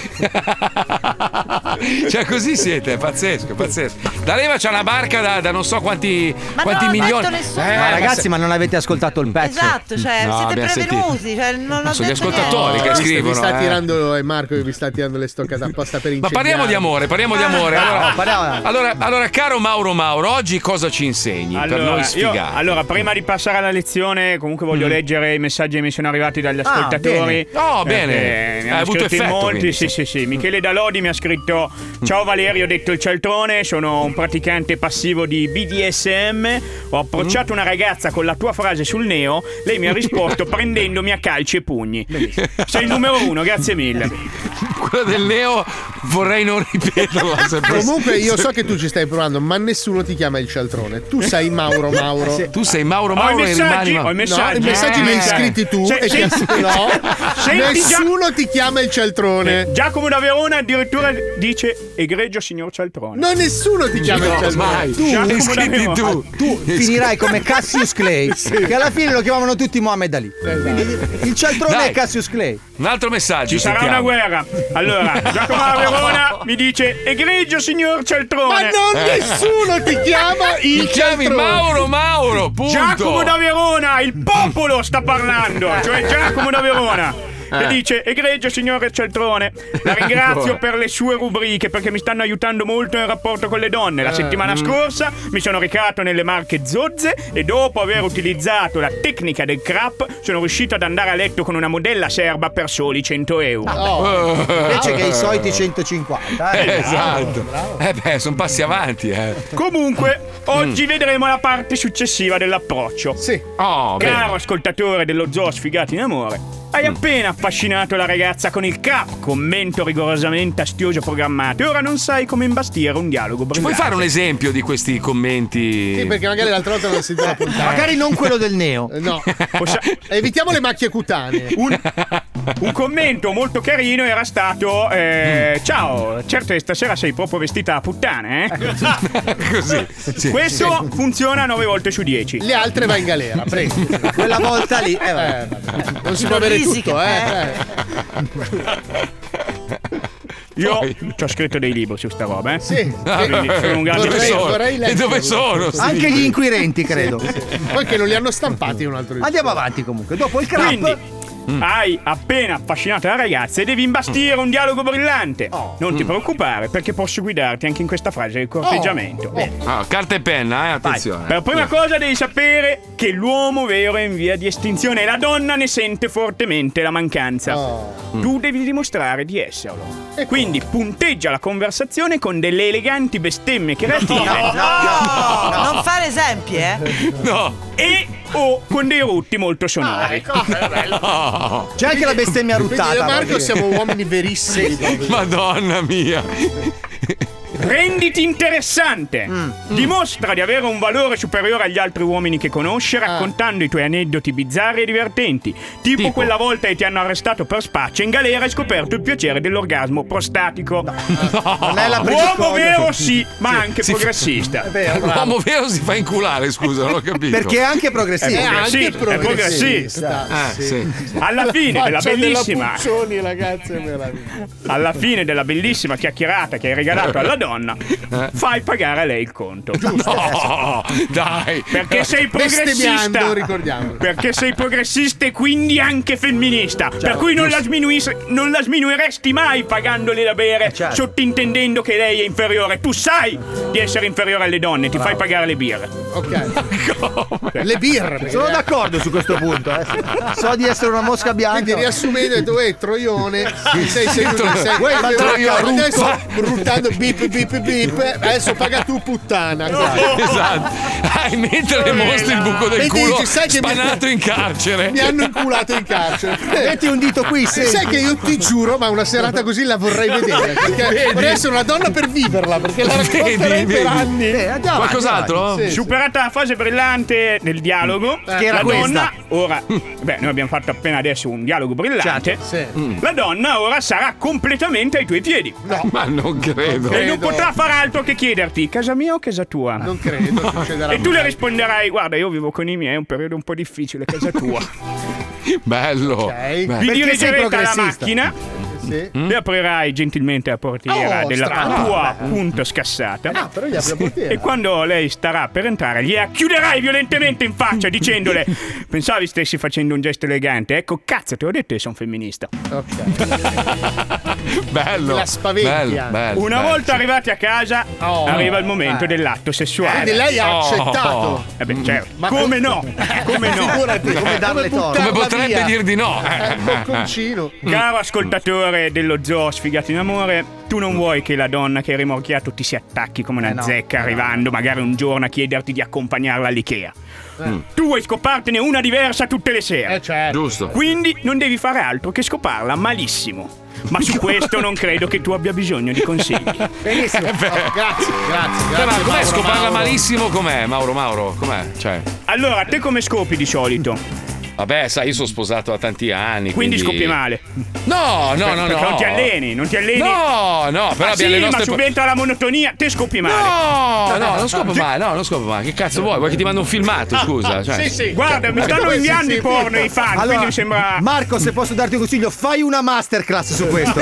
Speaker 3: Cioè, così siete, è pazzesco, è pazzesco. Da Leva c'è una barca da, da non so quanti, quanti
Speaker 11: no, ha
Speaker 3: milioni. Eh,
Speaker 11: fatto nessuno. Ma ragazzi, ma non avete ascoltato il pezzo?
Speaker 3: Esatto, cioè, No, siete abbiamo prevenuti,
Speaker 2: Cioè, non
Speaker 3: ho Sono gli detto ascoltatori niente. che scrivono,
Speaker 9: Vi sta
Speaker 3: eh.
Speaker 9: tirando, eh, Marco, che vi sta tirando le stoccate apposta per
Speaker 3: Ma
Speaker 9: incendiare. Ah,
Speaker 3: parliamo di amore, parliamo
Speaker 11: Ah,
Speaker 3: di amore. Allora, allora- allora, caro Mauro Mauro, oggi cosa ci insegni per noi
Speaker 4: io-
Speaker 3: sfigati? Mm.
Speaker 4: allora, prima di passare alla lezione, comunque voglio leggere i messaggi che mi sono arrivati dagli
Speaker 3: Ah,
Speaker 4: ascoltatori.
Speaker 3: bene. Oh,
Speaker 4: Perché
Speaker 3: bene.
Speaker 4: Ne
Speaker 3: Hai
Speaker 4: hanno
Speaker 3: avuto
Speaker 4: scritti in
Speaker 3: effetto,
Speaker 4: molti.
Speaker 3: quindi. Mm.
Speaker 4: Sì, sì, sì. Michele Dalodi mi ha scritto: Ciao Valerio, ho detto il cialtrone, sono un praticante passivo di BDSM. Ho
Speaker 3: Mm.
Speaker 4: approcciato una ragazza con la tua frase sul neo. Lei mi ha risposto prendendomi a calci e pugni. Sei il numero uno, grazie mille.
Speaker 3: Quella del neo vorrei non ripeterla. se posso-
Speaker 9: Comunque io so che tu ci stai provando, ma nessuno ti chiama il cialtrone. Tu sei Mauro Mauro.
Speaker 3: Sì. Tu sei Mauro Mauro
Speaker 9: Ho i
Speaker 3: e rimani
Speaker 9: messaggi,
Speaker 3: Mauro.
Speaker 9: ho i messaggi.
Speaker 3: No,
Speaker 9: i messaggi li hai
Speaker 3: eh.
Speaker 9: scritti tu
Speaker 4: Se-
Speaker 9: e ti
Speaker 4: senti-
Speaker 9: ass- no.
Speaker 4: Senti, Gia-
Speaker 9: Nessuno ti chiama il cialtrone.
Speaker 4: Eh, Giacomo da Verona addirittura dice egregio signor Cialtrone.
Speaker 9: No, nessuno ti chiama il cialtrone. Tu,
Speaker 4: Giacomo
Speaker 9: li scritti
Speaker 4: da Verona.
Speaker 9: tu.
Speaker 11: Tu finirai come Cassius Clay,
Speaker 3: Sì.
Speaker 11: che alla fine lo chiamavano tutti Mohamed Ali. Quindi
Speaker 9: Eh,
Speaker 11: il cialtrone
Speaker 3: Dai.
Speaker 11: è Cassius Clay.
Speaker 3: Un altro messaggio.
Speaker 4: Ci sarà
Speaker 3: sentiamo.
Speaker 4: una guerra. Allora, Giacomo da Verona mi dice egregio signor Cialtrone.
Speaker 9: Ma non nessuno ti chiama il
Speaker 4: Eh. Ti chiami
Speaker 9: cialtrone.
Speaker 4: Mauro Mauro, punto. Giacomo da Verona, il popolo sta parlando, cioè Giacomo da Verona. Che
Speaker 6: Eh.
Speaker 4: dice, egregio signore Cialtrone, la ringrazio
Speaker 6: Ancora.
Speaker 4: per le sue rubriche perché mi stanno aiutando molto nel rapporto con le donne. La
Speaker 6: Eh,
Speaker 4: settimana
Speaker 6: mm.
Speaker 4: scorsa mi sono recato nelle marche zozze e dopo aver utilizzato la tecnica del crap sono riuscito ad andare a letto con una modella serba per soli 100
Speaker 3: Ah,
Speaker 4: euro.
Speaker 11: Oh. Invece che i soliti 150. eh.
Speaker 3: Eh, esatto. Eh beh, sono passi avanti, eh.
Speaker 4: Comunque, oggi vedremo la parte successiva dell'approccio.
Speaker 9: Sì.
Speaker 3: Oh, Mm. bene.
Speaker 4: Caro ascoltatore dello zoo sfigato in amore, hai appena affascinato la ragazza con il cap, commento rigorosamente astioso programmato, e ora non sai come imbastire un dialogo brillante.
Speaker 3: Puoi fare un esempio di questi commenti?
Speaker 9: Sì, perché magari l'altra volta non si la puntata.
Speaker 11: Magari non quello del neo.
Speaker 9: No.
Speaker 4: Eh,
Speaker 9: Evitiamo le macchie cutanee.
Speaker 4: Un commento molto carino era stato: eh,
Speaker 3: Mm.
Speaker 4: Ciao, certo, che stasera sei proprio vestita a puttane,
Speaker 9: Ecco.
Speaker 4: eh?
Speaker 3: Così.
Speaker 4: Questo funziona 9 volte su 10.
Speaker 9: Le altre va in galera, prego.
Speaker 11: Quella volta lì.
Speaker 9: Eh, vabbè. non si può avere tutto, eh. eh.
Speaker 4: Io ci ho scritto dei libri su sta roba, eh?
Speaker 9: Sì.
Speaker 4: Quindi sono un grande
Speaker 9: Vorrei- vorrei leggerlo.
Speaker 11: Anche gli inquirenti, credo.
Speaker 9: Poi che non li hanno stampati è un altro
Speaker 11: Andiamo avanti comunque. Dopo il crap. Mm.
Speaker 4: Quindi hai appena affascinato la ragazza e devi imbastire un dialogo brillante.
Speaker 11: Oh.
Speaker 4: Non
Speaker 11: Mm.
Speaker 4: ti preoccupare, perché posso guidarti anche in questa frase del corteggiamento.
Speaker 11: Oh.
Speaker 4: Bene.
Speaker 3: Ah, carta e penna, eh,
Speaker 4: Vai.
Speaker 3: attenzione.
Speaker 4: Per prima cosa devi sapere che l'uomo vero è in via di estinzione e la donna ne sente fortemente la mancanza.
Speaker 11: Mm.
Speaker 4: Tu devi dimostrare di esserlo. Quindi punteggia la conversazione con delle eleganti bestemmie creative.
Speaker 2: No, no, non fare esempi, eh.
Speaker 3: No.
Speaker 4: E o con dei rutti molto sonori.
Speaker 11: C'è anche la bestemmia
Speaker 4: Quindi io e
Speaker 11: ruttata.
Speaker 4: Marco
Speaker 11: voglio dire.
Speaker 4: siamo
Speaker 9: uomini verissimi.
Speaker 3: Madonna mia.
Speaker 4: Renditi interessante.
Speaker 3: Mm.
Speaker 4: Dimostra di avere un valore superiore agli altri uomini che conosci,
Speaker 3: Eh.
Speaker 4: raccontando i tuoi aneddoti bizzarri e divertenti. Tipo, quella volta che ti hanno arrestato per spaccio in galera hai scoperto il piacere dell'orgasmo prostatico.
Speaker 3: Non è la prima
Speaker 4: Uomo
Speaker 3: cosa.
Speaker 4: vero, sì, ma
Speaker 3: Sì,
Speaker 4: anche
Speaker 3: si fa-
Speaker 4: progressista.
Speaker 3: L'uomo vero si fa inculare, scusa, non ho capito.
Speaker 4: Perché è anche
Speaker 9: progressista.
Speaker 4: È
Speaker 9: anche
Speaker 4: progressista, è progressista.
Speaker 3: Ah,
Speaker 9: sì.
Speaker 3: sì.
Speaker 4: Alla fine della
Speaker 9: Faccia della
Speaker 4: bellissima.
Speaker 9: Puccioni, ragazzi, è meraviglioso.
Speaker 4: alla fine della bellissima chiacchierata che hai regalato alla donna,
Speaker 3: Eh.
Speaker 4: fai pagare a lei il conto. Giusto?
Speaker 3: No, dai.
Speaker 4: Perché sei
Speaker 9: Bestemmiando,
Speaker 4: progressista.
Speaker 9: ricordiamolo.
Speaker 4: Perché sei progressista e quindi anche femminista.
Speaker 9: Certo,
Speaker 4: per cui non la, sminuis- non la sminuiresti mai pagandole da
Speaker 9: Eh,
Speaker 4: bere,
Speaker 9: certo.
Speaker 4: sottintendendo che lei è inferiore. Tu sai di essere inferiore alle donne, ti fai pagare le birre.
Speaker 9: Le birre. eh.
Speaker 11: Sono d'accordo su questo punto. eh. So di essere una mosca bianca.
Speaker 9: Quindi riassumendo, ho detto, uè, troione, sei, sei, sei,
Speaker 11: Tro-
Speaker 9: sei,
Speaker 11: Uè,
Speaker 9: uè,
Speaker 11: ma
Speaker 9: uè,
Speaker 11: troione,
Speaker 9: adesso
Speaker 11: rutto.
Speaker 9: bruttando bip bip bip, adesso paga tu puttana.
Speaker 3: Esatto. esatto. Ah, e mentre le mostri il buco del
Speaker 9: E
Speaker 3: culo
Speaker 9: dici, sai che mi-
Speaker 3: spanato in carcere.
Speaker 9: Mi hanno inculato in carcere.
Speaker 11: Metti un dito qui,
Speaker 9: Sai
Speaker 11: senti.
Speaker 9: che io ti giuro, ma una serata così la vorrei vedere. Perché
Speaker 3: Vedi?
Speaker 9: vorrei essere una donna per viverla, perché la racconterei per anni. Sì, sì.
Speaker 4: Superata la fase brillante del dialogo,
Speaker 9: Che era
Speaker 4: la donna
Speaker 9: questa.
Speaker 4: ora. Beh, noi abbiamo fatto appena adesso un dialogo brillante.
Speaker 9: Certo.
Speaker 4: Mm. La donna ora sarà completamente ai tuoi piedi.
Speaker 3: Ma non credo.
Speaker 4: E non potrà far altro che chiederti casa mia o casa tua. Non
Speaker 9: credo succederà
Speaker 4: E tu le
Speaker 9: mai.
Speaker 4: risponderai: Guarda, io vivo con i miei, è un periodo un po' difficile, casa tua.
Speaker 3: Bello. Bello.
Speaker 4: Vi dirigerete alla macchina
Speaker 9: sì.
Speaker 4: Le aprirai gentilmente la portiera
Speaker 9: Oh,
Speaker 4: della
Speaker 9: strano.
Speaker 4: tua
Speaker 9: Ah, beh.
Speaker 4: punta scassata.
Speaker 9: Ah, però gli apri la portiera.
Speaker 4: E quando lei starà per entrare, gliela chiuderai violentemente in faccia dicendole: Pensavi stessi facendo un gesto elegante. Ecco, cazzo, te l'ho detto che sono femminista.
Speaker 3: Bello.
Speaker 4: La spaventi
Speaker 3: Bello,
Speaker 9: eh.
Speaker 4: anche.
Speaker 3: bello,
Speaker 4: Una
Speaker 3: bello.
Speaker 4: volta arrivati a casa,
Speaker 9: Oh.
Speaker 4: arriva il momento
Speaker 3: eh.
Speaker 4: dell'atto sessuale.
Speaker 3: Quindi lei ha accettato.
Speaker 4: Eh beh, certo. come no? Eh, Come no?
Speaker 9: Figurati, come darle torto.
Speaker 4: Come potrebbe
Speaker 9: Buttarla via.
Speaker 4: dir di no?
Speaker 9: Eh, bocconcino.
Speaker 4: Mm. Caro ascoltatore dello zoo sfigato in amore, tu non vuoi che la donna che hai rimorchiato ti si attacchi come una
Speaker 9: Eh no,
Speaker 4: zecca
Speaker 9: eh no.
Speaker 4: arrivando magari un giorno a chiederti di accompagnarla all'Ikea.
Speaker 9: Eh.
Speaker 3: Mm.
Speaker 4: Tu vuoi scopartene una diversa tutte le sere.
Speaker 3: Giusto.
Speaker 4: Quindi non devi fare altro che scoparla malissimo. Ma su questo non credo che tu abbia bisogno di consigli.
Speaker 5: Benissimo.
Speaker 3: Eh, beh.
Speaker 5: Oh, grazie, grazie, grazie.
Speaker 3: Cioè, ma com'è
Speaker 5: Mauro,
Speaker 3: scoparla
Speaker 5: Mauro.
Speaker 3: malissimo? Com'è, Mauro Mauro? Com'è? Cioè.
Speaker 4: Allora, te come scopi di solito?
Speaker 3: Vabbè, sai, io sono sposato da tanti anni.
Speaker 4: Quindi
Speaker 3: Quindi,
Speaker 4: scopi male.
Speaker 3: No, no,
Speaker 4: Per-
Speaker 3: no,
Speaker 4: perché
Speaker 3: no.
Speaker 4: non ti alleni, non ti alleni.
Speaker 3: No, no, però
Speaker 4: Ah, sì,
Speaker 3: abbiamo le nostre
Speaker 4: ma
Speaker 3: po-
Speaker 4: subentra la monotonia, te scopi
Speaker 3: No,
Speaker 4: male.
Speaker 3: no, non scopo mai, no, non scopo mai. Che cazzo vuoi? Vuoi che ti mando un filmato?
Speaker 4: Ah,
Speaker 3: Scusa. Cioè.
Speaker 4: Guarda, mi stanno inviando i porno i fan,
Speaker 11: Allora,
Speaker 4: quindi mi sembra.
Speaker 11: Marco, se posso darti un consiglio, fai una masterclass su questo.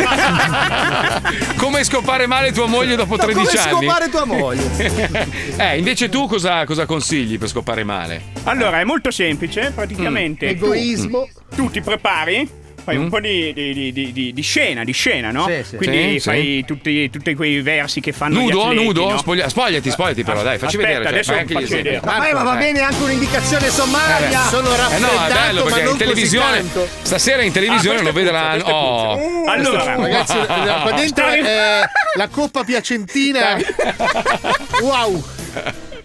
Speaker 3: Come scopare male tua moglie dopo
Speaker 11: Ma come
Speaker 3: 13 anni?
Speaker 11: scopare tua
Speaker 3: moglie? eh, invece tu cosa, cosa consigli per scopare male?
Speaker 4: Allora, è molto semplice,
Speaker 3: Mm.
Speaker 4: praticamente. Tu-
Speaker 3: Egoismo.
Speaker 4: Tu, ti prepari. Fai un
Speaker 3: Mm.
Speaker 4: po' di, di- di- di- di- di scena, di scena, no?
Speaker 3: Sì, sì.
Speaker 4: Quindi
Speaker 3: Sì,
Speaker 4: fai Tutti, tutti quei versi che fanno gli
Speaker 3: Nudo,
Speaker 4: atleti,
Speaker 3: nudo,
Speaker 4: no?
Speaker 3: Spoglia- spogliati, spogliati però, dai, facci
Speaker 4: Aspetta,
Speaker 3: vedere, cioè,
Speaker 4: adesso
Speaker 3: fai anche gli
Speaker 4: faccio
Speaker 3: esempi.
Speaker 4: vedere.
Speaker 11: Ma poi, ma va bene anche un'indicazione
Speaker 3: Eh,
Speaker 11: sommaria.
Speaker 3: beh. Eh, no, è bello perché in televisione stasera in televisione
Speaker 9: Ah,
Speaker 3: lo
Speaker 9: questa
Speaker 3: vedranno.
Speaker 9: puzza,
Speaker 3: oh.
Speaker 9: Allora, Eh, ragazzi, la- qua dentro
Speaker 4: Stai-
Speaker 9: è la coppa piacentina. Wow.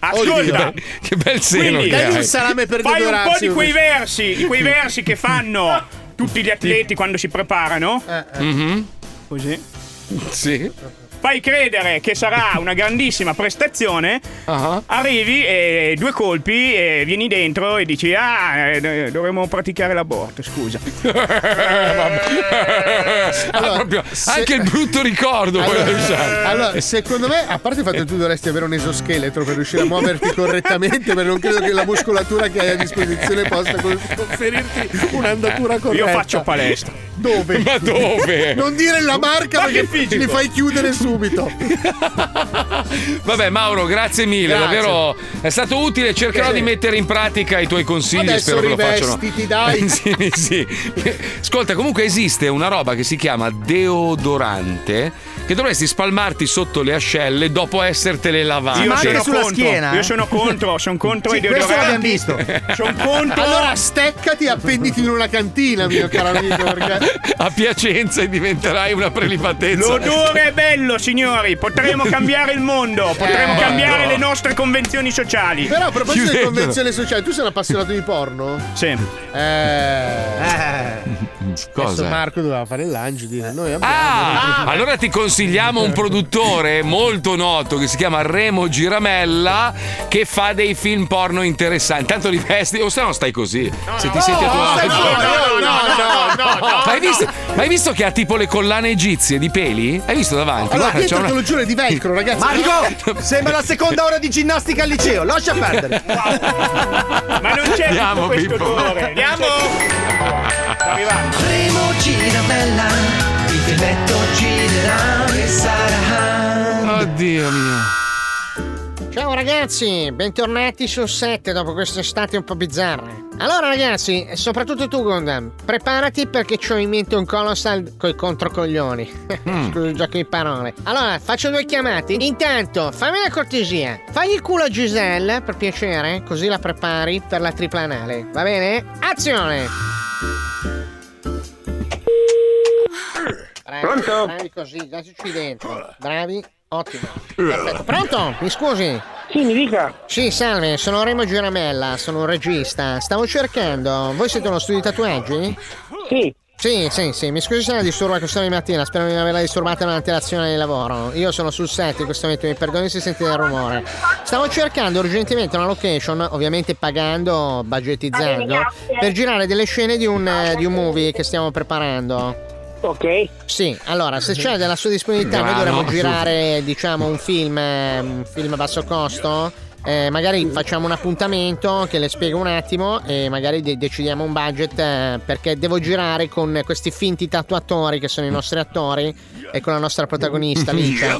Speaker 4: Ascolta,
Speaker 9: Oddio.
Speaker 3: che bel seno
Speaker 4: Quindi,
Speaker 3: che hai.
Speaker 4: Fai un po' di
Speaker 9: Dorazio.
Speaker 4: quei versi, di quei versi che fanno tutti gli atleti quando si preparano.
Speaker 3: Eh,
Speaker 4: Così.
Speaker 3: Mhm. Sì.
Speaker 4: Fai credere che sarà una grandissima prestazione. Arrivi e due colpi e vieni dentro e dici: Ah, eh, dovremmo praticare l'aborto, scusa.
Speaker 3: Ah, proprio, Anche il brutto ricordo quello
Speaker 9: Allora,
Speaker 3: di Luciano.
Speaker 9: allora, secondo me, a parte il fatto che tu dovresti avere un esoscheletro per riuscire a muoverti correttamente, perché non credo che la muscolatura che hai a disposizione possa con- conferirti un'andatura corretta.
Speaker 4: Io faccio palestra.
Speaker 9: Dove?
Speaker 4: Ma dove?
Speaker 9: Non dire la marca
Speaker 4: Ma che
Speaker 9: perché
Speaker 4: fisico?
Speaker 9: mi fai chiudere subito.
Speaker 3: Vabbè, Mauro, grazie mille,
Speaker 9: Grazie. Eh.
Speaker 3: davvero è stato utile. Cercherò
Speaker 9: Bene.
Speaker 3: di mettere in pratica i tuoi consigli.
Speaker 9: Adesso
Speaker 3: spero che lo facciano.
Speaker 9: rivestiti, dai.
Speaker 3: sì, sì. Ascolta, comunque esiste una roba che si chiama deodorante che dovresti spalmarti sotto le ascelle dopo essertele
Speaker 9: Ah,
Speaker 3: lavate.
Speaker 4: Io sono contro, Io
Speaker 9: eh.
Speaker 4: sono contro, sono contro i deodoranti. Sono contro.
Speaker 9: Allora steccati e appenditi in una cantina, mio caro amico. perché-
Speaker 3: A Piacenza e diventerai una prelibatezza.
Speaker 4: L'odore è bello, signori. Potremmo cambiare il mondo, potremmo
Speaker 3: Eh,
Speaker 4: cambiare
Speaker 3: no.
Speaker 4: le nostre convenzioni sociali.
Speaker 9: Però a proposito di
Speaker 4: Chiudetelo.
Speaker 9: convenzione sociale, tu sei un appassionato di porno?
Speaker 4: Sì.
Speaker 9: Eh. Adesso
Speaker 6: Eh.
Speaker 3: Cosa?
Speaker 9: Marco doveva fare l'angelo. dire, Noi abbiamo.
Speaker 3: Ah, allora ti consigliamo un produttore molto noto che si chiama Remo Giramella che fa dei film porno interessanti. Tanto li vesti o se no stai così. se ti senti a tuo agio. Ma hai visto- ma hai visto che ha tipo le collane egizie di peli? Hai visto davanti?
Speaker 11: Allora,
Speaker 3: Guarda, c'è
Speaker 11: dietro
Speaker 3: una-
Speaker 11: te lo
Speaker 9: giuro è di velcro, ragazzi.
Speaker 11: Marco, sembra la seconda ora di ginnastica al liceo, lascia perdere.
Speaker 4: Ma non c'è tutto questo odore. Andiamo!
Speaker 6: Primo Girabella, il filetto girerà e sarà.
Speaker 3: Oddio mio.
Speaker 10: Ciao ragazzi, bentornati sul set dopo quest'estate un po' bizzarra. Allora ragazzi, e soprattutto tu Gundam, preparati perché c'ho in mente un colossal coi controcoglioni. Scusa il gioco di parole. Allora, faccio due chiamate. Intanto, fammi una cortesia. Fagli il culo a Giselle, per piacere, così la prepari per la triplanale. Va bene? Azione!
Speaker 6: Ah!
Speaker 10: Bravi,
Speaker 6: Pronto?
Speaker 10: Bravi così, dateci dentro. Bravi, ottimo. Perfetto, pronto? Mi scusi? Sì, mi dica. Sì, salve, sono Remo Giramella, sono un regista. Stavo cercando. Voi siete uno studio di tatuaggi? Sì. Sì, sì, sì, mi scusi se la disturbo a quest'ora di mattina, spero di non averla disturbata durante l'azione di lavoro. Io sono sul set in questo momento, mi perdoni se sentite il rumore. Stavo cercando urgentemente una location, ovviamente pagando, budgetizzando, per girare delle scene di un, eh, di un movie che stiamo preparando. Ok. Sì, allora, se c'è della sua disponibilità, noi
Speaker 6: Bravo.
Speaker 10: dovremmo girare, diciamo, un film, eh, un film a basso costo. eh, magari facciamo un appuntamento che le spiego un attimo e magari de- decidiamo un budget eh, perché devo girare con questi finti tatuatori che sono i nostri attori e con la nostra protagonista Licia.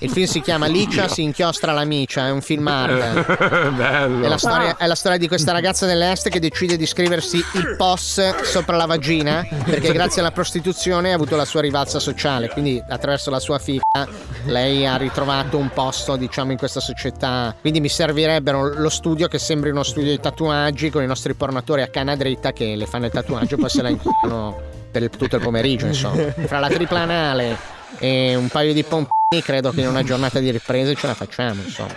Speaker 10: Il film si chiama Licia si inchiostra la micia, è un film
Speaker 6: Eh.
Speaker 10: art.
Speaker 6: Bello.
Speaker 10: È la, storia, è la storia di questa ragazza dell'est che decide di scriversi il POS sopra la vagina perché grazie alla prostituzione ha avuto la sua rivalsa sociale, quindi attraverso la sua fica lei ha ritrovato un posto diciamo in questa società. Quindi mi servirebbero lo studio che sembri uno studio di tatuaggi con i nostri pornatori a canna dritta che le fanno il tatuaggio e poi se la incontrano per il- tutto il pomeriggio insomma. Fra la triplanale e un paio di pompini credo che in una giornata di riprese ce la facciamo insomma.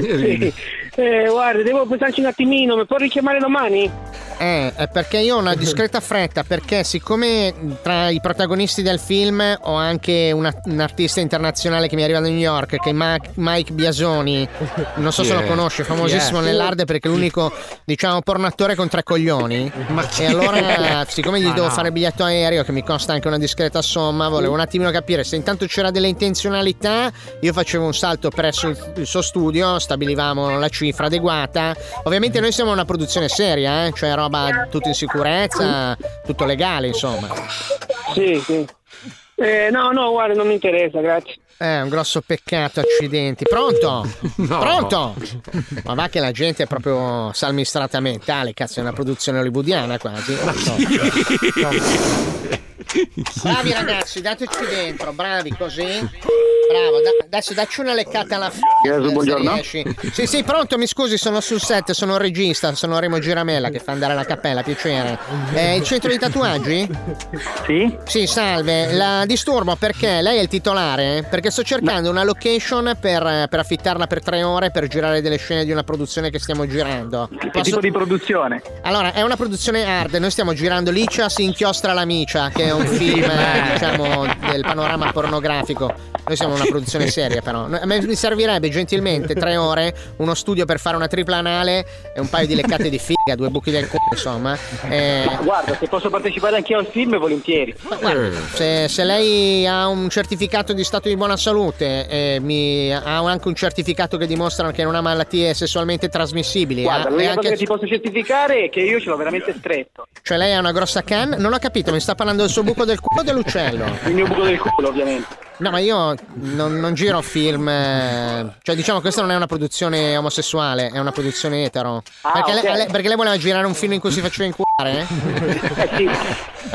Speaker 7: Sì. Eh, guarda, devo pensarci un attimino, mi puoi richiamare domani?
Speaker 10: Eh, è perché io ho una discreta fretta, perché siccome tra i protagonisti del film ho anche una- un artista internazionale che mi arriva da New York, che è Ma- Mike Biasoni, non so se lo
Speaker 6: Yeah.
Speaker 10: conosce, famosissimo
Speaker 6: Yeah.
Speaker 10: nell'arte perché è l'unico, diciamo, pornatore con tre coglioni. e allora, siccome gli
Speaker 6: Ma
Speaker 10: devo
Speaker 6: no.
Speaker 10: fare biglietto aereo, che mi costa anche una discreta somma, volevo un attimino capire se intanto c'era delle intenzionalità, io facevo un salto presso il, il suo studio, stabilivamo la cifra adeguata. Ovviamente noi siamo una produzione seria, eh, cioè roba tutto in sicurezza, tutto legale, insomma.
Speaker 7: Sì, sì. Eh, no, no, guarda, non mi interessa, grazie.
Speaker 10: È un grosso peccato, accidenti. Pronto?
Speaker 7: No.
Speaker 10: Pronto? Ma va che la gente è proprio salmistrata mentale, cazzo, è una produzione hollywoodiana quasi. Non so. Bravi ragazzi, dateci dentro, bravi così. Bravo, da- adesso dacci una leccata alla f***a.
Speaker 25: Yes,
Speaker 10: se
Speaker 25: buongiorno.
Speaker 10: riesci. Sì, sì, pronto, mi scusi, sono sul set, sono un regista, sono Remo Giramella che fa andare la cappella, piacere. Eh, il centro di tatuaggi? Sì. Sì, salve, la disturbo perché lei è il titolare? Perché sto cercando una location per, per affittarla per tre ore per girare delle scene di una produzione che stiamo girando.
Speaker 25: Che tipo di produzione?
Speaker 10: Allora, è una produzione hard, noi stiamo girando Licia si inchiostra la micia, che è un film, eh, diciamo, del panorama pornografico. Noi siamo una produzione seria, però. No- a me Mi servirebbe gentilmente tre ore, uno studio per fare una triplanale e un paio di leccate di figa, due buchi del culo, insomma. Eh,
Speaker 25: Ma guarda, se posso partecipare anche io al film, volentieri. Eh.
Speaker 10: se, se lei ha un certificato di stato di buona salute e mi- ha anche un certificato che dimostra che non ha malattie sessualmente trasmissibili,
Speaker 25: Guarda,
Speaker 10: ha- e
Speaker 25: l'unica
Speaker 10: Eh, anche-
Speaker 25: cosa che ti posso certificare è che io ce l'ho veramente stretto.
Speaker 10: Cioè lei ha una grossa can? Non ho capito, mi sta parlando del suo buco del culo o dell'uccello?
Speaker 25: Il mio buco del culo, ovviamente.
Speaker 10: No, ma io non, non giro film. eh, Cioè, diciamo, questa non è una produzione omosessuale, è una produzione etero. perché,
Speaker 25: ok.
Speaker 10: lei, a lei- perché lei voleva girare un film in cui si faceva inculare?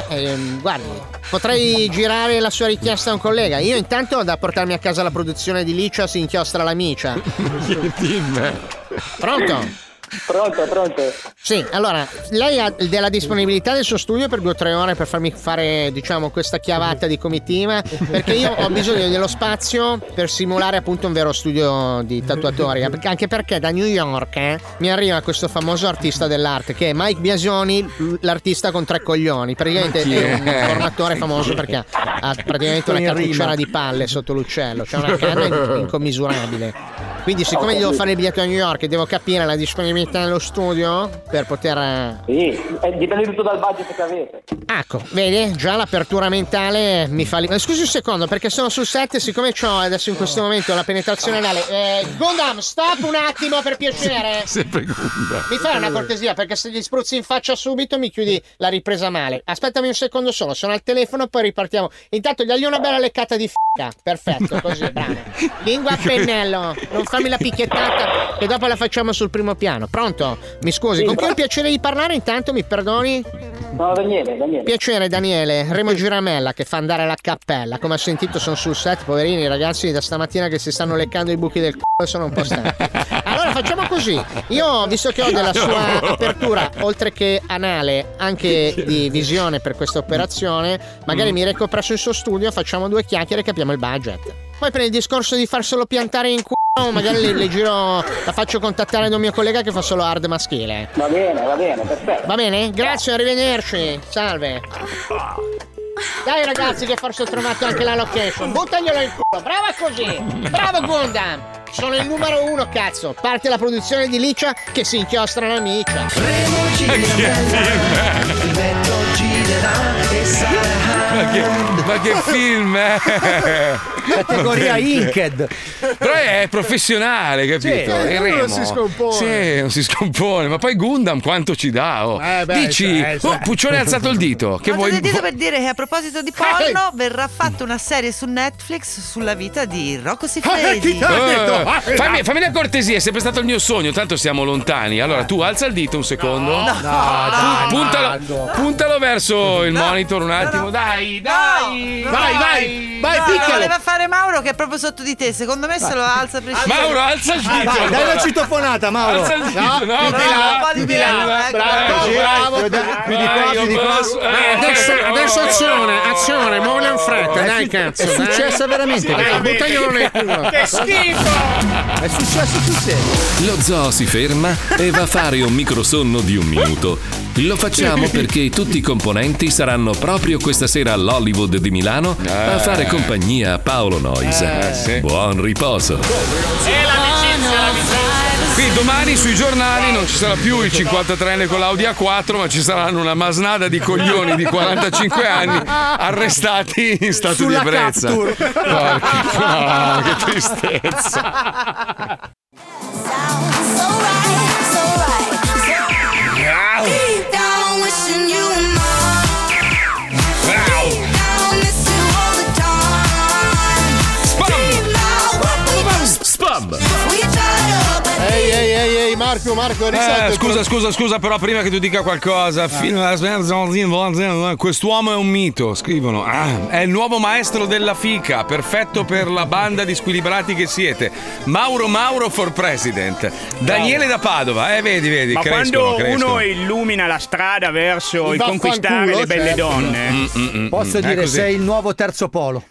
Speaker 10: Ehm, guardi, potrei girare la sua richiesta a un collega. Io intanto ho da portarmi a casa la produzione di Licia si inchiostra la micia. Pronto?
Speaker 25: Pronto, pronto.
Speaker 10: Sì, allora, lei ha della disponibilità del suo studio per due o tre ore per farmi fare, diciamo, questa chiavata di comitiva, perché io ho bisogno dello spazio per simulare appunto un vero studio di tatuatori, eh, perché- anche perché da New York eh, mi arriva questo famoso artista dell'arte che è Mike Biasoni, l'artista con tre coglioni,
Speaker 6: Ma
Speaker 10: praticamente
Speaker 6: chi
Speaker 10: è un
Speaker 6: è?
Speaker 10: formatore famoso perché ha praticamente una
Speaker 6: Con il
Speaker 10: cartucciera
Speaker 6: rima.
Speaker 10: di palle sotto l'uccello, c'è una canna in- incommisurabile. Quindi, siccome devo fare il biglietto a New York e devo capire la disponibilità dello studio per poter. eh,
Speaker 25: Sì, eh, dipende tutto dal budget che avete.
Speaker 10: Ecco, vedi, già l'apertura mentale mi fa. li- Eh, Scusi un secondo, perché sono sul set, e siccome ho adesso in questo momento la penetrazione anale. Eh, Gondam, stop un attimo per piacere.
Speaker 6: Sempre Gunda.
Speaker 10: Mi fai una cortesia perché se gli spruzzi in faccia subito mi chiudi la ripresa male. Aspettami un secondo solo, sono al telefono, poi ripartiamo. Intanto gli una bella leccata di fica. Perfetto, così, bravo. Lingua a pennello, non farmi la picchiettata, che dopo la facciamo sul primo piano. Pronto? Mi scusi,
Speaker 25: Sì,
Speaker 10: con chi ho
Speaker 25: bravo.
Speaker 10: il piacere di parlare? Intanto mi perdoni?
Speaker 25: No, Daniele, Daniele.
Speaker 10: Piacere Daniele, Remo Giramella che fa andare la cappella. Come ha sentito sono sul set, poverini i ragazzi da stamattina che si stanno leccando i buchi del c***o e sono un po' stanchi. Allora facciamo così, io visto che ho della sua apertura, oltre che anale, anche di visione per questa operazione, magari
Speaker 6: Mm.
Speaker 10: mi reco presso il suo studio, facciamo due chiacchiere e capiamo il budget. Poi per il discorso di farselo piantare in c***o, magari le, le giro, la faccio contattare da un mio collega che fa solo hard maschile.
Speaker 25: Va bene, va bene, perfetto.
Speaker 10: Va bene? Grazie, arrivederci. Salve. Dai ragazzi che forse ho trovato anche la location. Buttaglielo in culo. Brava così. Bravo Gundam. Sono il numero uno, cazzo. Parte la produzione di Licia che si inchiostra la micia.
Speaker 6: Il vento girerà e sarà
Speaker 3: Ma che, ma che film eh. è?
Speaker 6: Categoria
Speaker 3: Veramente.
Speaker 6: Inked.
Speaker 3: Però è Cioè, è professionale, capito?
Speaker 9: Sì,
Speaker 2: eh,
Speaker 3: Il
Speaker 9: uno non
Speaker 3: remo.
Speaker 9: si scompone.
Speaker 3: Sì, non si scompone. Ma poi Gundam quanto ci dà? oh?
Speaker 2: Eh, beh,
Speaker 3: Dici,
Speaker 2: cioè, cioè.
Speaker 3: oh, Puccione ha alzato il dito. Che
Speaker 2: Ma
Speaker 3: vuoi?
Speaker 2: sentite per dire che a proposito di porno verrà fatta una serie su Netflix sulla vita di Rocco
Speaker 3: Ah,
Speaker 2: Siffredi. Ah,
Speaker 3: Eh, fammi, fammi una cortesia, è sempre stato il mio sogno, tanto siamo lontani. Allora tu alza il dito un secondo.
Speaker 2: No,
Speaker 3: Pu-
Speaker 2: dai,
Speaker 3: puntalo, puntalo verso il monitor un attimo. Dai, dai, vai, vai, vai,
Speaker 2: no,
Speaker 3: piccolo.
Speaker 2: lo voleva fare Mauro che è proprio sotto di te. Secondo me se lo alza a prescindere.
Speaker 3: Mauro, alza il dito.
Speaker 2: Ah, vai,
Speaker 3: allora.
Speaker 2: dai la
Speaker 11: citofonata, Mauro.
Speaker 3: Alza il dito, no?
Speaker 11: più di là, più di là. Bravo,
Speaker 3: Ecco,
Speaker 11: bravo, più di qua, più di qua.
Speaker 3: Eh,
Speaker 21: adesso, adesso azione, azione, muovile in fretta,
Speaker 11: È
Speaker 21: dai
Speaker 11: su-
Speaker 21: cazzo.
Speaker 11: è
Speaker 21: dai.
Speaker 11: successo veramente,
Speaker 21: Dai,
Speaker 11: perché-
Speaker 21: buttaglielo nel culo.
Speaker 11: Che schifo! È successo sul serio.
Speaker 1: Lo zoo si ferma e va a fare un microsonno di un minuto. Lo facciamo perché tutti i componenti saranno proprio questa sera all'Hollywood di Milano a fare compagnia a Paolo Nois. Buon
Speaker 22: È
Speaker 1: riposo.
Speaker 22: l'amicizia, l'amicizia.
Speaker 3: Qui domani sui giornali non ci sarà più il 53enne con l'Audi A4, ma ci saranno una masnada di coglioni di 45 anni arrestati in stato
Speaker 6: Sulla
Speaker 3: di ebbrezza.
Speaker 6: capture.
Speaker 3: Porca- no, che tristezza. Spam!
Speaker 9: Ehi, ehi, ehi, ehi, Marco, Marco, risalto.
Speaker 3: Eh, scusa, scusa, scusa, però prima che tu dica qualcosa, fino alla- quest'uomo è un mito, scrivono. Ah, è il nuovo maestro della fica, perfetto per la banda di squilibrati che siete. Mauro Mauro for president. Daniele da Padova, eh, vedi, vedi,
Speaker 4: Ma
Speaker 3: crescono,
Speaker 4: quando
Speaker 3: crescono.
Speaker 4: uno illumina la strada verso il
Speaker 11: Vaffanculo,
Speaker 4: conquistare le belle
Speaker 11: certo.
Speaker 4: donne,
Speaker 3: Mm, mm, mm,
Speaker 11: Posso
Speaker 3: mm, è
Speaker 11: dire,
Speaker 3: così.
Speaker 11: sei il nuovo terzo polo.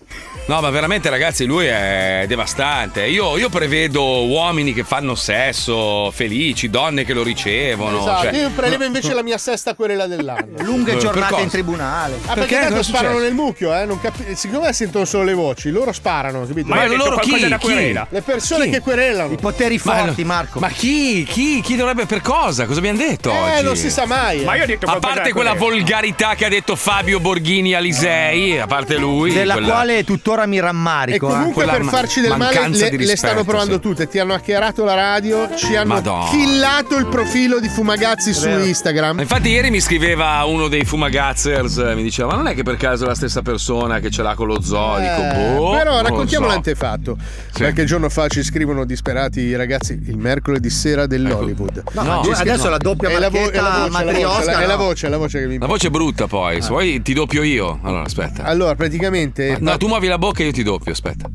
Speaker 3: No, ma veramente, ragazzi, lui è devastante. Io, io prevedo uomini che fanno sesso, felici, donne che lo ricevono.
Speaker 9: Esatto,
Speaker 3: cioè-
Speaker 9: io prelevo invece la mia sesta querela dell'anno.
Speaker 11: Lunghe
Speaker 3: Per
Speaker 11: giornate
Speaker 3: cosa?
Speaker 11: in tribunale.
Speaker 9: Ah, perché,
Speaker 3: Perché?
Speaker 9: tanto
Speaker 3: Cosa è
Speaker 9: sparano nel
Speaker 3: successo?
Speaker 9: mucchio, eh? Non capi- siccome sentono solo le voci, loro sparano, capito?
Speaker 3: Ma Ma hai loro detto chi? qualcosa da Chi? querela.
Speaker 9: Le persone che querelano. I
Speaker 11: poteri
Speaker 3: forti,
Speaker 11: Marco.
Speaker 3: Ma chi, chi, chi dovrebbe per cosa? Cosa abbiamo detto oggi?
Speaker 9: Eh, non si sa mai. eh.
Speaker 3: A parte quella volgarità che ha detto Fabio Borghini Alisei, a parte lui.
Speaker 11: della
Speaker 3: quella-
Speaker 11: quale tuttora mi rammarico.
Speaker 9: E comunque
Speaker 11: eh.
Speaker 9: per farci del male le, le stanno provando tutte. Ti hanno hackerato la radio, ci hanno
Speaker 3: Madonna.
Speaker 9: killato il profilo di Fumagazzi su Instagram.
Speaker 3: Infatti, ieri mi scriveva uno dei Fumagazzers, eh, mi diceva: Ma non è che per caso è la stessa persona che ce l'ha con lo zoo?
Speaker 9: Eh,
Speaker 3: Dico, boh, non
Speaker 9: però
Speaker 3: lo
Speaker 9: raccontiamo
Speaker 3: so.
Speaker 9: l'antefatto. Qualche giorno fa ci scrivono disperati i ragazzi il mercoledì sera dell'Hollywood.
Speaker 3: Ecco.
Speaker 11: No, No, adesso
Speaker 9: scrivono-
Speaker 11: la doppia
Speaker 9: è la vo- è la voce, è la
Speaker 11: marchetta
Speaker 9: voce,
Speaker 11: matriosca,
Speaker 9: è la- è la
Speaker 11: no.
Speaker 9: voce, è la voce che mi
Speaker 3: La voce è brutta,
Speaker 9: Eh.
Speaker 3: poi. Se vuoi, ti doppio io. Allora, aspetta.
Speaker 9: Allora, praticamente
Speaker 3: No, tu muovi la bocca e io ti doppio, aspetta.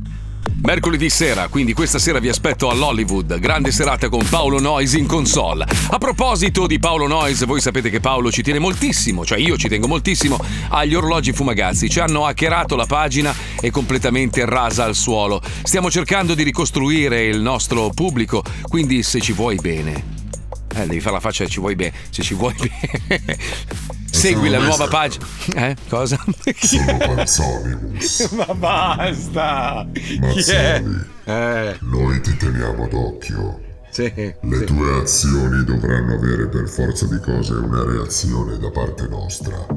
Speaker 3: Mercoledì sera, quindi questa sera vi aspetto all'Hollywood, grande serata con Paolo Noyes in console. A proposito di Paolo Noyes, voi sapete che Paolo ci tiene moltissimo, cioè io ci tengo moltissimo, agli orologi fumagazzi. Ci hanno hackerato la pagina e completamente rasa al suolo. Stiamo cercando di ricostruire il nostro pubblico, quindi se ci vuoi bene. Eh, devi fare la faccia, ci vuoi bene. Se ci vuoi bene. Segui la nuova pagina. Eh, cosa?
Speaker 22: Ma basta.
Speaker 18: Chi
Speaker 3: è? Eh.
Speaker 18: Noi ti teniamo d'occhio.
Speaker 3: Sì.
Speaker 18: Le tue azioni dovranno avere per forza di cose una reazione da parte nostra.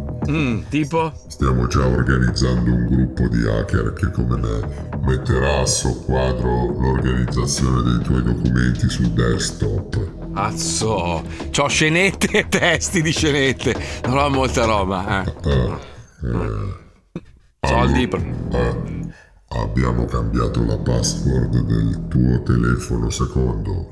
Speaker 3: tipo?
Speaker 18: Stiamo già organizzando un gruppo di hacker che come me metterà a soqquadro l'organizzazione dei tuoi documenti sul desktop.
Speaker 3: Azzo, c'ho scenette e testi di scenette. Non ho molta roba. eh.
Speaker 18: Mm.
Speaker 3: Soldi.
Speaker 18: Abbiamo cambiato la password del tuo telefono secondo.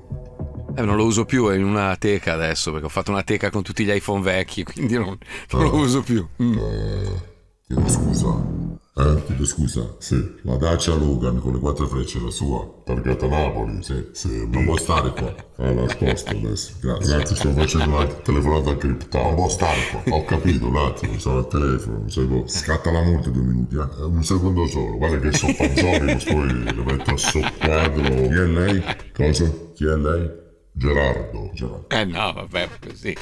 Speaker 3: Eh, non lo uso più, è in una teca adesso perché ho fatto una teca con tutti gli iPhone vecchi, quindi non, non
Speaker 18: Mm.
Speaker 3: lo uso più. Mm.
Speaker 18: Eh, Chiedo scusa. Eh, chiedo scusa. Sì, la Dacia Logan con le quattro frecce la sua, targata Napoli. Sì, sì, non può stare qua. Eh, la sposto adesso. Gra- Grazie, sto facendo una telefonata al cripto. Non può stare qua. Ho capito, un attimo, sono al telefono. un secondo. Scatta la multa due minuti, eh. Un secondo solo. Guarda che sono panzonico, poi lo metto a soqquadro. Chi è lei? Cosa? Chi è lei? Gerardo. Gerardo.
Speaker 3: Eh no, vabbè, così.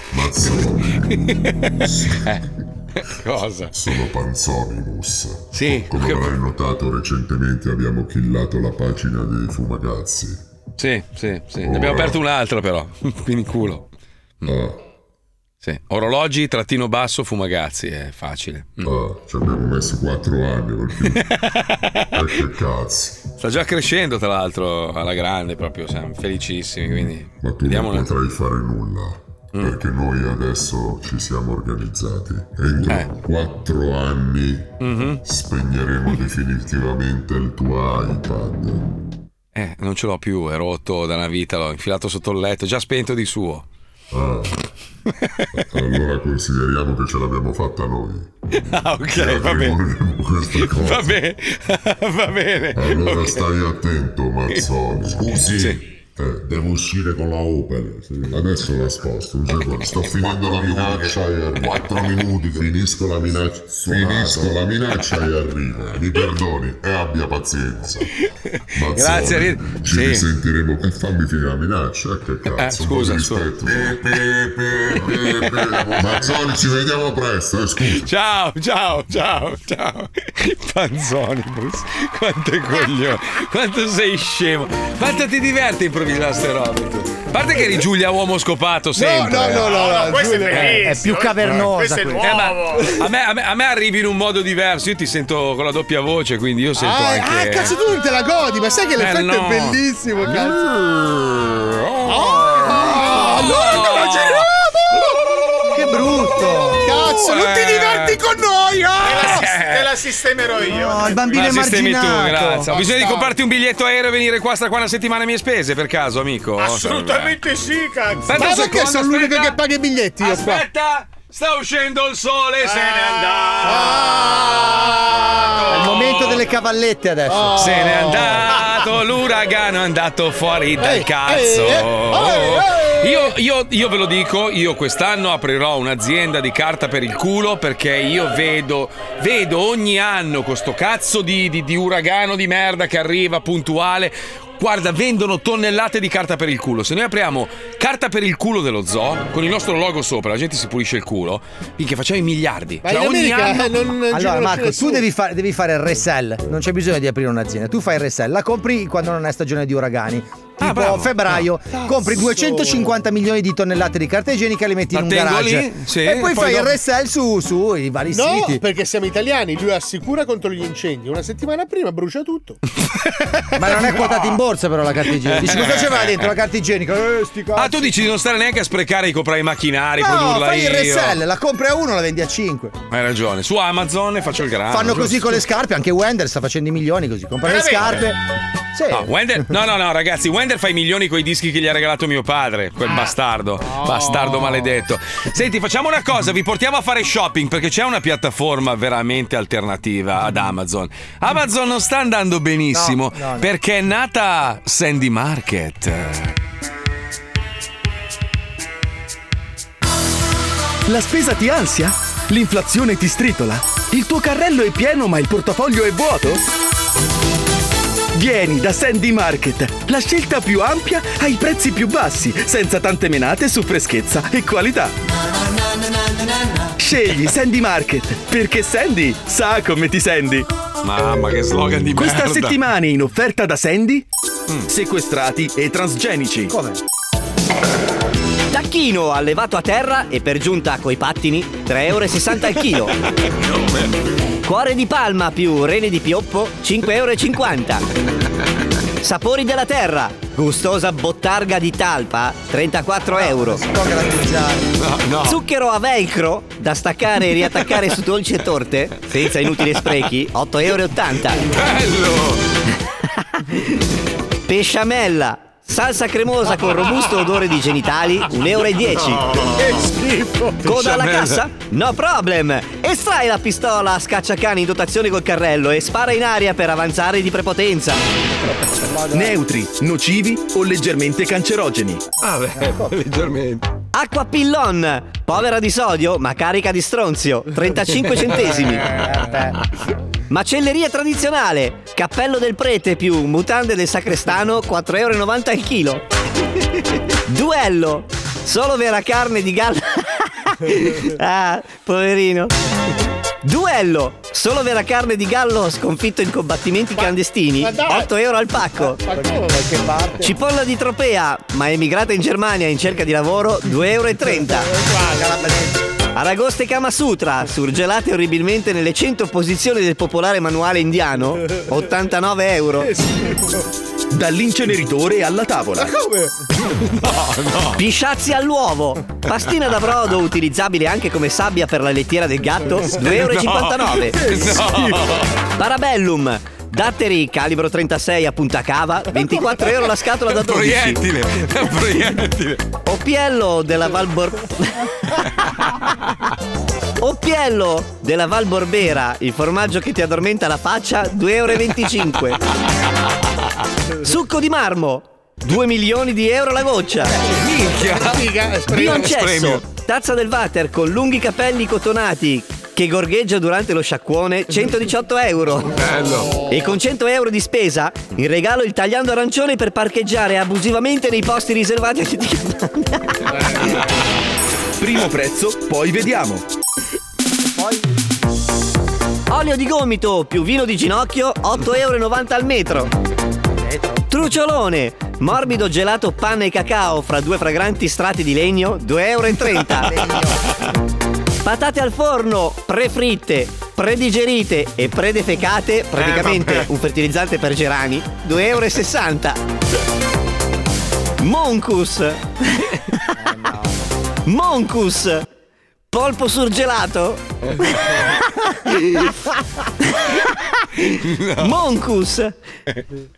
Speaker 18: Cosa? Sono Panzonimus. Sì. Come avrai notato recentemente abbiamo killato la pagina dei Fumagazzi. Mm.
Speaker 3: Sì, sì, sì. Ne abbiamo aperto un'altra però. Quindi culo.
Speaker 18: Ah,
Speaker 3: Sì. Orologi, trattino basso, fumagazzi, è facile. Mm.
Speaker 18: Ah, ci abbiamo messo 4 anni per chiudere. Eh, che cazzo.
Speaker 3: Sta già crescendo, tra l'altro, alla grande proprio, siamo felicissimi, quindi
Speaker 18: Ma tu
Speaker 3: vediamo
Speaker 18: non
Speaker 3: una-
Speaker 18: potrai fare nulla. Perché noi adesso ci siamo organizzati. Entro quattro anni spegneremo definitivamente il tuo iPad.
Speaker 3: Eh, non ce l'ho più, è rotto da una vita, l'ho infilato sotto il letto, già spento di suo.
Speaker 18: Ah. Allora consideriamo che ce l'abbiamo fatta noi.
Speaker 3: Ah, ok, va bene. Va bene, va bene.
Speaker 18: Allora stai attento, Mazzoni. Scusi. Eh, devo uscire con la Opel. Adesso la sposto. un secondo. Sto finendo la minaccia e arrivo. 4 minuti finisco la minaccia. Finisco la minaccia e arrivo. Mi perdoni e abbia pazienza. Mazzoni,
Speaker 3: Grazie, Rid-
Speaker 18: Ci
Speaker 3: sì.
Speaker 18: risentiremo. E fammi finire la minaccia. eh, Che cazzo.
Speaker 3: scusa,
Speaker 18: scusa. eh, Mazzoni, ci vediamo presto. Eh, scusa.
Speaker 3: Ciao, ciao, ciao, ciao. Panzonibus, quanto è coglione, quanto sei scemo. Quanto ti diverti a improvvisare ste robe tu. A parte che eri Giulia uomo scopato sempre.
Speaker 9: no, no, no,
Speaker 3: eh.
Speaker 9: no, No, questo è Giulia- bellissimo,
Speaker 11: È più cavernosa questo è quella.
Speaker 3: Eh, ma a, me, a me- a me arrivi in un modo diverso, io ti sento con la doppia voce, quindi io sento
Speaker 9: Ah, ah,
Speaker 3: anche...
Speaker 9: cazzo, tu non te la godi, ma sai che
Speaker 3: Eh,
Speaker 9: l'effetto
Speaker 3: no. Mm.
Speaker 9: è bellissimo, cazzo.
Speaker 3: Oh,
Speaker 9: Lordo Magirano!
Speaker 11: Che brutto!
Speaker 9: Cazzo, non ti
Speaker 22: Oh! Eh.
Speaker 9: diverti con noi! ah!
Speaker 22: Te la sistemerò io.
Speaker 11: No, il bambino
Speaker 3: Ma sistemi tu,
Speaker 11: emarginato.
Speaker 3: grazie. Ho bisogno di
Speaker 22: Bastardo.
Speaker 3: comprarti un biglietto aereo e venire qua sta qua una settimana a mie spese, per caso, amico.
Speaker 22: Assolutamente sì, cazzo.
Speaker 3: Aspetta un
Speaker 9: Ma perché
Speaker 3: secondo,
Speaker 9: sono l'unico che paga i biglietti io qua?
Speaker 3: Aspetta, sta uscendo il sole, se ne
Speaker 11: È il momento delle cavallette adesso.
Speaker 3: Oh. Se n'è andato, l'uragano è andato fuori dal cazzo.
Speaker 11: eh, eh,
Speaker 3: Oh. Io, io- io ve lo dico, io quest'anno aprirò un'azienda di carta per il culo perché io vedo, vedo ogni anno questo cazzo di, di- di uragano di merda che arriva puntuale. Guarda, vendono tonnellate di carta per il culo. Se noi apriamo carta per il culo dello zoo, con il nostro logo sopra, la gente si pulisce il culo, minchia facciamo i miliardi.
Speaker 11: Ma
Speaker 3: Cioè, ogni anno...
Speaker 11: allora Marco, tu devi, fa- devi fare il resell, non c'è bisogno di aprire un'azienda, tu fai il resell, la compri quando non è stagione di uragani.
Speaker 3: Ah,
Speaker 11: Tipo febbraio, compri 250 milioni di tonnellate di carta igienica e le metti
Speaker 3: La
Speaker 11: in un
Speaker 3: tengo
Speaker 11: garage.
Speaker 3: lì, sì,
Speaker 11: e poi,
Speaker 3: poi
Speaker 11: fai
Speaker 3: dopo-
Speaker 11: il resell su, su i vari
Speaker 9: No,
Speaker 11: siti.
Speaker 9: perché siamo italiani, lui assicura contro gli incendi. Una settimana prima brucia tutto.
Speaker 11: Ma non è quotata in borsa però la carta igienica. Dici cosa c'aveva dentro la carta igienica? Eh, sti cazzi.
Speaker 3: Ah, tu dici di non stare neanche a sprecare e comprare i macchinari,
Speaker 11: No,
Speaker 3: produrla
Speaker 11: fai il
Speaker 3: io.
Speaker 11: resell, la compri a uno, la vendi a 5.
Speaker 3: Hai ragione, su Amazon e faccio il grano.
Speaker 11: Fanno
Speaker 3: giusto?
Speaker 11: così con le scarpe, anche Wender sta facendo i milioni così, compra le scarpe.
Speaker 3: Veramente?
Speaker 11: Sì.
Speaker 3: No, Wender- no, no, no, ragazzi, Wender fa i milioni con i dischi che gli ha regalato mio padre,
Speaker 26: Ah.
Speaker 3: quel bastardo, bastardo maledetto. Senti, facciamo una cosa, vi portiamo a fare shopping perché c'è una piattaforma veramente alternativa ad Amazon. Amazon non sta andando benissimo
Speaker 26: No, no, no.
Speaker 3: perché è nata Sandy Market.
Speaker 26: La spesa ti ansia? L'inflazione ti stritola? Il tuo carrello è pieno ma il portafoglio è vuoto? Vieni da Sandy Market, la scelta più ampia ai prezzi più bassi, senza tante menate su freschezza e qualità. Scegli Sandy Market, perché Sandy sa come ti senti.
Speaker 3: Mamma che
Speaker 8: Eh,
Speaker 3: slogan di
Speaker 26: Questa
Speaker 3: merda. Mm.
Speaker 26: settimana in offerta da Sandy, sequestrati e transgenici. Come?
Speaker 16: Tacchino allevato a terra e per giunta coi pattini 3,60 euro al chilo. Cuore di palma più rene di pioppo 5,50 Sapori della terra, gustosa bottarga di talpa 34 euro. Zucchero a velcro da staccare e riattaccare su dolci e torte senza inutili sprechi 8,80 euro. Pesciamella, salsa cremosa con robusto odore di genitali 1,10 euro.
Speaker 6: Che schifo.
Speaker 16: Coda alla cassa? No problem! Estrai la pistola a scacciacani in dotazione col carrello e spara in aria per avanzare di prepotenza.
Speaker 26: Neutri, nocivi o leggermente cancerogeni.
Speaker 3: Ah, beh, leggermente.
Speaker 16: Acqua pillon, povera di sodio ma carica di stronzio, 35 centesimi.
Speaker 3: Eh,
Speaker 16: Macelleria tradizionale, cappello del prete più mutande del sacrestano, 4,90 euro al chilo. Duello, solo vera carne di galla. ah, poverino. Duello! Solo vera carne di gallo sconfitto in combattimenti clandestini.
Speaker 10: ma dai!
Speaker 16: 8 euro al pacco. Cipolla di Tropea, ma emigrata in Germania in cerca di lavoro, 2,30 euro. Aragoste Kama Sutra, surgelate orribilmente nelle 100 posizioni del popolare manuale indiano, 89 euro.
Speaker 26: Dall'inceneritore alla tavola.
Speaker 16: Pisciazzi all'uovo, pastina da brodo utilizzabile anche come sabbia per la lettiera del gatto, 2,59
Speaker 3: eh,
Speaker 16: euro.
Speaker 8: No.
Speaker 16: Parabellum, datteri calibro 36 a punta cava, 24 euro la scatola da 12.
Speaker 8: Proiettile, è un proiettile.
Speaker 16: Oppiello della Val Bor- Oppiello della Val Borbera, il formaggio che ti addormenta la faccia, 2,25 euro. Succo di marmo, 2 milioni di euro la goccia.
Speaker 9: eh,
Speaker 5: Minchia!
Speaker 16: Bioncesso, tazza del water con lunghi capelli cotonati che gorgheggia durante lo sciacquone, 118 euro.
Speaker 8: Bello.
Speaker 16: E con 100 euro di spesa, in regalo il tagliando arancione per parcheggiare abusivamente nei posti riservati agli
Speaker 26: Primo prezzo, poi vediamo.
Speaker 16: Olio di gomito più vino di ginocchio, 8,90 euro al metro. Truciolone, morbido gelato panna e cacao fra due fragranti strati di legno, 2,30 euro. Patate al forno, prefritte, predigerite e predefecate, praticamente un fertilizzante per gerani, 2,60 euro. Moncus. Moncus. Polpo surgelato. Moncus.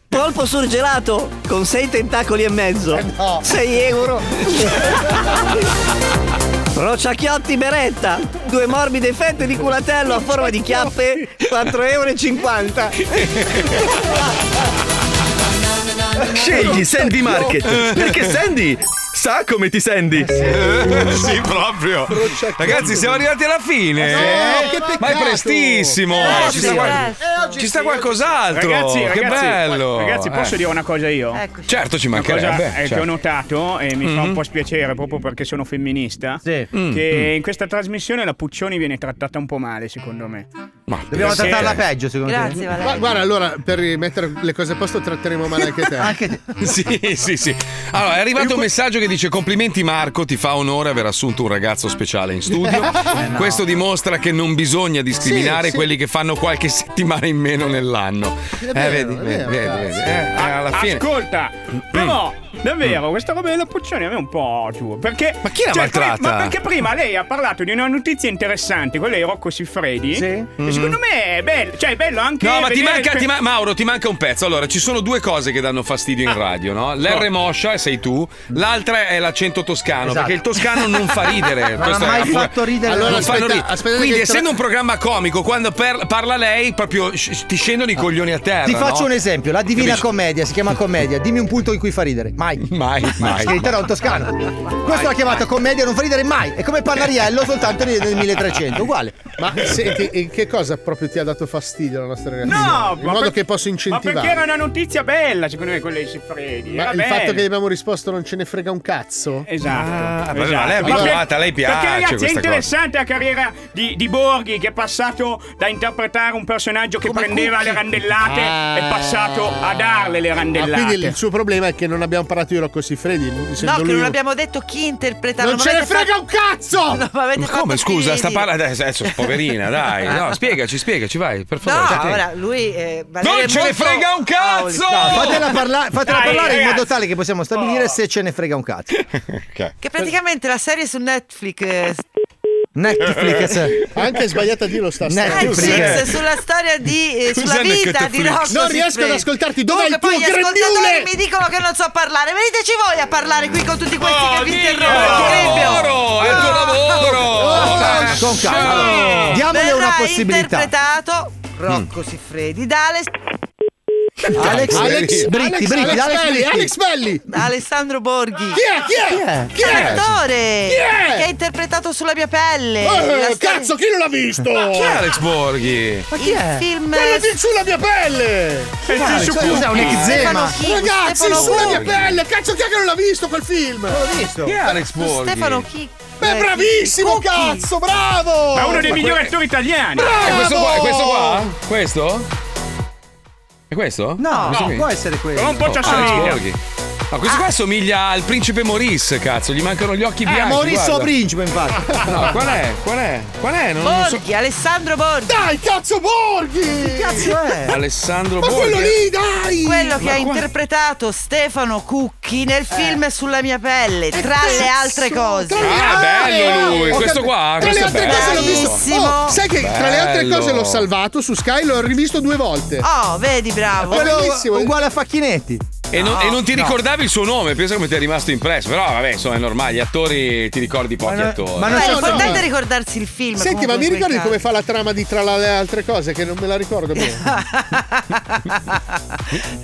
Speaker 16: Polpo surgelato con sei tentacoli e mezzo. 6 euro. Rocciacchiotti beretta. Due morbide fette di culatello a forma di chiappe. 4,50
Speaker 26: Scegli Sandy Market, perché Sandy sa come ti senti.
Speaker 3: Eh, sì, proprio. Ragazzi, siamo arrivati alla fine.
Speaker 26: Eh, che
Speaker 3: Ma è
Speaker 26: peccato.
Speaker 3: prestissimo.
Speaker 26: Eh,
Speaker 3: Ci
Speaker 26: sì,
Speaker 3: sta, qual-
Speaker 26: eh, oggi
Speaker 3: ci sta
Speaker 26: sì,
Speaker 3: qualcos'altro.
Speaker 4: Ragazzi,
Speaker 3: che
Speaker 4: ragazzi,
Speaker 3: bello.
Speaker 4: Ragazzi, posso
Speaker 3: Eh.
Speaker 4: dire una cosa io?
Speaker 9: Ecco.
Speaker 3: Certo, ci
Speaker 4: Una cosa
Speaker 3: mancherebbe.
Speaker 4: eh, che
Speaker 3: certo.
Speaker 4: ho notato e mi fa
Speaker 3: Mhm.
Speaker 4: un po' spiacere proprio perché sono femminista.
Speaker 3: Mm,
Speaker 4: Che
Speaker 3: mm.
Speaker 4: in questa trasmissione la Puccioni viene trattata un po' male, secondo me.
Speaker 11: Dobbiamo
Speaker 4: Perché-
Speaker 11: trattarla peggio, secondo te.
Speaker 4: Valerio.
Speaker 9: Gua- Guarda, allora, per rimettere le cose a posto tratteremo male anche te. anche te.
Speaker 3: sì, sì, sì. Allora, è arrivato un messaggio che dice: Complimenti, Marco. Ti fa onore aver assunto un ragazzo speciale in studio.
Speaker 8: Eh, no.
Speaker 3: Questo dimostra che non bisogna discriminare
Speaker 8: Sì, sì.
Speaker 3: quelli che fanno qualche settimana in meno nell'anno. eh, vedi, vedi, vedi, vedi. Eh, alla fine. Mm,
Speaker 4: Ascolta, però, davvero, questa roba della Puccioni a me è un po' giù. Perché. Ma chi
Speaker 3: la maltratta?
Speaker 4: ma perché prima lei ha parlato di una notizia interessante, quella di Rocco Siffredi. Sì. E
Speaker 3: Mhm.
Speaker 4: secondo me è bello. Cioè, è bello anche.
Speaker 3: No, ma ti
Speaker 4: vedere-
Speaker 3: manca, ti ma- Mauro, ti manca un pezzo. Allora, ci sono due cose che danno fastidio in radio, no? L'R Moscia, e sei tu, l'altra è l'accento toscano,
Speaker 9: Esatto.
Speaker 3: perché il toscano non fa ridere.
Speaker 9: Non
Speaker 3: Questa
Speaker 9: ha
Speaker 3: è
Speaker 9: mai
Speaker 3: la fuga.
Speaker 9: fatto ridere. Allora,
Speaker 3: Non fanno
Speaker 9: aspetta,
Speaker 3: ridere.
Speaker 9: aspetta
Speaker 3: Quindi,
Speaker 9: che-
Speaker 3: essendo un programma comico, quando per- parla lei, proprio sci- ti scendono i coglioni a terra.
Speaker 11: Ti faccio
Speaker 3: Eh, no?
Speaker 11: un esempio, la Divina
Speaker 3: Capisci?
Speaker 11: Commedia si chiama Commedia, dimmi un punto in cui fa ridere. Mai.
Speaker 3: Mai, mai.
Speaker 11: Scritta da un toscano. Questo l'ha chiamata commedia, non fa ridere mai. È come Pannariello, soltanto nel nel 1300, uguale.
Speaker 9: Ma senti, in che cosa proprio ti ha dato fastidio la nostra relazione?
Speaker 4: No,
Speaker 9: in
Speaker 4: ma
Speaker 9: modo
Speaker 4: per-
Speaker 9: che posso
Speaker 4: Ma
Speaker 9: incentivare.
Speaker 4: perché era una notizia bella, secondo me, quella di Siffredi.
Speaker 9: Ma
Speaker 4: era
Speaker 9: il fatto
Speaker 4: bella.
Speaker 9: che gli abbiamo risposto non ce ne frega un cazzo? Ah,
Speaker 4: Esatto.
Speaker 3: vabbè, ma Ah, lei è abituata, a lei piace
Speaker 4: Perché ragazzi è
Speaker 3: questa cosa.
Speaker 4: interessante la carriera di, di Borghi che è passato da interpretare un personaggio che prendeva le randellate
Speaker 9: Ah.
Speaker 4: è passato a darle le
Speaker 9: Ah,
Speaker 4: randellate.
Speaker 9: quindi il suo problema è che non abbiamo parlato di Rocco Siffredi.
Speaker 2: No, che non abbiamo detto chi interpreta
Speaker 9: Non ce ne frega
Speaker 2: un cazzo!
Speaker 3: Oh, Ma come scusa, sta parla adesso, adesso, poverina, dai. No, spiegaci, spiegaci, vai, per
Speaker 2: No,
Speaker 3: favore.
Speaker 2: ora lui. eh, Valerio
Speaker 3: Non
Speaker 2: è
Speaker 3: ce ne
Speaker 2: molto-
Speaker 3: frega un cazzo!
Speaker 11: No, fatela parla- fatela
Speaker 2: Dai,
Speaker 11: parlare in
Speaker 2: ragazzi.
Speaker 11: modo tale che possiamo
Speaker 3: Oh.
Speaker 11: stabilire se ce ne frega un cazzo.
Speaker 2: Che praticamente la serie su Netflix. eh,
Speaker 11: Netflix.
Speaker 9: Anche sbagliata a dirlo
Speaker 5: Eh,
Speaker 2: Eh,
Speaker 9: sta
Speaker 2: Netflix Ecco, sulla storia di eh, sulla
Speaker 9: Cos'è
Speaker 2: vita di
Speaker 9: Netflix?
Speaker 2: Rocco
Speaker 9: Non riesco
Speaker 2: Siffredi.
Speaker 9: ad ascoltarti, dov'è
Speaker 2: Comunque
Speaker 9: il tuo
Speaker 2: poi gli
Speaker 9: grembiule?
Speaker 2: ascoltatori mi dicono che non so parlare veniteci voi a parlare qui con tutti questi che Ah. vi interrompono
Speaker 3: Lavoro, è il tuo lavoro.
Speaker 11: Con- con calma. Diamole una
Speaker 2: Verrà
Speaker 11: possibilità.
Speaker 2: interpretato Rocco Siffredi Dale Alex,
Speaker 5: Alex-
Speaker 2: Britti,
Speaker 5: Alex-
Speaker 2: Britti,
Speaker 5: Alex
Speaker 2: Alex
Speaker 5: Belli,
Speaker 2: Britti.
Speaker 5: Alex
Speaker 2: Alessandro Borghi.
Speaker 5: Chi è? Chi è? Chi è?
Speaker 2: L'attore
Speaker 5: Chi è?
Speaker 2: che ha interpretato sulla mia pelle.
Speaker 5: Eh,
Speaker 2: La storia-
Speaker 5: cazzo, chi non l'ha visto?
Speaker 9: Eh,
Speaker 3: Chi è Alex Borghi?
Speaker 2: Ma chi Il è? film-
Speaker 5: Quello di sulla mia pelle!
Speaker 3: Sì, Dai, sì, su cioè, Cucchi. cos'è, un eczema? Stefano Chi,
Speaker 5: Ragazzi,
Speaker 3: Stefano
Speaker 5: sulla mia
Speaker 3: Borghi.
Speaker 5: pelle! Cazzo, chi è che non l'ha visto quel film? Non l'ho visto!
Speaker 3: Chi è Alex Borghi? Stefano
Speaker 2: Chi?
Speaker 5: Beh, bravissimo, cazzo, bravo!
Speaker 4: Ma uno dei
Speaker 3: Ma
Speaker 4: migliori
Speaker 3: que-
Speaker 4: attori italiani.
Speaker 3: È Ah, questo qua? È questo qua? Questo? È questo?
Speaker 4: No,
Speaker 3: Questo
Speaker 4: no,
Speaker 3: qui?
Speaker 4: può essere quello. Però un po' ci assomiglia.
Speaker 3: Alex Borghi. Ma questo qua somiglia al principe Maurice, cazzo, gli mancano gli
Speaker 11: Eh,
Speaker 3: occhi bianchi.
Speaker 11: Maurizio
Speaker 3: guarda.
Speaker 11: Principe, infatti.
Speaker 3: No, qual è? Qual è? Qual è? Non, non so.
Speaker 2: Borghi, Alessandro Borghi.
Speaker 5: Dai, cazzo Borghi! Che
Speaker 11: cazzo è?
Speaker 3: Alessandro
Speaker 5: Ma
Speaker 3: Borghi.
Speaker 5: quello lì, dai!
Speaker 2: Quello che
Speaker 3: Ma qua-
Speaker 2: ha
Speaker 3: Eh.
Speaker 2: interpretato Stefano Cucchi nel film Sulla mia pelle, tra le altre cose.
Speaker 3: Ah, bello lui. questo qua,
Speaker 9: Tra le
Speaker 3: questo è
Speaker 9: altre
Speaker 3: bello.
Speaker 9: cose l'ho visto. Oh, sai che tra le altre
Speaker 3: Bello.
Speaker 9: cose l'ho salvato su Sky, l'ho rivisto due volte.
Speaker 2: Oh, vedi, bravo.
Speaker 9: Quello
Speaker 11: Bellissimo. Uguale a Facchinetti.
Speaker 3: E non,
Speaker 11: No,
Speaker 3: e non ti
Speaker 11: no.
Speaker 3: ricordavi il suo nome, pensa come ti è rimasto impresso. Però vabbè, insomma, è normale, gli attori ti ricordi pochi attori.
Speaker 2: Ma
Speaker 9: so-
Speaker 2: l'importante
Speaker 9: no.
Speaker 2: è ricordarsi il film.
Speaker 9: Senti,
Speaker 2: comunque,
Speaker 9: ma mi
Speaker 2: in quel
Speaker 9: ricordi
Speaker 2: caso.
Speaker 9: come fa la trama di tra le altre cose? Che non me la ricordo bene.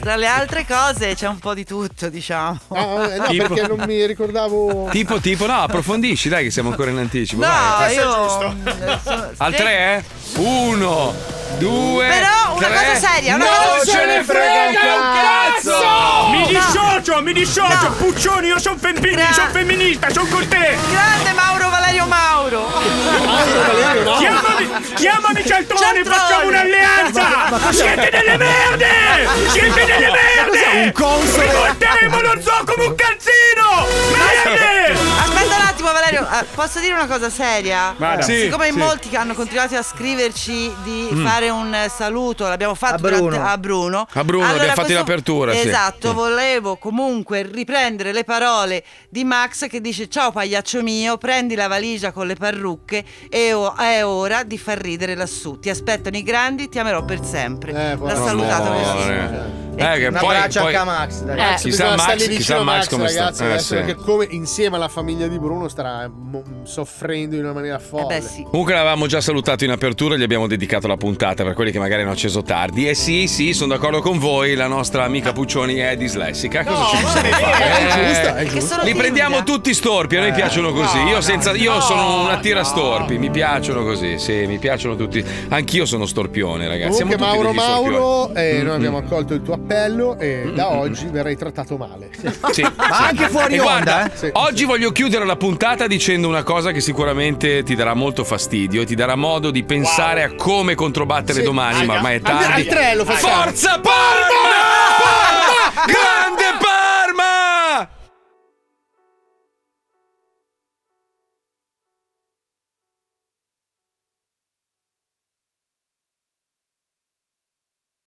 Speaker 2: Tra le altre cose c'è un po' di tutto, diciamo.
Speaker 9: Ah, eh, no, perché non mi ricordavo.
Speaker 3: Tipo, tipo, no, approfondisci, dai, che siamo ancora in anticipo.
Speaker 4: Eh,
Speaker 2: No,
Speaker 3: vai.
Speaker 2: io.
Speaker 3: Al eh? 3? 1, 2,
Speaker 2: Però una cosa seria, una cosa
Speaker 3: Non ce
Speaker 2: seria.
Speaker 3: ne frega un cazzo!
Speaker 4: Mi dissocio, mi dissocio.
Speaker 2: No.
Speaker 4: Puccioni, io sono femminista, sono femminista, sono con te.
Speaker 2: Grande Mauro Valerio Mauro!
Speaker 4: Valerio Mauro. Chiamami- chiamami Cialtrone, facciamo un'alleanza. Siete delle merde! Siete delle merde! Un console! Rivolteremo lo zoo come un calzino! Merde!
Speaker 2: Aspetta un attimo, Valerio, eh, posso dire una cosa seria?
Speaker 4: Vada. Sì,
Speaker 2: Siccome in
Speaker 4: sì.
Speaker 2: molti che hanno continuato a scriverci di
Speaker 3: Mm.
Speaker 2: fare un eh, saluto, l'abbiamo fatto
Speaker 3: A Bruno.
Speaker 2: durante- a Bruno.
Speaker 3: A Bruno, l'abbiamo
Speaker 2: Allora,
Speaker 3: fatto in apertura, sì. Mm.
Speaker 2: Esatto,
Speaker 3: Sì.
Speaker 2: volevo comunque riprendere le parole di Max che dice: Ciao pagliaccio mio, prendi la valigia con le parrucche e o- è ora di far ridere lassù. Ti aspettano i grandi, ti amerò per sempre. L'ha salutata così.
Speaker 3: Eh, che
Speaker 9: Un
Speaker 3: poi,
Speaker 9: abbraccio
Speaker 3: poi...
Speaker 9: anche a Max, dai.
Speaker 3: Eh, chissà
Speaker 9: Bisogna
Speaker 3: Max,
Speaker 9: stargli
Speaker 3: chissà
Speaker 9: vicino
Speaker 3: Max come
Speaker 9: ragazzi,
Speaker 3: sta. Eh,
Speaker 9: adesso,
Speaker 3: sì.
Speaker 9: perché come insieme alla famiglia di Bruno starà mo- soffrendo in una maniera folle.
Speaker 3: Comunque l'avevamo già salutato in apertura, gli abbiamo dedicato la puntata per quelli che magari hanno acceso tardi. E sì, sì, sono d'accordo con voi, la nostra amica Puccioni è dislessica. Cosa ci possiamo fare?
Speaker 9: È giusto, è
Speaker 3: Eh,
Speaker 9: giusto.
Speaker 3: Li prendiamo tutti storpi,
Speaker 9: Eh,
Speaker 3: a noi piacciono così. io senza- io sono una tira storpi, mi piacciono così, sì, mi piacciono tutti. Anch'io sono storpione, ragazzi.
Speaker 9: Comunque
Speaker 3: Siamo
Speaker 9: Mauro
Speaker 3: tutti degli storpioni.
Speaker 9: Mauro, eh, noi
Speaker 3: Mm,
Speaker 9: abbiamo
Speaker 3: mm.
Speaker 9: accolto il tuo appello e da oggi verrai trattato male.
Speaker 3: Sì,
Speaker 9: Ma
Speaker 3: sì.
Speaker 9: anche fuori
Speaker 3: E
Speaker 9: onda,
Speaker 3: guarda,
Speaker 9: eh? Sì,
Speaker 3: oggi voglio chiudere la puntata dicendo una cosa che sicuramente ti darà molto fastidio e ti darà modo di pensare a come controbattere
Speaker 9: Sì.
Speaker 3: domani, ma ormai è
Speaker 9: Al-
Speaker 3: tardi.
Speaker 9: al tre lo facciamo.
Speaker 3: Forza Parma!